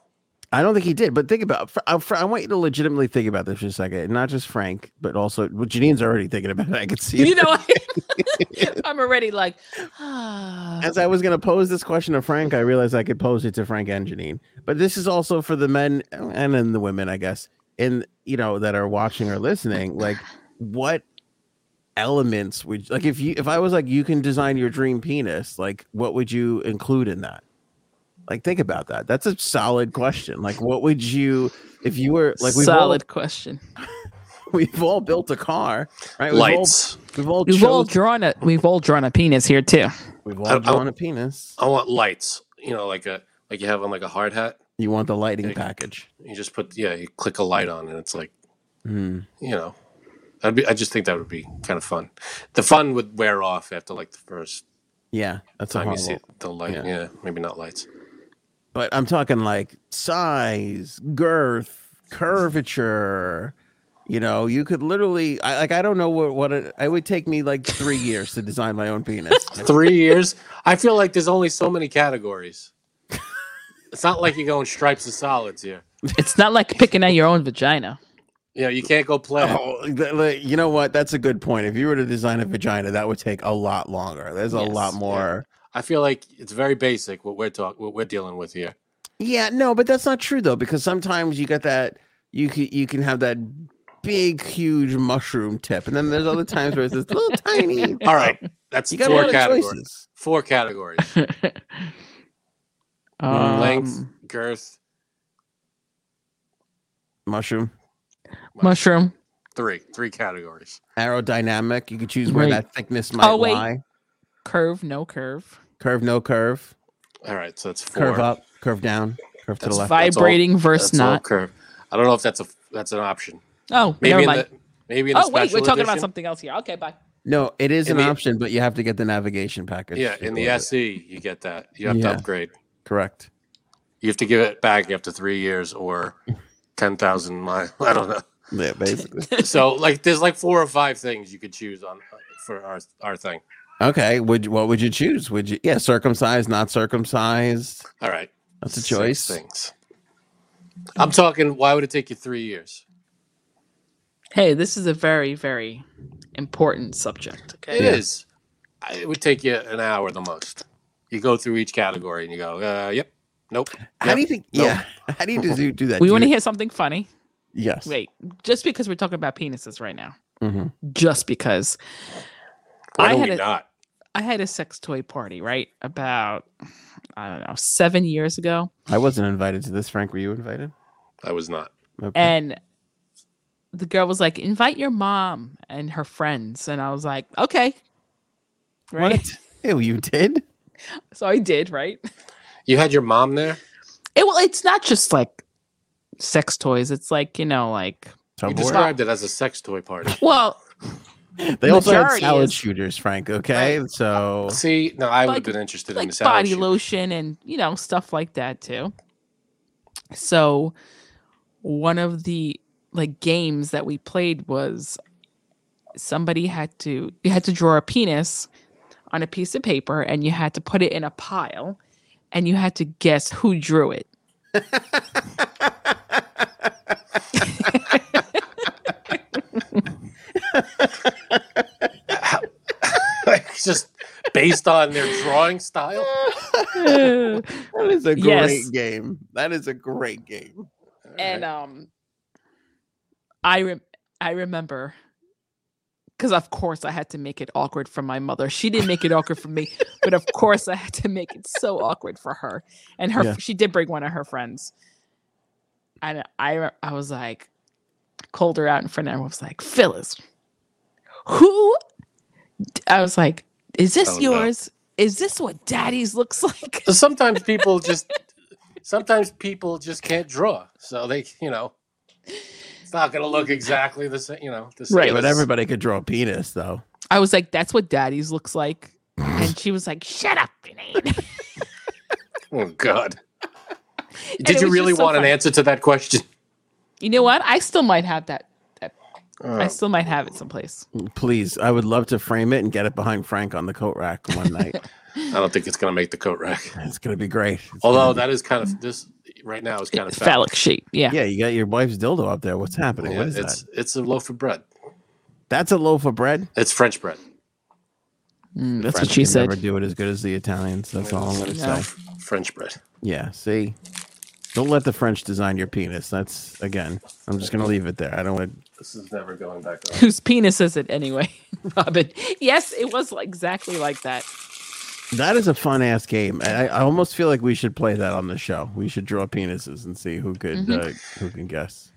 Speaker 1: I don't think he did, but think about. Fr- I, Fr- I want you to legitimately think about this for a second, not just Frank, but also well, Janine's already thinking about it. I could see.
Speaker 4: You
Speaker 1: it.
Speaker 4: know, I'm already like, ah.
Speaker 1: As I was going to pose this question to Frank, I realized I could pose it to Frank and Janine. But this is also for the men uh, and then the women, I guess, in you know that are watching or listening. Like, what elements would like if you if I was like you can design your dream penis, like what would you include in that? Like, think about that. That's a solid question. Like, what would you if you were like we've
Speaker 4: solid question.
Speaker 1: all we've all built a car, right? We've all-
Speaker 2: Lights.
Speaker 1: We've all
Speaker 4: We've all
Speaker 1: chose,
Speaker 4: drawn a we've all drawn a penis here too.
Speaker 1: we've
Speaker 2: I- I-
Speaker 1: all drawn a penis.
Speaker 2: I want lights. You know, like a like you have on like a hard hat.
Speaker 1: You want the lighting package.
Speaker 2: You just put yeah, you click a light on, and it's like
Speaker 1: Hmm.
Speaker 2: you know, I'd be. I just think that would be kind of fun. The fun would wear off after like the first
Speaker 1: Yeah, that's a
Speaker 2: time you
Speaker 1: horrible.
Speaker 2: see the light.
Speaker 1: yeah.
Speaker 2: Yeah. maybe not lights.
Speaker 1: But I'm talking like size, girth, curvature. You know, you could literally. I like. I don't know what what it, it would take me like three years to design my own penis.
Speaker 2: Three years. I feel like there's only so many categories. It's not like you're going stripes and solids here.
Speaker 4: It's not like picking at your own vagina.
Speaker 2: You know, you can't go play.
Speaker 1: Oh, th- th- you know what? That's a good point. If you were to design a vagina, that would take a lot longer. There's a lot
Speaker 4: Yes,
Speaker 1: more.
Speaker 2: I feel like it's very basic what we're talking, what we're dealing with here.
Speaker 1: Yeah. no, but that's not true though, because sometimes you get that you can you can have that big, huge mushroom tip, and then there's other times where it's this little tiny.
Speaker 2: All right, that's
Speaker 1: You got a
Speaker 2: four
Speaker 1: lot of
Speaker 2: categories.
Speaker 1: choices.
Speaker 2: Four categories: Mm, length,
Speaker 4: Um,
Speaker 2: girth,
Speaker 1: Mushroom,
Speaker 4: mushroom.
Speaker 2: three, three categories.
Speaker 1: aerodynamic. You can choose where
Speaker 4: Right.
Speaker 1: that thickness might
Speaker 4: Oh, wait.
Speaker 1: lie.
Speaker 4: Curve, no curve.
Speaker 1: Curve, no curve.
Speaker 2: All right, so that's four.
Speaker 1: Curve up, curve down, curve to the left.
Speaker 2: That's all-
Speaker 4: Vibrating versus
Speaker 2: That's all
Speaker 4: not.
Speaker 2: curve. I don't know if that's a that's an option.
Speaker 4: Oh,
Speaker 2: Maybe
Speaker 4: never
Speaker 2: in
Speaker 4: mind.
Speaker 2: the maybe in the
Speaker 4: oh, wait,
Speaker 2: special
Speaker 4: we're talking
Speaker 2: edition?
Speaker 4: about something else here. Okay, bye.
Speaker 1: No, it is
Speaker 2: In
Speaker 1: an
Speaker 2: the-
Speaker 1: option, but you have to get the navigation package.
Speaker 2: Yeah,
Speaker 1: to
Speaker 2: in
Speaker 1: go
Speaker 2: the
Speaker 1: with it.
Speaker 2: SE, you get that. You have
Speaker 1: Yeah.
Speaker 2: to upgrade.
Speaker 1: Correct.
Speaker 2: You have to give it back after three years or ten thousand miles. I don't know.
Speaker 1: Yeah, basically.
Speaker 2: So like, there's like four or five things you could choose on for our our thing.
Speaker 1: okay. Would you- what would you choose? Would you yeah, circumcised, not circumcised?
Speaker 2: All right,
Speaker 1: That's a
Speaker 2: six
Speaker 1: choice.
Speaker 2: Things. I'm talking. Why would it take you three years?
Speaker 4: Hey, this is a very, very important
Speaker 2: It
Speaker 4: subject. Okay.
Speaker 1: Yeah.
Speaker 2: is. I It would take you an hour the most. You go through each category and you go, uh, yep, nope.
Speaker 1: How do you think?
Speaker 2: Nope.
Speaker 1: Yeah. How do you do, do that?
Speaker 4: We
Speaker 1: Do
Speaker 4: want
Speaker 1: you-
Speaker 4: to hear something funny.
Speaker 1: Yes.
Speaker 4: Wait, just because we're talking about penises right now,
Speaker 1: Mhm.
Speaker 4: just because
Speaker 2: Why
Speaker 4: I
Speaker 2: do
Speaker 4: had
Speaker 2: we
Speaker 4: a-
Speaker 2: not?
Speaker 4: I had a sex toy party, right? About, I don't know, seven years ago.
Speaker 1: I wasn't invited to this. Frank, were you invited?
Speaker 2: I was not.
Speaker 1: Okay.
Speaker 4: And the girl was like, invite your mom and her friends. And I was like, okay. Right.
Speaker 1: Ew, you did?
Speaker 4: So I did, right?
Speaker 2: You had your mom there.
Speaker 4: It well, it's not just like sex toys. It's like, you know, like
Speaker 2: You
Speaker 1: Tug of war?
Speaker 2: described it as a sex toy party.
Speaker 4: well,
Speaker 1: They also had
Speaker 4: majority
Speaker 1: salad
Speaker 4: is-
Speaker 1: shooters, Frank. Okay. So
Speaker 2: See, no, I would
Speaker 4: Like-
Speaker 2: have been interested in the
Speaker 4: like
Speaker 2: salad
Speaker 4: body
Speaker 2: shoot.
Speaker 4: lotion and you know stuff like that too. So one of the like games that we played was somebody had to you had to draw a penis on a piece of paper and you had to put it in a pile and you had to guess who drew it.
Speaker 2: Like, just based on their drawing style.
Speaker 1: that is a great
Speaker 4: Yes.
Speaker 1: game. That is a great game.
Speaker 4: and um i rem- i remember because of course i had to make it awkward for my mother she didn't make it awkward for me but of course i had to make it so awkward for her and her
Speaker 1: Yeah.
Speaker 4: she did bring one of her friends and i re- i was like called her out in front of everyone I was like phyllis who d- i was like is this
Speaker 2: Oh, no.
Speaker 4: yours is this what daddy's looks like
Speaker 2: So sometimes people just sometimes people just can't draw. So they, you know, it's not going to look exactly the same. You know, the same.
Speaker 4: Right.
Speaker 1: But
Speaker 2: as-
Speaker 1: everybody could draw a penis, though.
Speaker 4: i was like that's what daddy's looks like and she was like shut up Renee."
Speaker 2: Oh God!
Speaker 4: it
Speaker 2: Did you
Speaker 4: was
Speaker 2: really
Speaker 4: just so
Speaker 2: want an
Speaker 4: funny.
Speaker 2: answer to that question?
Speaker 4: You know what? I still might have that. that- I
Speaker 2: Oh,
Speaker 4: still might have it someplace.
Speaker 1: Please, I would love to frame it and get it behind Frank on the coat rack one night.
Speaker 2: I don't think it's going to make the coat rack.
Speaker 1: it's gonna be great. It's
Speaker 2: Although
Speaker 1: gonna
Speaker 2: that is kind of this right now is kind of
Speaker 4: It's phallic shape. Yeah.
Speaker 1: be- yeah, you got your wife's dildo up there. What's happening?
Speaker 2: Yeah,
Speaker 1: what is
Speaker 2: it's
Speaker 1: that?
Speaker 2: it's a loaf of bread.
Speaker 1: That's a loaf of bread.
Speaker 2: It's French bread.
Speaker 4: Mm, that's
Speaker 1: French
Speaker 4: what she
Speaker 1: can
Speaker 4: said.
Speaker 1: Never do it as good as the Italians. That's all I'm gonna
Speaker 4: No.
Speaker 1: say.
Speaker 2: French bread.
Speaker 1: Yeah. See, don't let the French design your penis. That's again. I'm just gonna leave it there. I don't want.
Speaker 2: This is never going back on.
Speaker 4: Whose penis is it anyway, Robin? Yes, it was like- exactly like that.
Speaker 1: That is a fun ass game. I, I almost feel like we should play that on the show. We should draw penises and see who could
Speaker 4: Mm-hmm.
Speaker 1: uh, who can guess.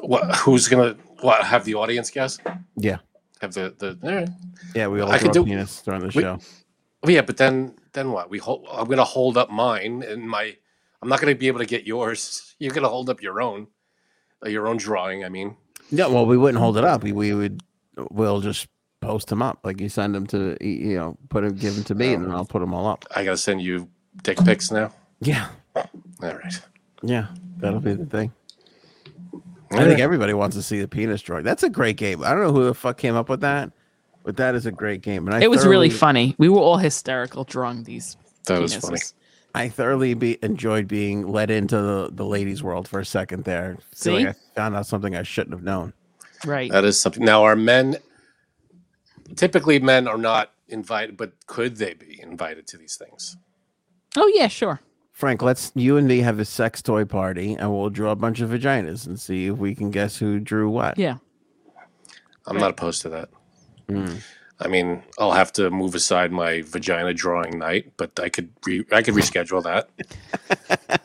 Speaker 2: What? Who's gonna? What? Have the audience guess?
Speaker 1: Yeah.
Speaker 2: Have the the? All right.
Speaker 1: Yeah, we all
Speaker 2: I
Speaker 1: draw
Speaker 2: could do-
Speaker 1: penis during the
Speaker 2: we-
Speaker 1: show.
Speaker 2: Well, yeah, but then then what? We hold. I'm gonna hold up mine and my. I'm not gonna be able to get yours. You're gonna hold up your own, uh, your own drawing. I mean,
Speaker 1: Yeah, well, we wouldn't hold it up. We, we would, we'll just post them up. Like you send them to, y- you know, put them, give them to me, and then I'll put them all up.
Speaker 2: I gotta send you dick pics now.
Speaker 1: Yeah,
Speaker 2: All right.
Speaker 1: yeah, that'll be the thing. I
Speaker 2: All
Speaker 1: think
Speaker 2: right.
Speaker 1: everybody wants to see the penis drawing. That's a great game. I don't know who the fuck came up with that, but that is a great game. And I
Speaker 4: It was really
Speaker 1: thoroughly-
Speaker 4: funny. We were all hysterical drawing these
Speaker 2: that was
Speaker 4: penises.
Speaker 2: funny.
Speaker 1: I thoroughly be, enjoyed being led into the, the ladies' world for a second there. Feel like
Speaker 4: See?
Speaker 1: I found out something I shouldn't have known.
Speaker 4: Right.
Speaker 2: That is something. Now, are men typically men are not invited, but could they be invited to these things?
Speaker 4: oh yeah, sure.
Speaker 1: Frank, let's you and me have a sex toy party, and we'll draw a bunch of vaginas and see if we can guess who drew what.
Speaker 4: Yeah.
Speaker 2: I'm not opposed to that.
Speaker 4: Mm.
Speaker 2: I mean, I'll have to move aside my vagina drawing night, but I could re- I could reschedule that.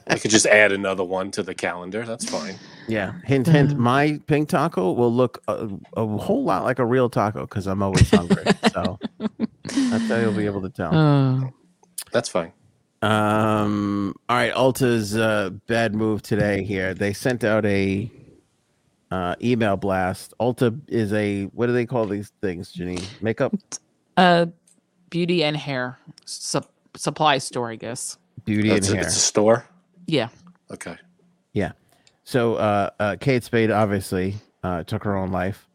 Speaker 2: I could just add another one to the calendar. That's fine.
Speaker 1: Yeah. Hint, hint. My pink taco will look a, a whole lot like a real taco because I'm always hungry. so that's how you'll be able to tell.
Speaker 4: Oh.
Speaker 2: That's fine.
Speaker 1: Um. All right, Alta's uh, bad move today. Here, they sent out a uh, email blast. Alta is a what do they call these things, Janine? Makeup
Speaker 4: Uh, beauty and hair sup- supply store, I guess.
Speaker 1: beauty
Speaker 2: That's
Speaker 1: and
Speaker 2: a,
Speaker 1: hair.
Speaker 2: it's a store.
Speaker 4: Yeah.
Speaker 2: Okay.
Speaker 1: Yeah. So uh, uh, Kate Spade obviously uh, took her own life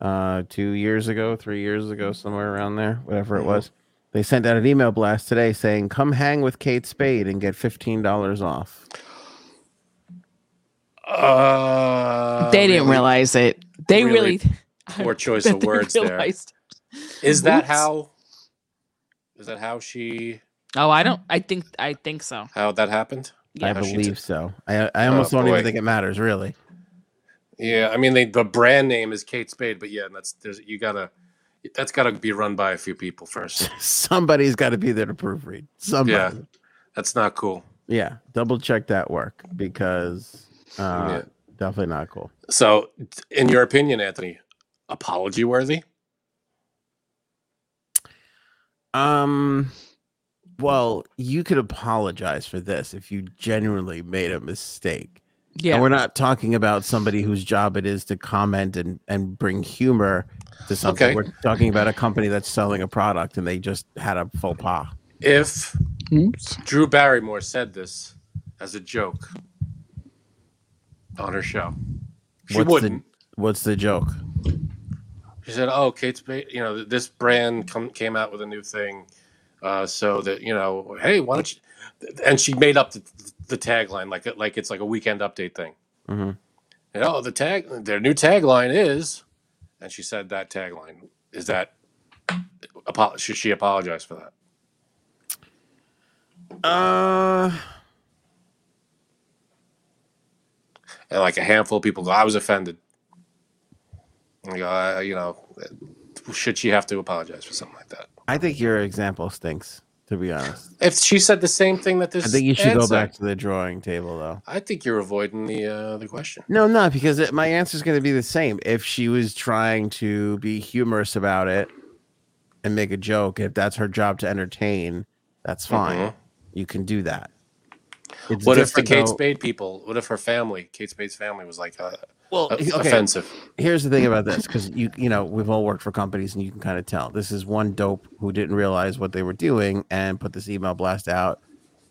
Speaker 1: uh, two years ago, three years ago, somewhere around there, whatever
Speaker 2: Mm-hmm.
Speaker 1: it was. They sent out an email blast today saying, "Come hang with Kate Spade and get fifteen dollars off."
Speaker 2: Uh,
Speaker 4: they didn't realize it. They
Speaker 2: really
Speaker 4: really,
Speaker 2: poor choice
Speaker 4: that
Speaker 2: of
Speaker 4: they
Speaker 2: words there.
Speaker 4: realized-
Speaker 2: Is that
Speaker 4: Oops.
Speaker 2: how? Is that how she?
Speaker 4: Oh, I don't. I think. I think so.
Speaker 2: How that happened?
Speaker 1: I
Speaker 2: how Oh, she
Speaker 1: believe
Speaker 2: did-
Speaker 1: so.
Speaker 2: Oh,
Speaker 1: I, I almost don't
Speaker 2: boy.
Speaker 1: even think it matters, really.
Speaker 2: Yeah, I mean, they, the brand name is Kate Spade, but yeah, that's there's you gotta that's gotta be run by a few people first.
Speaker 1: Somebody's got to be there to proofread. Somebody.
Speaker 2: Yeah. That's not cool.
Speaker 1: Yeah. Double check that work because uh,
Speaker 2: Yeah.
Speaker 1: definitely not cool.
Speaker 2: So, in your opinion, Anthony, apology worthy?
Speaker 1: Um, well, you could apologize for this if you genuinely made a mistake. And
Speaker 4: Yeah.
Speaker 1: we're not talking about somebody whose job it is to comment and, and bring humor to something.
Speaker 2: Okay.
Speaker 1: We're talking about a company that's selling a product and they just had a faux pas.
Speaker 2: If
Speaker 4: Oops.
Speaker 2: Drew Barrymore said this as a joke on her show, she
Speaker 1: What's
Speaker 2: wouldn't.
Speaker 1: The, what's the joke?
Speaker 2: She said, "Oh, Kate Spade, you know, th- this brand come, came out with a new thing, uh, so that you know, hey, why don't you?" And she made up the, the tagline like like it's like a weekend update thing.
Speaker 1: Mhm.
Speaker 2: You know, the tag their new tagline is, and she said that tagline is that. apo- Should she apologize for that?
Speaker 1: Uh,
Speaker 2: And like a handful of people go, "I was offended." And you go, "I- you know, should she have to apologize for something like that?
Speaker 1: I think your example stinks, to be honest.
Speaker 2: If she said the same thing that this,
Speaker 1: I think you should
Speaker 2: ad
Speaker 1: go
Speaker 2: said,
Speaker 1: back to the drawing table, though.
Speaker 2: I think you're avoiding the uh, the question.
Speaker 1: No, I'm not because it, my answer is going to be the same. If she was trying to be humorous about it and make a joke, if that's her job to entertain, that's fine.
Speaker 2: Mhm.
Speaker 1: You can do that. It's
Speaker 2: What if the
Speaker 1: different,
Speaker 2: Kate
Speaker 1: though-
Speaker 2: Spade people? What if her family, Kate Spade's family, was like uh,
Speaker 1: Well,
Speaker 2: o-
Speaker 1: okay.
Speaker 2: offensive?
Speaker 1: Here's the thing about this because you you know we've all worked for companies and you can kind of tell this is one dope who didn't realize what they were doing and put this email blast out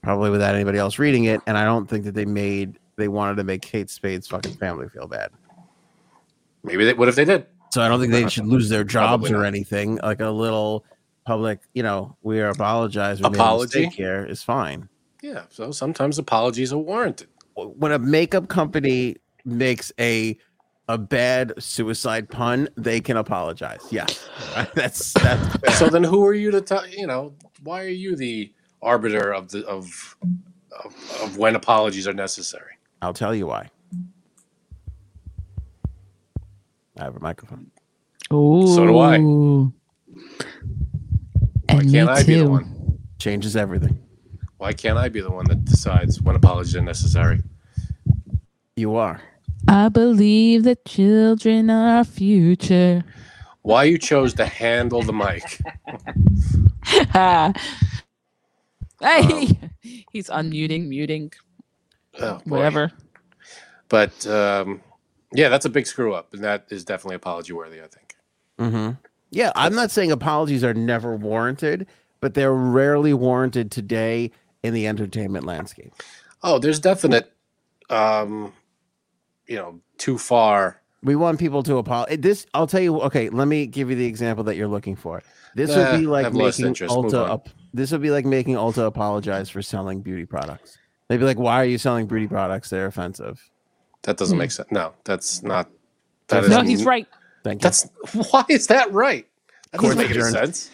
Speaker 1: probably without anybody else reading it and I don't think that they made they wanted to make Kate Spade's fucking family feel bad.
Speaker 2: Maybe they, what if they did?
Speaker 1: So I don't think they should lose their jobs
Speaker 2: Probably
Speaker 1: or
Speaker 2: not.
Speaker 1: anything. Like a little public, you know, we are apologize. We
Speaker 2: Apology?
Speaker 1: made a mistake here is fine.
Speaker 2: Yeah. So sometimes apologies are warranted.
Speaker 1: When a makeup company makes a a bad suicide pun, they can apologize. Yeah, that's that's fair.
Speaker 2: so then, who are you to tell? You know, why are you the arbiter of the of of, of when apologies are necessary?
Speaker 1: I'll tell you why. I have a microphone.
Speaker 4: Ooh.
Speaker 2: So do I. Why can't
Speaker 4: And me
Speaker 2: I be the
Speaker 4: too.
Speaker 2: one?
Speaker 1: Changes everything.
Speaker 2: Why can't I be the one that decides when apologies are necessary?
Speaker 1: You are.
Speaker 4: I believe that children are our future.
Speaker 2: Why you chose to handle the mic?
Speaker 4: hey, he's unmuting, muting,
Speaker 2: Oh, boy.
Speaker 4: whatever.
Speaker 2: But um, yeah, that's a big screw up, and that is definitely apology worthy. I think. Mm-hmm.
Speaker 1: hmm Yeah, I'm not saying apologies are never warranted, but they're rarely warranted today in the entertainment landscape.
Speaker 2: Oh, there's definite, um, you know, too far.
Speaker 1: We want people to apologize. This, I'll tell you. Okay, let me give you the example that you're looking for. This
Speaker 2: Nah,
Speaker 1: would be like
Speaker 2: I've lost
Speaker 1: making
Speaker 2: Uh, interest. Move
Speaker 1: Ulta
Speaker 2: on.
Speaker 1: up. This would be like making Ulta apologize for selling beauty products. They'd be like, "Why are you selling beauty products? They're offensive."
Speaker 2: That doesn't make sense. No, that's not. That
Speaker 1: That's
Speaker 2: is
Speaker 4: No, Hmm. he's right.
Speaker 1: Thank you.
Speaker 2: That's why is that right? That
Speaker 1: Court
Speaker 2: doesn't make any
Speaker 1: adjourned.
Speaker 2: sense.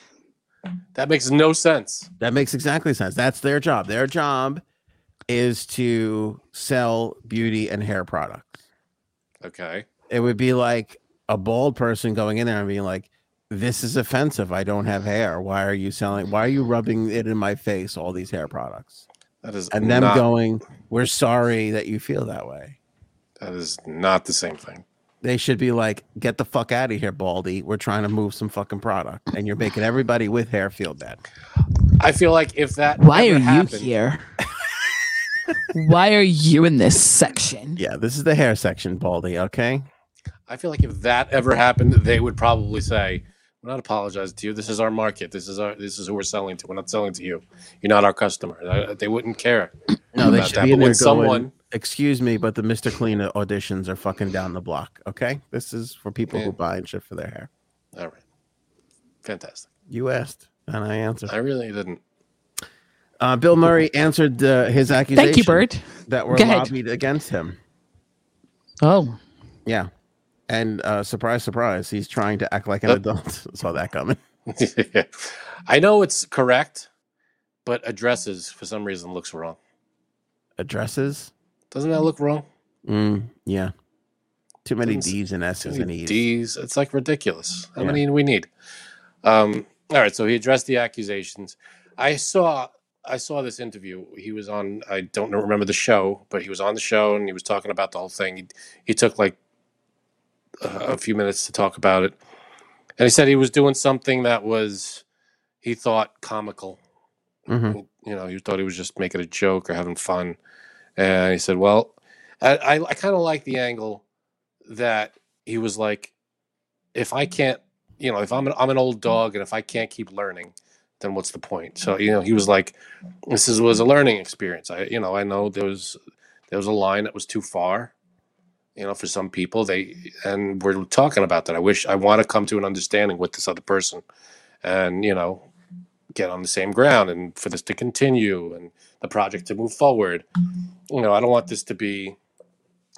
Speaker 2: That makes no sense.
Speaker 1: That makes exactly sense. That's their job. Their job is to sell beauty and hair products.
Speaker 2: Okay.
Speaker 1: It would be like a bald person going in there and being like, "This is offensive. I don't have hair. Why are you selling? Why are you rubbing it in my face? All these hair products."
Speaker 2: That is
Speaker 1: And them
Speaker 2: not,
Speaker 1: going, "We're sorry that you feel that way."
Speaker 2: That is not the same thing.
Speaker 1: They should be like, "Get the fuck out of here, Baldy. We're trying to move some fucking product, and you're making everybody with hair feel bad."
Speaker 2: I feel like if that
Speaker 4: Why
Speaker 2: ever
Speaker 4: are
Speaker 2: happened-
Speaker 4: you here? Why are you in this section?
Speaker 1: Yeah, this is the hair section, Baldy. Okay.
Speaker 2: I feel like if that ever happened, they would probably say, "We're not apologizing to you. This is our market. This is our. This is who we're selling to. We're not selling to you. You're not our customer." Uh, They wouldn't care.
Speaker 1: No, they
Speaker 2: about
Speaker 1: should
Speaker 2: that,
Speaker 1: be
Speaker 2: but
Speaker 1: in there
Speaker 2: when someone-
Speaker 1: going, Excuse me, but the Mr. Clean auditions are fucking down the block. Okay, this is for people
Speaker 2: Yeah.
Speaker 1: who buy and shit for their hair.
Speaker 2: All right. Fantastic.
Speaker 1: You asked, and I answered.
Speaker 2: I really didn't.
Speaker 1: Uh, Bill Murray answered uh, his accusation.
Speaker 4: Thank you, Bird.
Speaker 1: That were
Speaker 4: Go ahead.
Speaker 1: lobbied against him.
Speaker 4: Oh,
Speaker 1: Yeah, and uh, surprise, surprise, he's trying to act like an
Speaker 2: Uh,
Speaker 1: adult. Saw that coming.
Speaker 2: I know it's correct, but addresses for some reason looks wrong.
Speaker 1: Addresses.
Speaker 2: Doesn't that look wrong?
Speaker 1: Mm, yeah, too many
Speaker 2: Didn't s-
Speaker 1: D's and S's and E's.
Speaker 2: D's. It's like ridiculous. How
Speaker 1: Yeah.
Speaker 2: many do we need? Um, all right. So he addressed the accusations. I saw. I saw this interview. He was on. I don't know- remember the show, but he was on the show and he was talking about the whole thing. He, he took like uh, a few minutes to talk about it, and he said he was doing something that was he thought comical.
Speaker 1: Mhm.
Speaker 2: You know, he thought he was just making a joke or having fun, and he said, "Well, I I, I kind of like the angle that he was like, if I can't, you know, if I'm an, I'm an old dog and if I can't keep learning, then what's the point? So, you know, he was like, this is, was a learning experience. I, you know, I know there was, there was a line that was too far, you know, for some people they, and we're talking about that. I wish I want to come to an understanding with this other person and, you know, get on the same ground and for this to continue and the project to move forward. You know, I don't want this to be,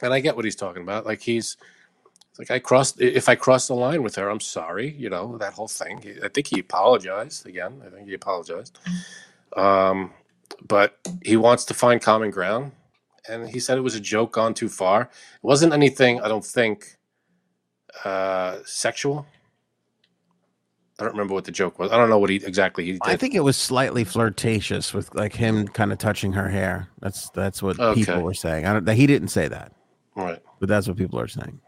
Speaker 2: and I get what he's talking about. Like he's, it's like I crossed. If I crossed the line with her, I'm sorry. You know that whole thing. I think he apologized again. I think he apologized. Um, but he wants to find common ground, and he said it was a joke gone too far. It wasn't anything. I don't think uh, sexual. I don't remember what the joke was. I don't know what he exactly he did.
Speaker 1: I think it was slightly flirtatious with like him kind of touching her hair. That's that's what
Speaker 2: Okay.
Speaker 1: people were saying. I don't. He didn't say that,
Speaker 2: right.
Speaker 1: but that's what people are saying.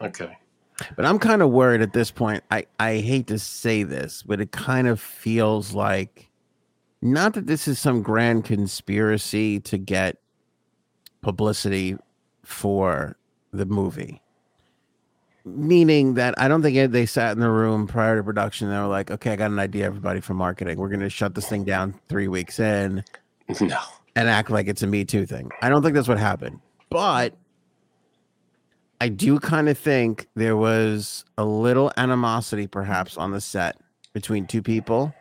Speaker 2: Okay.
Speaker 1: But I'm kind of worried at this point. I I hate to say this, but it kind of feels like not that this is some grand conspiracy to get publicity for the movie. Meaning that I don't think they sat in the room prior to production. They were like, "Okay, I got an idea, everybody, for marketing. We're going to shut this thing down three weeks in."
Speaker 2: No.
Speaker 1: and act like it's a Me Too thing. I don't think that's what happened, but I do kind of think there was a little animosity perhaps on the set between two people.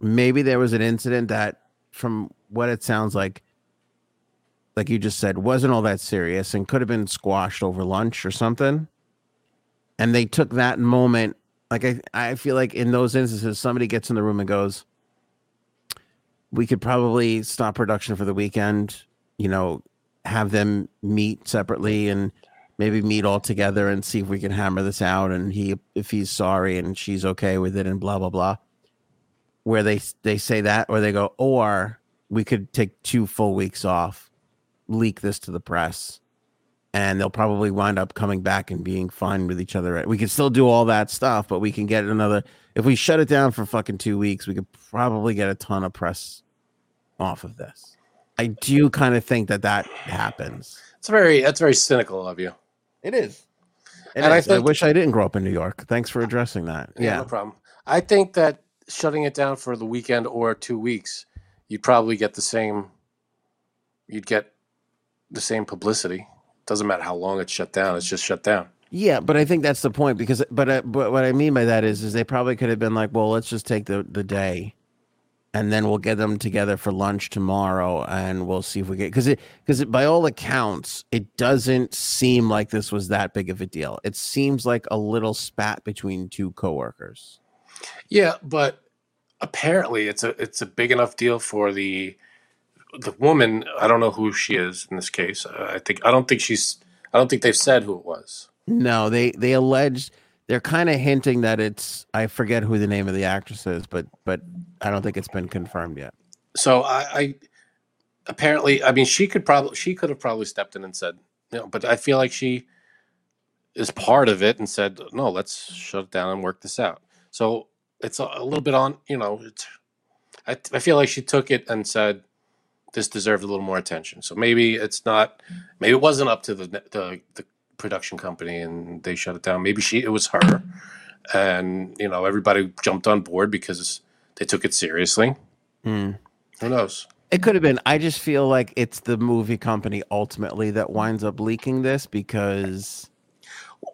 Speaker 1: Maybe there was an incident that, from what it sounds like, like you just said, wasn't all that serious and could have been squashed over lunch or something. And they took that moment. Like I, I feel like in those instances, somebody gets in the room and goes, we could probably stop production for the weekend you know have them meet separately and maybe meet all together and see if we can hammer this out and he if he's sorry and she's okay with it and blah blah blah where they they say that or they go or we could take two full weeks off leak this to the press and they'll probably wind up coming back and being fine with each other we can still do all that stuff but we can get another if we shut it down for fucking two weeks we could probably get a ton of press off of this i do kind of think that that happens
Speaker 2: It's very. That's very cynical of you.
Speaker 1: it is
Speaker 2: And I
Speaker 1: I,
Speaker 2: think-
Speaker 1: wish i didn't grow up in new york thanks for addressing that
Speaker 2: Yeah,
Speaker 1: yeah
Speaker 2: no problem. I think that shutting it down for the weekend or two weeks, you'd probably get the same. You'd get the same publicity. Doesn't matter how long it's shut down. It's just shut down.
Speaker 1: Yeah, but I think that's the point because, but uh, but what I mean by that is, is they probably could have been like, well, let's just take the the day, and then we'll get them together for lunch tomorrow, and we'll see if we get because it because it, by all accounts it doesn't seem like this was that big of a deal. It seems like a little spat between two coworkers.
Speaker 2: Yeah, but apparently it's a it's a big enough deal for the the woman. I don't know who she is in this case. Uh, I think I don't think she's. I don't think they've said who it was.
Speaker 1: No, they they alleged they're kind of hinting that it's I forget who the name of the actress is, but but I don't think it's been confirmed yet.
Speaker 2: So I, I apparently, I mean, she could probably she could have probably stepped in and said, you know, but I feel like she is part of it and said, no, let's shut it down and work this out. So it's a, a little bit on, you know, it's, I, I feel like she took it and said, this deserved a little more attention. So maybe it's not, maybe it wasn't up to the the, the production company and they shut it down. Maybe she it was her, and you know everybody jumped on board because they took it seriously.
Speaker 1: Hmm.
Speaker 2: Who knows?
Speaker 1: It could have been. I just feel like it's the movie company ultimately that winds up leaking this because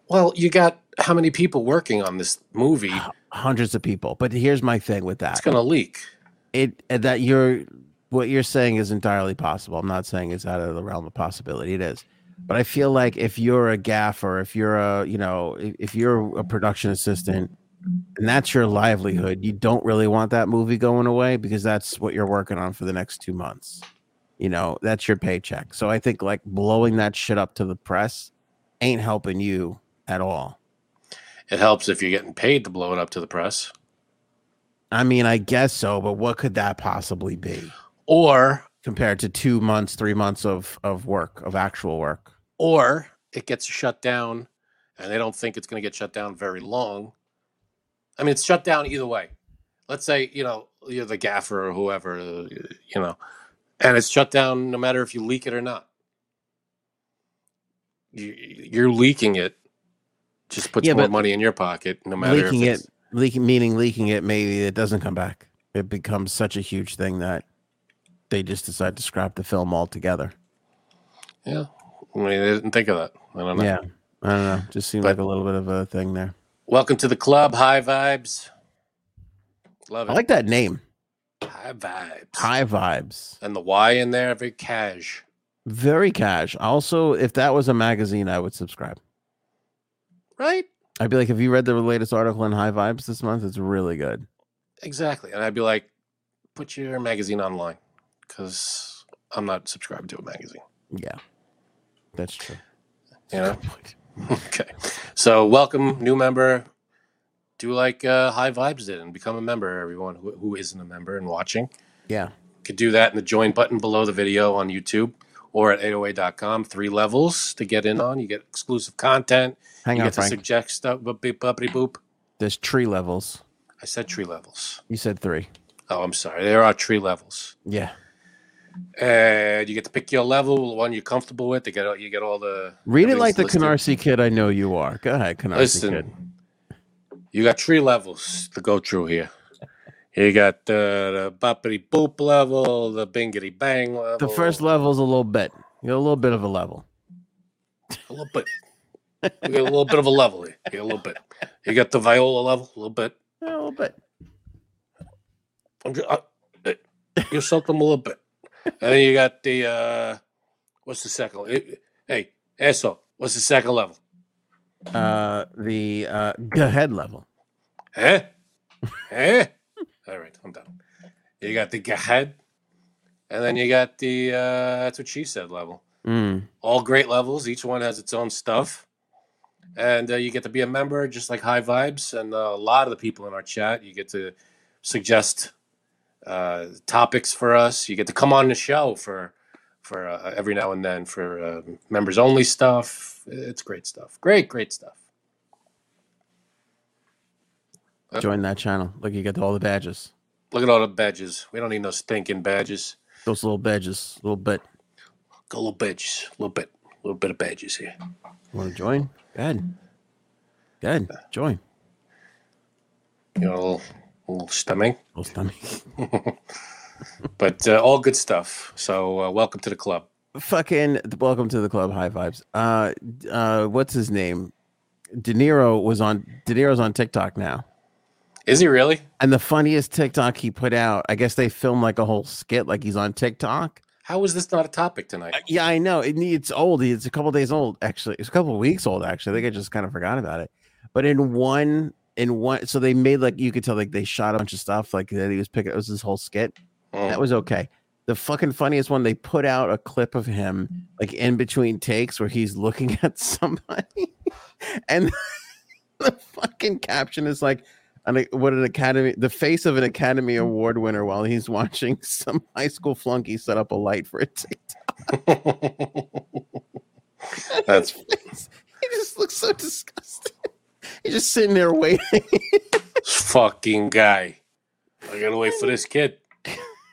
Speaker 2: Well, you got how many people working on this movie?
Speaker 1: hundreds of people. But here's my thing with that.
Speaker 2: It's gonna leak.
Speaker 1: it uh, that you're what you're saying is entirely possible. I'm not saying it's out of the realm of possibility. It is, but I feel like if you're a gaffer, if you're a you know, if, if you're a production assistant, and that's your livelihood, you don't really want that movie going away because that's what you're working on for the next two months. You know, that's your paycheck. So I think like blowing that shit up to the press ain't helping you at all.
Speaker 2: It helps if you're getting paid to blow it up to the press,
Speaker 1: I mean, I guess so, but what could that possibly be?
Speaker 2: or
Speaker 1: compared to two months, three months of of work, of actual work.
Speaker 2: or it gets shut down, and they don't think it's gonna get shut down very long. I mean, it's shut down either way. Let's say you know you're the gaffer or whoever, uh, you know, and it's shut down no matter if you leak it or not. You, you're leaking it. Just puts
Speaker 1: Yeah,
Speaker 2: more
Speaker 1: but
Speaker 2: money in your pocket, no matter
Speaker 1: leaking
Speaker 2: if it's,
Speaker 1: it, leaking meaning leaking it. Maybe it doesn't come back. It becomes such a huge thing that they just decide to scrap the film altogether.
Speaker 2: Yeah. I mean, I didn't think of that. I don't know.
Speaker 1: Yeah, I don't know. Just seemed like a little bit of a thing there.
Speaker 2: Welcome to the club, High Vibes. Love it.
Speaker 1: I like that name,
Speaker 2: High Vibes.
Speaker 1: High Vibes.
Speaker 2: And the Y in there, very cash.
Speaker 1: Very cash. Also, if that was a magazine, I would subscribe.
Speaker 2: Right?
Speaker 1: I'd be like, have you read the latest article in High Vibes this month? It's really good.
Speaker 2: Exactly. And I'd be like, put your magazine online because I'm not subscribed to a magazine.
Speaker 1: Yeah, that's true.
Speaker 2: You know? okay. So, welcome, new member. Do like uh, High Vibes did and become a member, everyone who, who isn't a member and watching.
Speaker 1: Yeah.
Speaker 2: could do that in the join button below the video on YouTube or at 808.com. Three levels to get in on. You get exclusive content.
Speaker 1: Hang
Speaker 2: you
Speaker 1: on,
Speaker 2: get to
Speaker 1: Frank.
Speaker 2: suggest stuff. Boop, beep, boppity, boop.
Speaker 1: There's tree levels.
Speaker 2: I said tree levels.
Speaker 1: You said three.
Speaker 2: Oh, I'm sorry. There are tree levels.
Speaker 1: Yeah.
Speaker 2: And you get to pick your level, the one you're comfortable with. They get all, you get all the
Speaker 1: Read it like the
Speaker 2: everything's listed.
Speaker 1: Canarsie kid I know you are. Go ahead, Canarsie kid.
Speaker 2: Listen, you got three levels to go through here. You got uh, the boppity boop level, the bingity bang level.
Speaker 1: The first level's a little bit. You got a little bit of a level.
Speaker 2: a little bit. We got a little bit of a level here. Yeah, a little bit. You got the viola level, a little bit.
Speaker 1: A little bit.
Speaker 2: I'm just, uh, you soaked them a little bit. And then you got the uh, what's the second? eh, Hey, asshole, what's the second level?
Speaker 1: Uh the uh go ahead level.
Speaker 2: Eh? Eh? All right, I'm done. You got the Gahad, and then you got the uh, that's what she said level.
Speaker 1: Mm.
Speaker 2: all great levels. Each one has its own stuff. And uh, you get to be a member, just like High Vibes, and uh, a lot of the people in our chat. You get to suggest uh, topics for us. You get to come on the show for for uh, every now and then for uh, members only stuff. It's great stuff. Great, great stuff.
Speaker 1: Join that channel. Look, you got all the badges.
Speaker 2: Look at all the badges. We don't need no stinking badges.
Speaker 1: Those little badges. Little bit.
Speaker 2: Go little badges, a little bit, a little bit of badges here.
Speaker 1: Wanna join? Go ahead. Go ahead. Join.
Speaker 2: You know, a little, a little stomach.
Speaker 1: Little stomach.
Speaker 2: but uh, all good stuff. So uh, welcome to the club.
Speaker 1: Fucking welcome to the club, high vibes. Uh uh what's his name? De Niro was on De Niro's on TikTok now.
Speaker 2: Is he really?
Speaker 1: And the funniest TikTok he put out, I guess they filmed like a whole skit, like he's on TikTok.
Speaker 2: How is this not a topic tonight?
Speaker 1: Uh, Yeah, I know. It, it's old. It's a couple days old, actually. It's a couple weeks old, actually. I think I just kind of forgot about it. But in one, in one, so they made like you could tell like they shot a bunch of stuff like that he was picking. It was this whole skit
Speaker 2: Mm.
Speaker 1: that was okay. The fucking funniest one, they put out a clip of him like in between takes where he's looking at somebody, and the fucking caption is like, an, "What an academy! The face of an Academy Award winner while he's watching some high school flunky set up a light for a TikTok."
Speaker 2: That's
Speaker 1: face. He just looks so disgusted. He's just sitting there waiting,
Speaker 2: fucking guy. I gotta wait for this kid.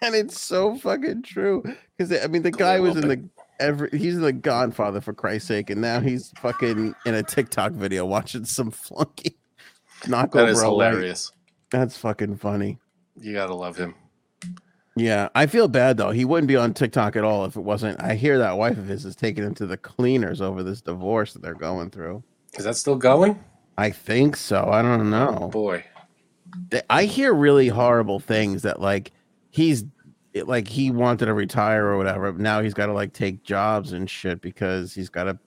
Speaker 1: and it's so fucking true. Because I mean, the guy was in the every he's in the Godfather for Christ's sake, and now he's fucking in a TikTok video watching some flunky knock
Speaker 2: That
Speaker 1: over.
Speaker 2: is
Speaker 1: a light.
Speaker 2: hilarious.
Speaker 1: That's fucking funny.
Speaker 2: You gotta love him.
Speaker 1: Yeah, I feel bad though. He wouldn't be on TikTok at all if it wasn't. I hear that wife of his is taking him to the cleaners over this divorce that they're going through.
Speaker 2: Is that still going?
Speaker 1: I think so. I don't know.
Speaker 2: Boy.
Speaker 1: th- I hear really horrible things that like he's it- like he wanted to retire or whatever. But now he's got to like take jobs and shit because he's got to,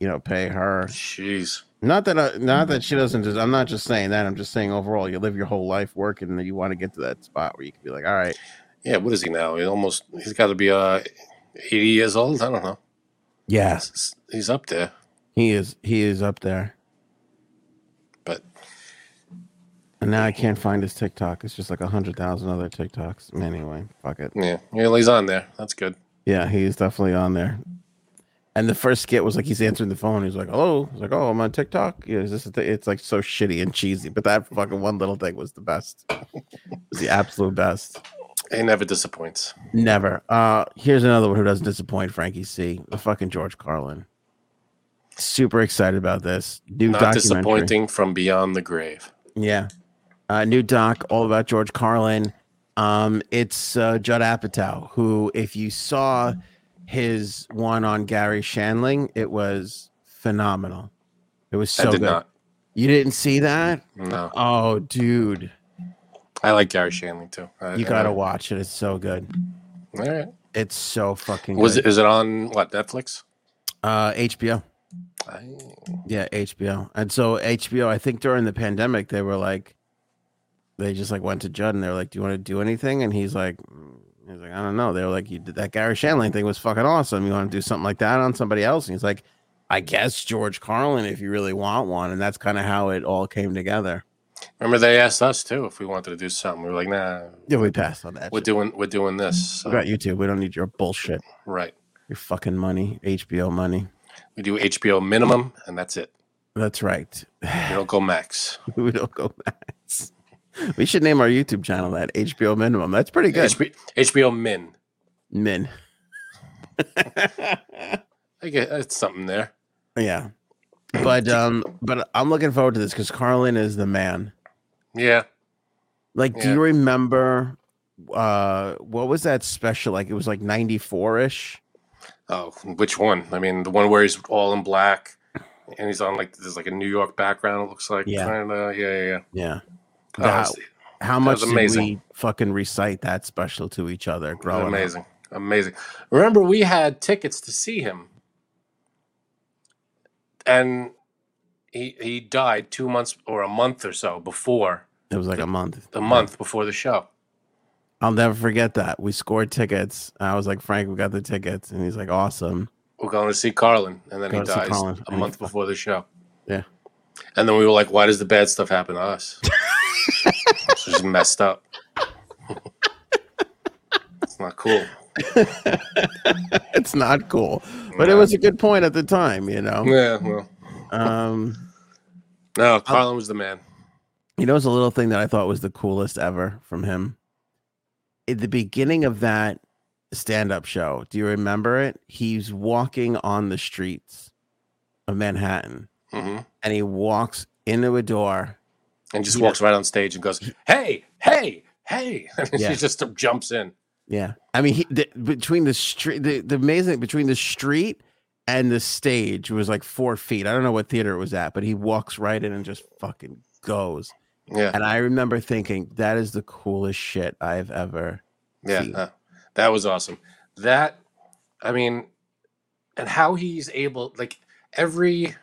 Speaker 1: you know, pay her.
Speaker 2: Jeez.
Speaker 1: Not that I, not that she doesn't. Just, I'm not just saying that. I'm just saying overall, you live your whole life working, and you want to get to that spot where you can be like, all right,
Speaker 2: Yeah, what is he now? He almost he's gotta be uh eighty years old. I don't know.
Speaker 1: yes,
Speaker 2: S- He's up there.
Speaker 1: he is he is up there.
Speaker 2: But
Speaker 1: And now I can't find his TikTok. It's just like a hundred thousand other TikToks. Anyway, fuck it.
Speaker 2: yeah. Well, he's on there. That's good.
Speaker 1: Yeah, he's definitely on there. And the first skit was like he's answering the phone. He's like, "Hello." He's like, "Oh, I'm on TikTok." Yeah, is this? A thi-" It's like so shitty and cheesy, but that fucking one little thing was the best. It was the absolute best.
Speaker 2: He never disappoints.
Speaker 1: Never. Uh, here's another one who doesn't disappoint. Frankie C. The fucking George Carlin. Super excited about this new
Speaker 2: Not
Speaker 1: documentary.
Speaker 2: disappointing from beyond the grave.
Speaker 1: Yeah. Uh, new doc all about George Carlin. Um, it's uh, Judd Apatow, who, if you saw his one on Gary Shandling, it was phenomenal. It was so
Speaker 2: I did
Speaker 1: good.
Speaker 2: not.
Speaker 1: You didn't see that?
Speaker 2: No.
Speaker 1: Oh, dude,
Speaker 2: I like Gary Shanley too. I-
Speaker 1: you
Speaker 2: I-
Speaker 1: gotta watch it. It's so good.
Speaker 2: All right.
Speaker 1: It's so fucking.
Speaker 2: Was it,
Speaker 1: good.
Speaker 2: is it on what Netflix?
Speaker 1: Uh, HBO.
Speaker 2: I,
Speaker 1: Yeah, HBO. And so HBO, I think during the pandemic, they were like, they just like went to Judd and they were like, "Do you want to do anything?" And he's like, "Mm," he's like, "I don't know." They were like, "You did that Gary Shandling thing was fucking awesome. You want to do something like that on somebody else?" And he's like, "I guess George Carlin, if you really want one." And that's kind of how it all came together.
Speaker 2: remember they asked us too if we wanted to do something. We were like, nah,
Speaker 1: Yeah, we passed on that.
Speaker 2: we're
Speaker 1: shit.
Speaker 2: doing we're doing this. So-
Speaker 1: We got YouTube. We don't need your bullshit.
Speaker 2: Right.
Speaker 1: Your fucking money, HBO money.
Speaker 2: We do HBO minimum and that's it.
Speaker 1: That's right.
Speaker 2: We don't go max.
Speaker 1: we don't go max. We should name our YouTube channel that HBO minimum. That's pretty good.
Speaker 2: HB HBO min.
Speaker 1: Min.
Speaker 2: I get it's something there.
Speaker 1: Yeah. But um but I'm looking forward to this because Carlin is the man.
Speaker 2: Yeah.
Speaker 1: Like, do
Speaker 2: Yeah.
Speaker 1: you remember uh what was that special? Like it was like 94-ish.
Speaker 2: Oh, which one? I mean, the one where he's all in black and he's on like there's like a New York background. It looks like.
Speaker 1: Yeah.
Speaker 2: Kinda, yeah. Yeah. Yeah.
Speaker 1: Yeah.
Speaker 2: Oh,
Speaker 1: That-
Speaker 2: it's-
Speaker 1: how
Speaker 2: that
Speaker 1: much
Speaker 2: was
Speaker 1: did
Speaker 2: amazing.
Speaker 1: we fucking recite that special to each other growing up?
Speaker 2: amazing. Amazing. Remember, we had tickets to see him. And he he died two months or a month or so before
Speaker 1: It was like a month.
Speaker 2: the month before the show.
Speaker 1: I'll never forget that. We scored tickets. I was like, Frank, we got the tickets. And he's like, awesome.
Speaker 2: We're going to see Carlin. And then he
Speaker 1: Going to see
Speaker 2: dies
Speaker 1: Carlin,
Speaker 2: a
Speaker 1: and he-
Speaker 2: month before the show.
Speaker 1: Yeah.
Speaker 2: And then we were like, why does the bad stuff happen to us? it's just messed up. it's not cool.
Speaker 1: It's not cool. But it was a good point at the time, you know.
Speaker 2: Yeah, well.
Speaker 1: Um
Speaker 2: No, Carlin was the man.
Speaker 1: You know, it's a little thing that I thought was the coolest ever from him. At the beginning of that stand up show, do you remember it? He's walking on the streets of Manhattan
Speaker 2: hmm
Speaker 1: and he walks into a door.
Speaker 2: and just
Speaker 1: Yeah.
Speaker 2: walks right on stage and goes, "Hey, hey, hey!" And
Speaker 1: Yeah.
Speaker 2: she just jumps in.
Speaker 1: Yeah. I mean, he, the, between the street, the, the amazing between the street and the stage was like four feet. I don't know what theater it was at, but he walks right in and just fucking goes.
Speaker 2: Yeah,
Speaker 1: And I remember thinking that is the coolest shit I've ever.
Speaker 2: yeah,
Speaker 1: see.
Speaker 2: uh, that was awesome. That, I mean, and how he's able, like every.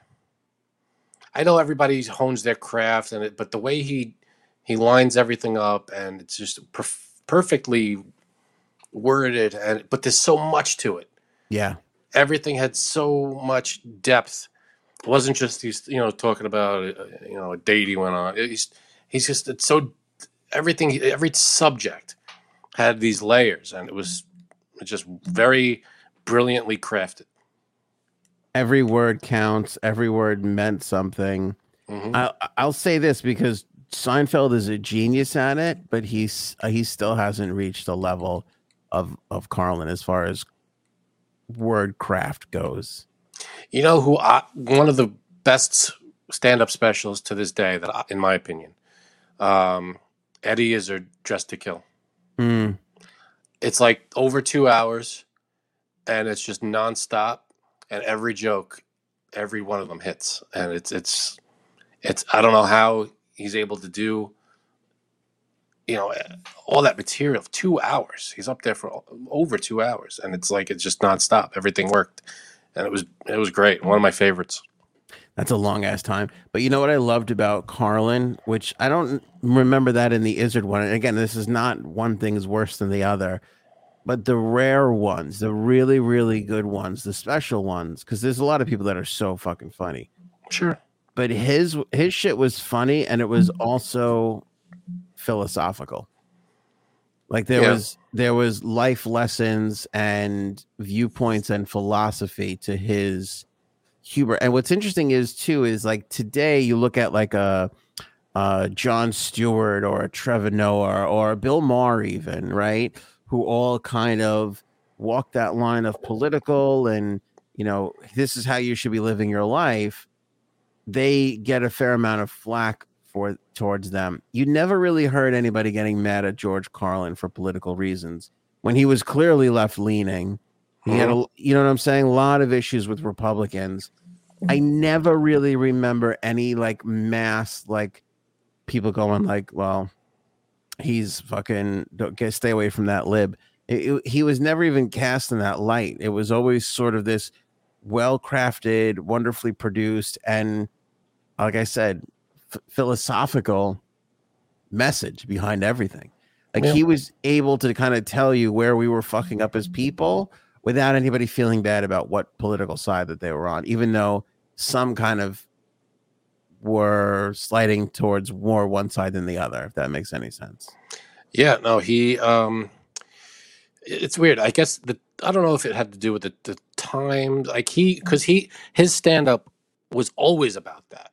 Speaker 2: I know everybody hones their craft, and it, but the way he he lines everything up, and it's just perf- perfectly worded, and but there's so much to it.
Speaker 1: Yeah.
Speaker 2: everything had so much depth. It wasn't just he's you know talking about uh, you know a date he went on. He's he's just it's so everything every subject had these layers, and it was just very brilliantly crafted.
Speaker 1: Every word counts. Every word meant something.
Speaker 2: Mhm.
Speaker 1: I, I'll say this because Seinfeld is a genius at it, but he's uh, he still hasn't reached the level of of Carlin as far as word craft goes.
Speaker 2: You know who I, one of the best stand up specials to this day that I, in my opinion, um, Eddie is or Dressed to Kill.
Speaker 1: Mm,
Speaker 2: it's like over two hours and it's just nonstop and every joke every one of them hits and it's it's it's i don't know how he's able to do you know all that material two hours he's up there for o- over two hours and it's like it's just nonstop everything worked and it was it was great one of my favorites
Speaker 1: that's a long ass time. But you know what I loved about Carlin, which I don't remember that in the Izzard one. And again, this is not one thing is worse than the other, but the rare ones, the really really good ones, the special ones, because there's a lot of people that are so fucking funny.
Speaker 2: sure Mm-hmm.
Speaker 1: but his his shit was funny and it was also philosophical like there
Speaker 2: Yeah.
Speaker 1: was there was life lessons and viewpoints and philosophy to his humor and what's interesting is too is like today you look at like a uh John Stewart or a Trevor Noah or a Bill Maher even right who all kind of walk that line of political and you know this is how you should be living your life they get a fair amount of flack for towards them. You never really heard anybody getting mad at George Carlin for political reasons when he was clearly left leaning. He had a, you know what I'm saying, a lot of issues with Republicans. I never really remember any like mass like people going like, well, he's fucking don't get stay away from that lib. It- it- he was never even cast in that light. It was always sort of this well crafted, wonderfully produced, and like I said, f- philosophical message behind everything. Like
Speaker 2: Yeah.
Speaker 1: he was able to kind of tell you where we were fucking up as people without anybody feeling bad about what political side that they were on, even though some kind of were sliding towards more one side than the other, if that makes any sense.
Speaker 2: Yeah, no, he. Um, it- it's weird. I guess the I don't know if it had to do with the, the time. Like he, because he his stand up was always about that.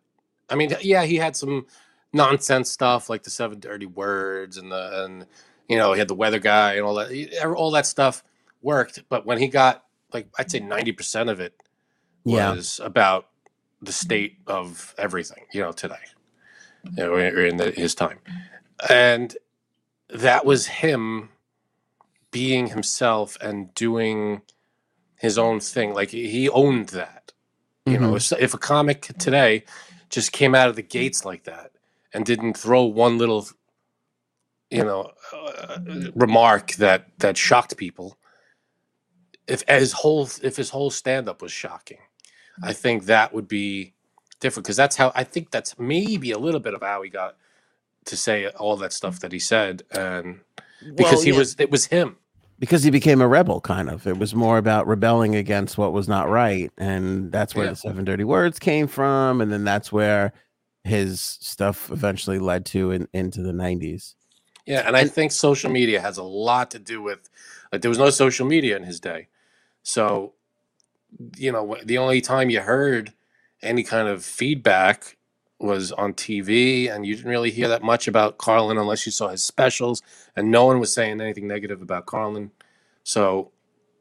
Speaker 2: I mean, yeah, he had some nonsense stuff like the seven dirty words and the and you know he had the weather guy and all that. He- ev- all that stuff worked, but when he got like I'd say ninety percent of it
Speaker 1: Yeah.
Speaker 2: was about the state of everything. You know, today you know, or in the, his time, and that was him being himself and doing his own thing. Like he he owned that. You
Speaker 1: Mm-hmm.
Speaker 2: know, if, if a comic today just came out of the gates like that and didn't throw one little, you know, uh, remark that that shocked people, if his whole if his whole stand up was shocking, I think that would be different because that's how I think that's maybe a little bit of how he got to say all that stuff that he said and because he was it was him
Speaker 1: because he became a rebel kind of it was more about rebelling against what was not right and that's where
Speaker 2: Yeah.
Speaker 1: the seven dirty words came from and then that's where his stuff eventually led to in, into the 90s
Speaker 2: Yeah, and I think social media has a lot to do with like there was no social media in his day. So, you know, wh- the only time you heard any kind of feedback was on TV and you didn't really hear that much about Carlin unless you saw his specials and no one was saying anything negative about Carlin. So,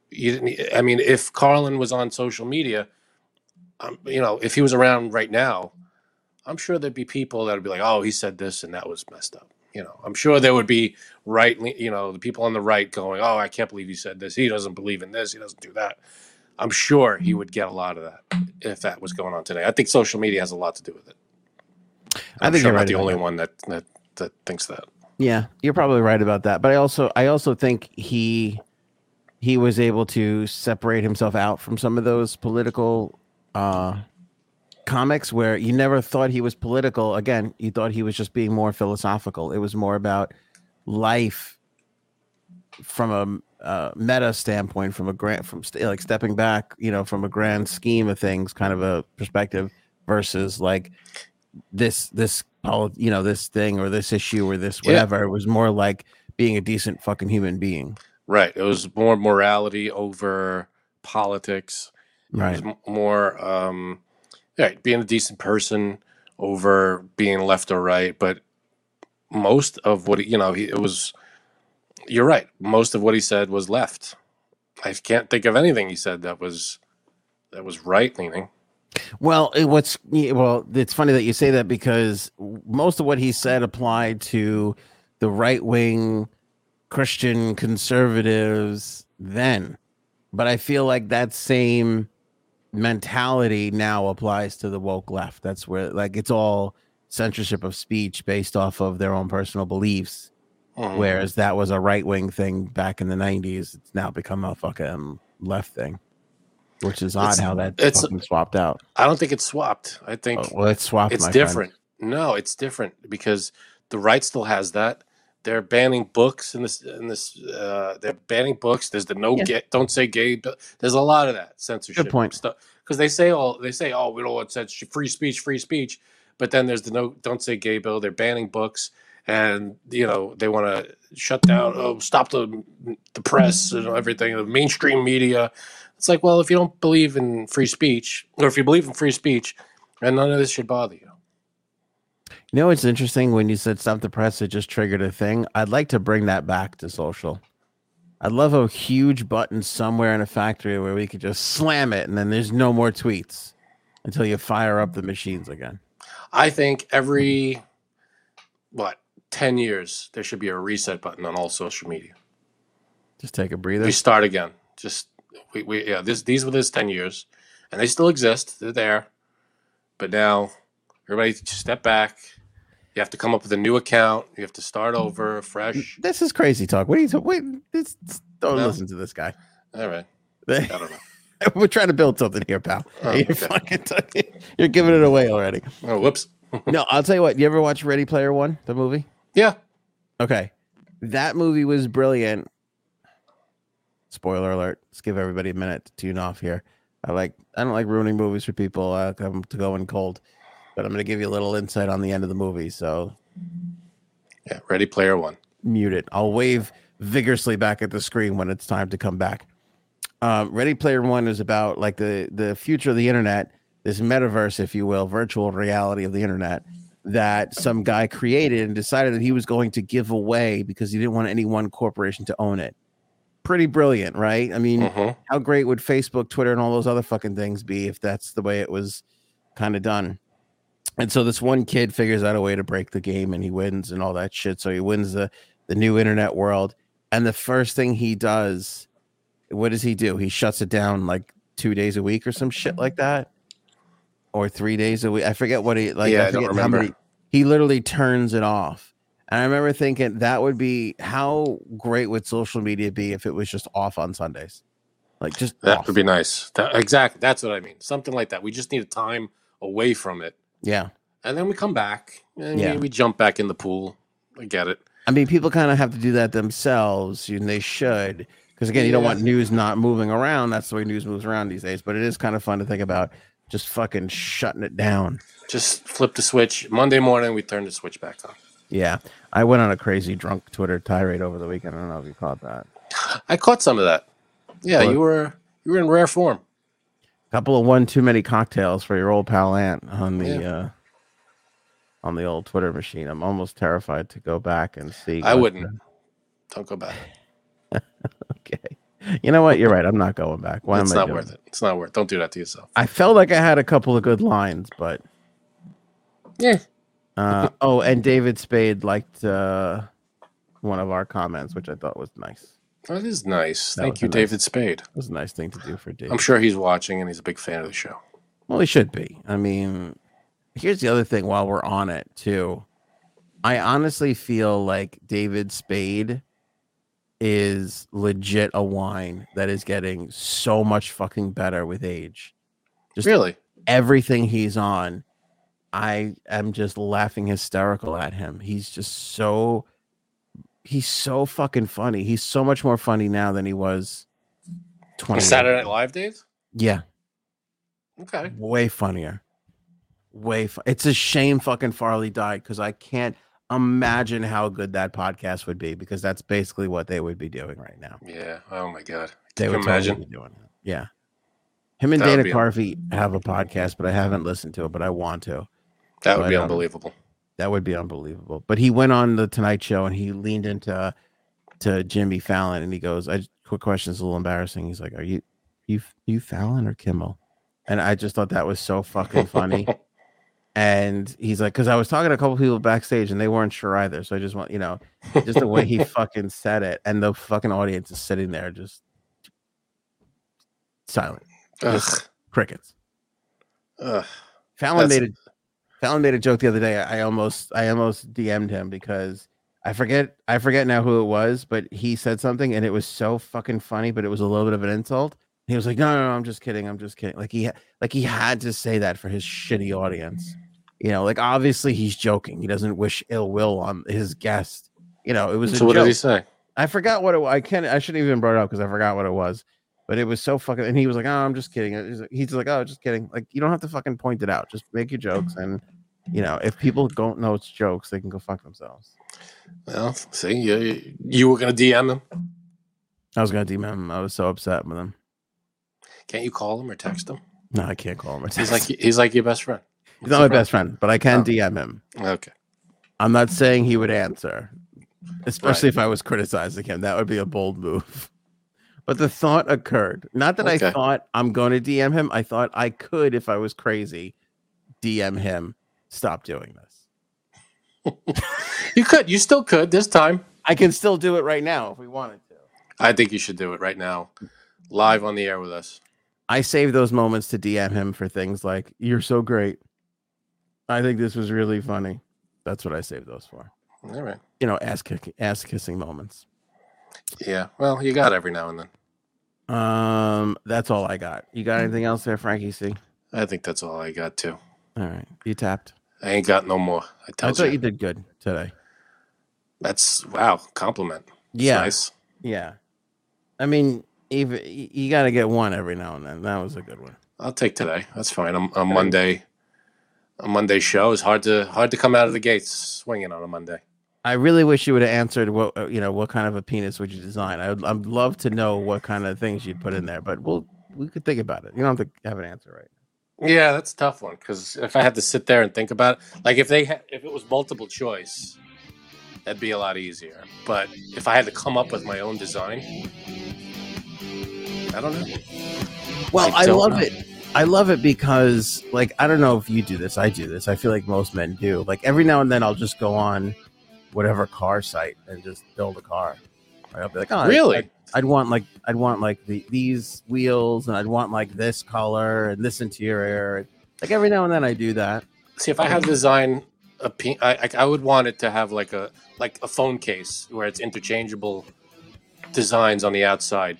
Speaker 2: you didn't I mean, if Carlin was on social media, um, you know, if he was around right now, I'm sure there'd be people that would be like, "Oh, he said this and that was messed up." You know, I'm sure there would be right, you know, the people on the right going, "Oh, I can't believe he said this. He doesn't believe in this. He doesn't do that." I'm sure he would get a lot of that if that was going on today. I think social media has a lot to do with it. I'm
Speaker 1: think you're
Speaker 2: sure I'm
Speaker 1: right
Speaker 2: not the
Speaker 1: about
Speaker 2: only
Speaker 1: that.
Speaker 2: one that, that that thinks that.
Speaker 1: Yeah, you're probably right about that. But I also I also think he he was able to separate himself out from some of those political uh comics where you never thought he was political. Again, you thought he was just being more philosophical. It was more about life from a uh, meta standpoint, from a grant, from st- like stepping back, you know, from a grand scheme of things, kind of a perspective versus like this this poli- you know this thing or this issue or this
Speaker 2: Yeah.
Speaker 1: whatever it was more like being a decent fucking human being
Speaker 2: Right. It was more morality over politics. It was
Speaker 1: right
Speaker 2: m- more um, yeah, being a decent person over being left or right. But most of what he, you know, he, it was. You're right. Most of what he said was left. I can't think of anything he said that was that was right leaning.
Speaker 1: well it, what's yeah, well it's funny that you say that because most of what he said applied to the right wing christian conservatives then but i feel like that same mentality now applies to the woke left that's where like it's all censorship of speech based off of their own personal beliefs
Speaker 2: Mm-hmm.
Speaker 1: Whereas that was a right wing thing back in the nineties, it's now become a fucking left thing, which is odd
Speaker 2: It's-
Speaker 1: how that
Speaker 2: it's-
Speaker 1: fucking swapped out.
Speaker 2: I don't think it's swapped. I think
Speaker 1: Oh, well, it's swapped.
Speaker 2: it's
Speaker 1: my friend.
Speaker 2: different. No, it's different because the right still has that. They're banning books in this in this. Uh, they're banning books. There's the no
Speaker 1: Yeah.
Speaker 2: gay, don't say gay. But there's a lot of that censorship
Speaker 1: point.
Speaker 2: stuff because they say all they say. Oh, we don't want censorship. Free speech, free speech. But then there's the no don't say gay bill. They're banning books, and you know they want to shut down. Oh, stop the the press and everything. The mainstream media. It's like, well, if you don't believe in free speech, or if you believe in free speech, and none of this should bother you.
Speaker 1: You know, it's interesting when you said stop the press. It just triggered a thing. I'd like to bring that back to social. I'd love a huge button somewhere in a factory where we could just slam it, and then there's no more tweets until you fire up the machines again.
Speaker 2: I think every what ten years there should be a reset button on all social media.
Speaker 1: Just take a
Speaker 2: We
Speaker 1: breather.
Speaker 2: start again. Just we, we yeah. This these were this ten years, and they still exist. They're there, but now everybody step back. You have to come up with a new account. You have to start over fresh.
Speaker 1: This is crazy talk. What are you? ta- wait, this, don't
Speaker 2: No.
Speaker 1: listen to this guy.
Speaker 2: All right, I don't know.
Speaker 1: We're trying to build something here, pal.
Speaker 2: Oh,
Speaker 1: you're,
Speaker 2: okay.
Speaker 1: fucking you're giving it away already.
Speaker 2: Oh, whoops.
Speaker 1: No, I'll tell you what. You ever watch Ready Player One, the movie?
Speaker 2: Yeah,
Speaker 1: Okay, that movie was brilliant. Spoiler alert! Let's give everybody a minute to tune off here. I like. I don't like ruining movies for people. I come to go in cold, but I'm going to give you a little insight on the end of the movie. So
Speaker 2: yeah. Ready Player One.
Speaker 1: mute it. I'll wave vigorously back at the screen when it's time to come back. Uh, Ready Player One is about like the the future of the internet, this metaverse, if you will, virtual reality of the internet that some guy created and decided that he was going to give away because he didn't want any one corporation to own it. Pretty brilliant, right? I mean,
Speaker 2: Mhm.
Speaker 1: how great would Facebook, Twitter, and all those other fucking things be if that's the way it was kind of done? And so this one kid figures out a way to break the game and he wins and all that shit. So he wins the the new internet world. And the first thing he does, what does he do? He shuts it down like two days a week or some shit like that, or three days a week. I forget what he like.
Speaker 2: Mm-hmm. Yeah, I
Speaker 1: I
Speaker 2: don't
Speaker 1: forget how
Speaker 2: remember.
Speaker 1: many. He literally turns it off. And I remember thinking that would be how great would social media be if it was just off on Sundays, like just
Speaker 2: That
Speaker 1: off.
Speaker 2: would be nice. That, exactly. That's what I mean. Something like that. We just need a time away from it.
Speaker 1: yeah.
Speaker 2: and then we come back and
Speaker 1: Yeah.
Speaker 2: we, we jump back in the pool. I get it.
Speaker 1: I mean, people kind of have to do that themselves, and they should, because again, you don't
Speaker 2: Yeah.
Speaker 1: want news not moving around. That's the way news moves around these days. But it is kind of fun to think about just fucking shutting it down.
Speaker 2: Just flip the switch. Monday morning, we turn the switch back on.
Speaker 1: Yeah, I went on a crazy drunk Twitter tirade over the weekend. I don't know if you caught that.
Speaker 2: I caught some of that. Yeah,
Speaker 1: What?
Speaker 2: you were you were in rare form.
Speaker 1: couple of one too many cocktails for your old pal Ant on the
Speaker 2: Yeah.
Speaker 1: uh, on the old Twitter machine. I'm almost terrified to go back and see.
Speaker 2: I
Speaker 1: what-
Speaker 2: wouldn't. Don't go back.
Speaker 1: Okay, you know what? You're right. I'm not going back. Why
Speaker 2: it's
Speaker 1: am I?
Speaker 2: not
Speaker 1: doing
Speaker 2: worth it. It's not worth. Don't do that to yourself.
Speaker 1: I felt like I had a couple of good lines, but
Speaker 2: Yeah.
Speaker 1: uh, oh, and David Spade liked uh, one of our comments, which I thought was nice. It
Speaker 2: That is nice.
Speaker 1: That
Speaker 2: Thank
Speaker 1: was
Speaker 2: you,
Speaker 1: nice.
Speaker 2: David Spade.
Speaker 1: was a nice thing to do for David.
Speaker 2: I'm sure he's watching and he's a big fan of the show.
Speaker 1: Well, he should be. I mean, Here's the other thing while we're on it, too. I honestly feel like David Spade is legit a wine that is getting so much fucking better with age. Just
Speaker 2: Really?
Speaker 1: everything he's on, I am just laughing hysterical at him. He's just so he's so fucking funny. He's so much more funny now than he was 20
Speaker 2: On
Speaker 1: years
Speaker 2: Saturday Night
Speaker 1: ago.
Speaker 2: Live days?
Speaker 1: Yeah,
Speaker 2: Okay.
Speaker 1: way funnier. Way fu- It's a shame fucking Farley died cuz I can't imagine how good that podcast would be because that's basically what they would be doing right now.
Speaker 2: Yeah. Oh my God.
Speaker 1: They
Speaker 2: Can
Speaker 1: would
Speaker 2: you imagine?
Speaker 1: totally be doing it. Yeah. Him and
Speaker 2: That would
Speaker 1: Dana
Speaker 2: be-
Speaker 1: Carvey have a podcast, but I haven't listened to it, but I want to.
Speaker 2: That would
Speaker 1: Right
Speaker 2: be
Speaker 1: on.
Speaker 2: unbelievable.
Speaker 1: That would be unbelievable. But he went on the Tonight Show and he leaned into uh, to Jimmy Fallon and he goes, "I quick question is a little embarrassing." He's like, "Are you you you Fallon or Kimmel?" And I just thought that was so fucking funny. and he's like, "Cause I was talking to a couple people backstage and they weren't sure either." So I just want you know, just the way he fucking said it, and the fucking audience is sitting there just silent,
Speaker 2: Ugh.
Speaker 1: crickets.
Speaker 2: Ugh.
Speaker 1: Fallon
Speaker 2: That's-
Speaker 1: made a Fallon made a joke the other day. I almost I almost DM'd him because I forget I forget now who it was, but he said something and it was so fucking funny, but it was a little bit of an insult. He was like, "No, no, no I'm just kidding. I'm just kidding." Like he ha- like he had to say that for his shitty audience. You know, like obviously he's joking. He doesn't wish ill will on his guest. You know, it was a
Speaker 2: So what
Speaker 1: joke.
Speaker 2: did he say?
Speaker 1: I forgot what it was. I can't. I shouldn't even brought it up because I forgot what it was. But it was so fucking. And he was like, "Oh, I'm just kidding." He's like- He's like, "Oh, just kidding." Like you don't have to fucking point it out. Just make your jokes, and you know if people don't know it's jokes, they can go fuck themselves.
Speaker 2: Well, see, you, you were going to DM him.
Speaker 1: I was gonna DM him. I was so upset with him.
Speaker 2: Can't you call him or text him?
Speaker 1: No, I can't call him. a
Speaker 2: He's like
Speaker 1: text.
Speaker 2: he's like your best friend.
Speaker 1: he's not my best friend, but I can
Speaker 2: Oh.
Speaker 1: DM him.
Speaker 2: Okay.
Speaker 1: I'm not saying he would answer, especially if I was criticizing him. That would be a bold move. But the thought occurred. Not that I
Speaker 2: Okay.
Speaker 1: thought I'm going to DM him. I thought I could, if I was crazy, DM him. Stop doing this.
Speaker 2: You could. You still could this time.
Speaker 1: I can still do it right now if we wanted to.
Speaker 2: I think you should do it right now, live on the air with us.
Speaker 1: I save those moments to DM him for things like, You're so great. I think this was really funny. That's what I save those for.
Speaker 2: All right.
Speaker 1: You know, ass, kick- ass kissing moments.
Speaker 2: Yeah. Well, you got every now and then.
Speaker 1: Um, That's all I got. You got anything else there, Frankie C?
Speaker 2: I think that's all I got too.
Speaker 1: All right. You tapped.
Speaker 2: I ain't got no more. I
Speaker 1: I
Speaker 2: tell
Speaker 1: thought
Speaker 2: you.
Speaker 1: you did good today.
Speaker 2: That's wow. Compliment. It's
Speaker 1: Yeah,
Speaker 2: Nice.
Speaker 1: yeah. I mean, even y- you got to get one every now and then. That was a good one.
Speaker 2: I'll take today. That's fine. I'm a Monday. A Monday show is hard to hard to come out of the gates swinging on a Monday.
Speaker 1: I really wish you would have answered what uh, you know. What kind of a penis would you design? I would, I'd love to know what kind of things you'd put in there. But we'll we could think about it. You don't have to have an answer right.
Speaker 2: Yeah, that's a tough one because if I had to sit there and think about it, like if they ha- if it was multiple choice, that'd be a lot easier. But if I had to come up with my own design, I don't know.
Speaker 1: Well,
Speaker 2: I
Speaker 1: I,
Speaker 2: don't
Speaker 1: love
Speaker 2: know.
Speaker 1: it. I love it because, like, I don't know if you do this. I do this. I feel like most men do. Like every now and then, I'll just go on whatever car site and just build a car. Right? I'll be like, oh, I-
Speaker 2: really?
Speaker 1: I'd want like I'd want like the these wheels and I'd want like this color and this interior. Like every now and then I do that.
Speaker 2: See, if I had to design a pe- I, I- I would want it to have like a like a phone case where it's interchangeable designs on the outside.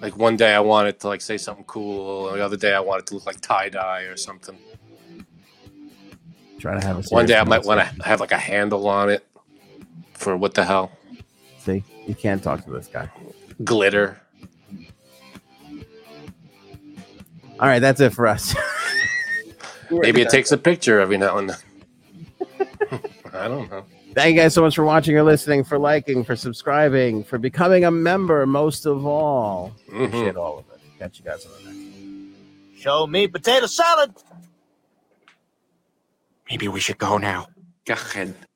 Speaker 2: Like one day I want it to like say something cool, and the other day I want it to look like tie dye or something.
Speaker 1: Try to have a
Speaker 2: One
Speaker 1: serious
Speaker 2: day I might want
Speaker 1: conversation.
Speaker 2: to have like a handle on it for what the hell
Speaker 1: See, you can't talk to this guy.
Speaker 2: glitter.
Speaker 1: All right, that's it for us.
Speaker 2: Maybe it takes a picture every now and then. I don't know.
Speaker 1: Thank you guys so much for watching or listening, for liking, for subscribing, for becoming a member. Most of all,
Speaker 2: Mhm.
Speaker 1: appreciate all of it. Catch you guys on the next.
Speaker 6: Show me potato salad.
Speaker 7: Maybe we should go now.
Speaker 5: Go ahead.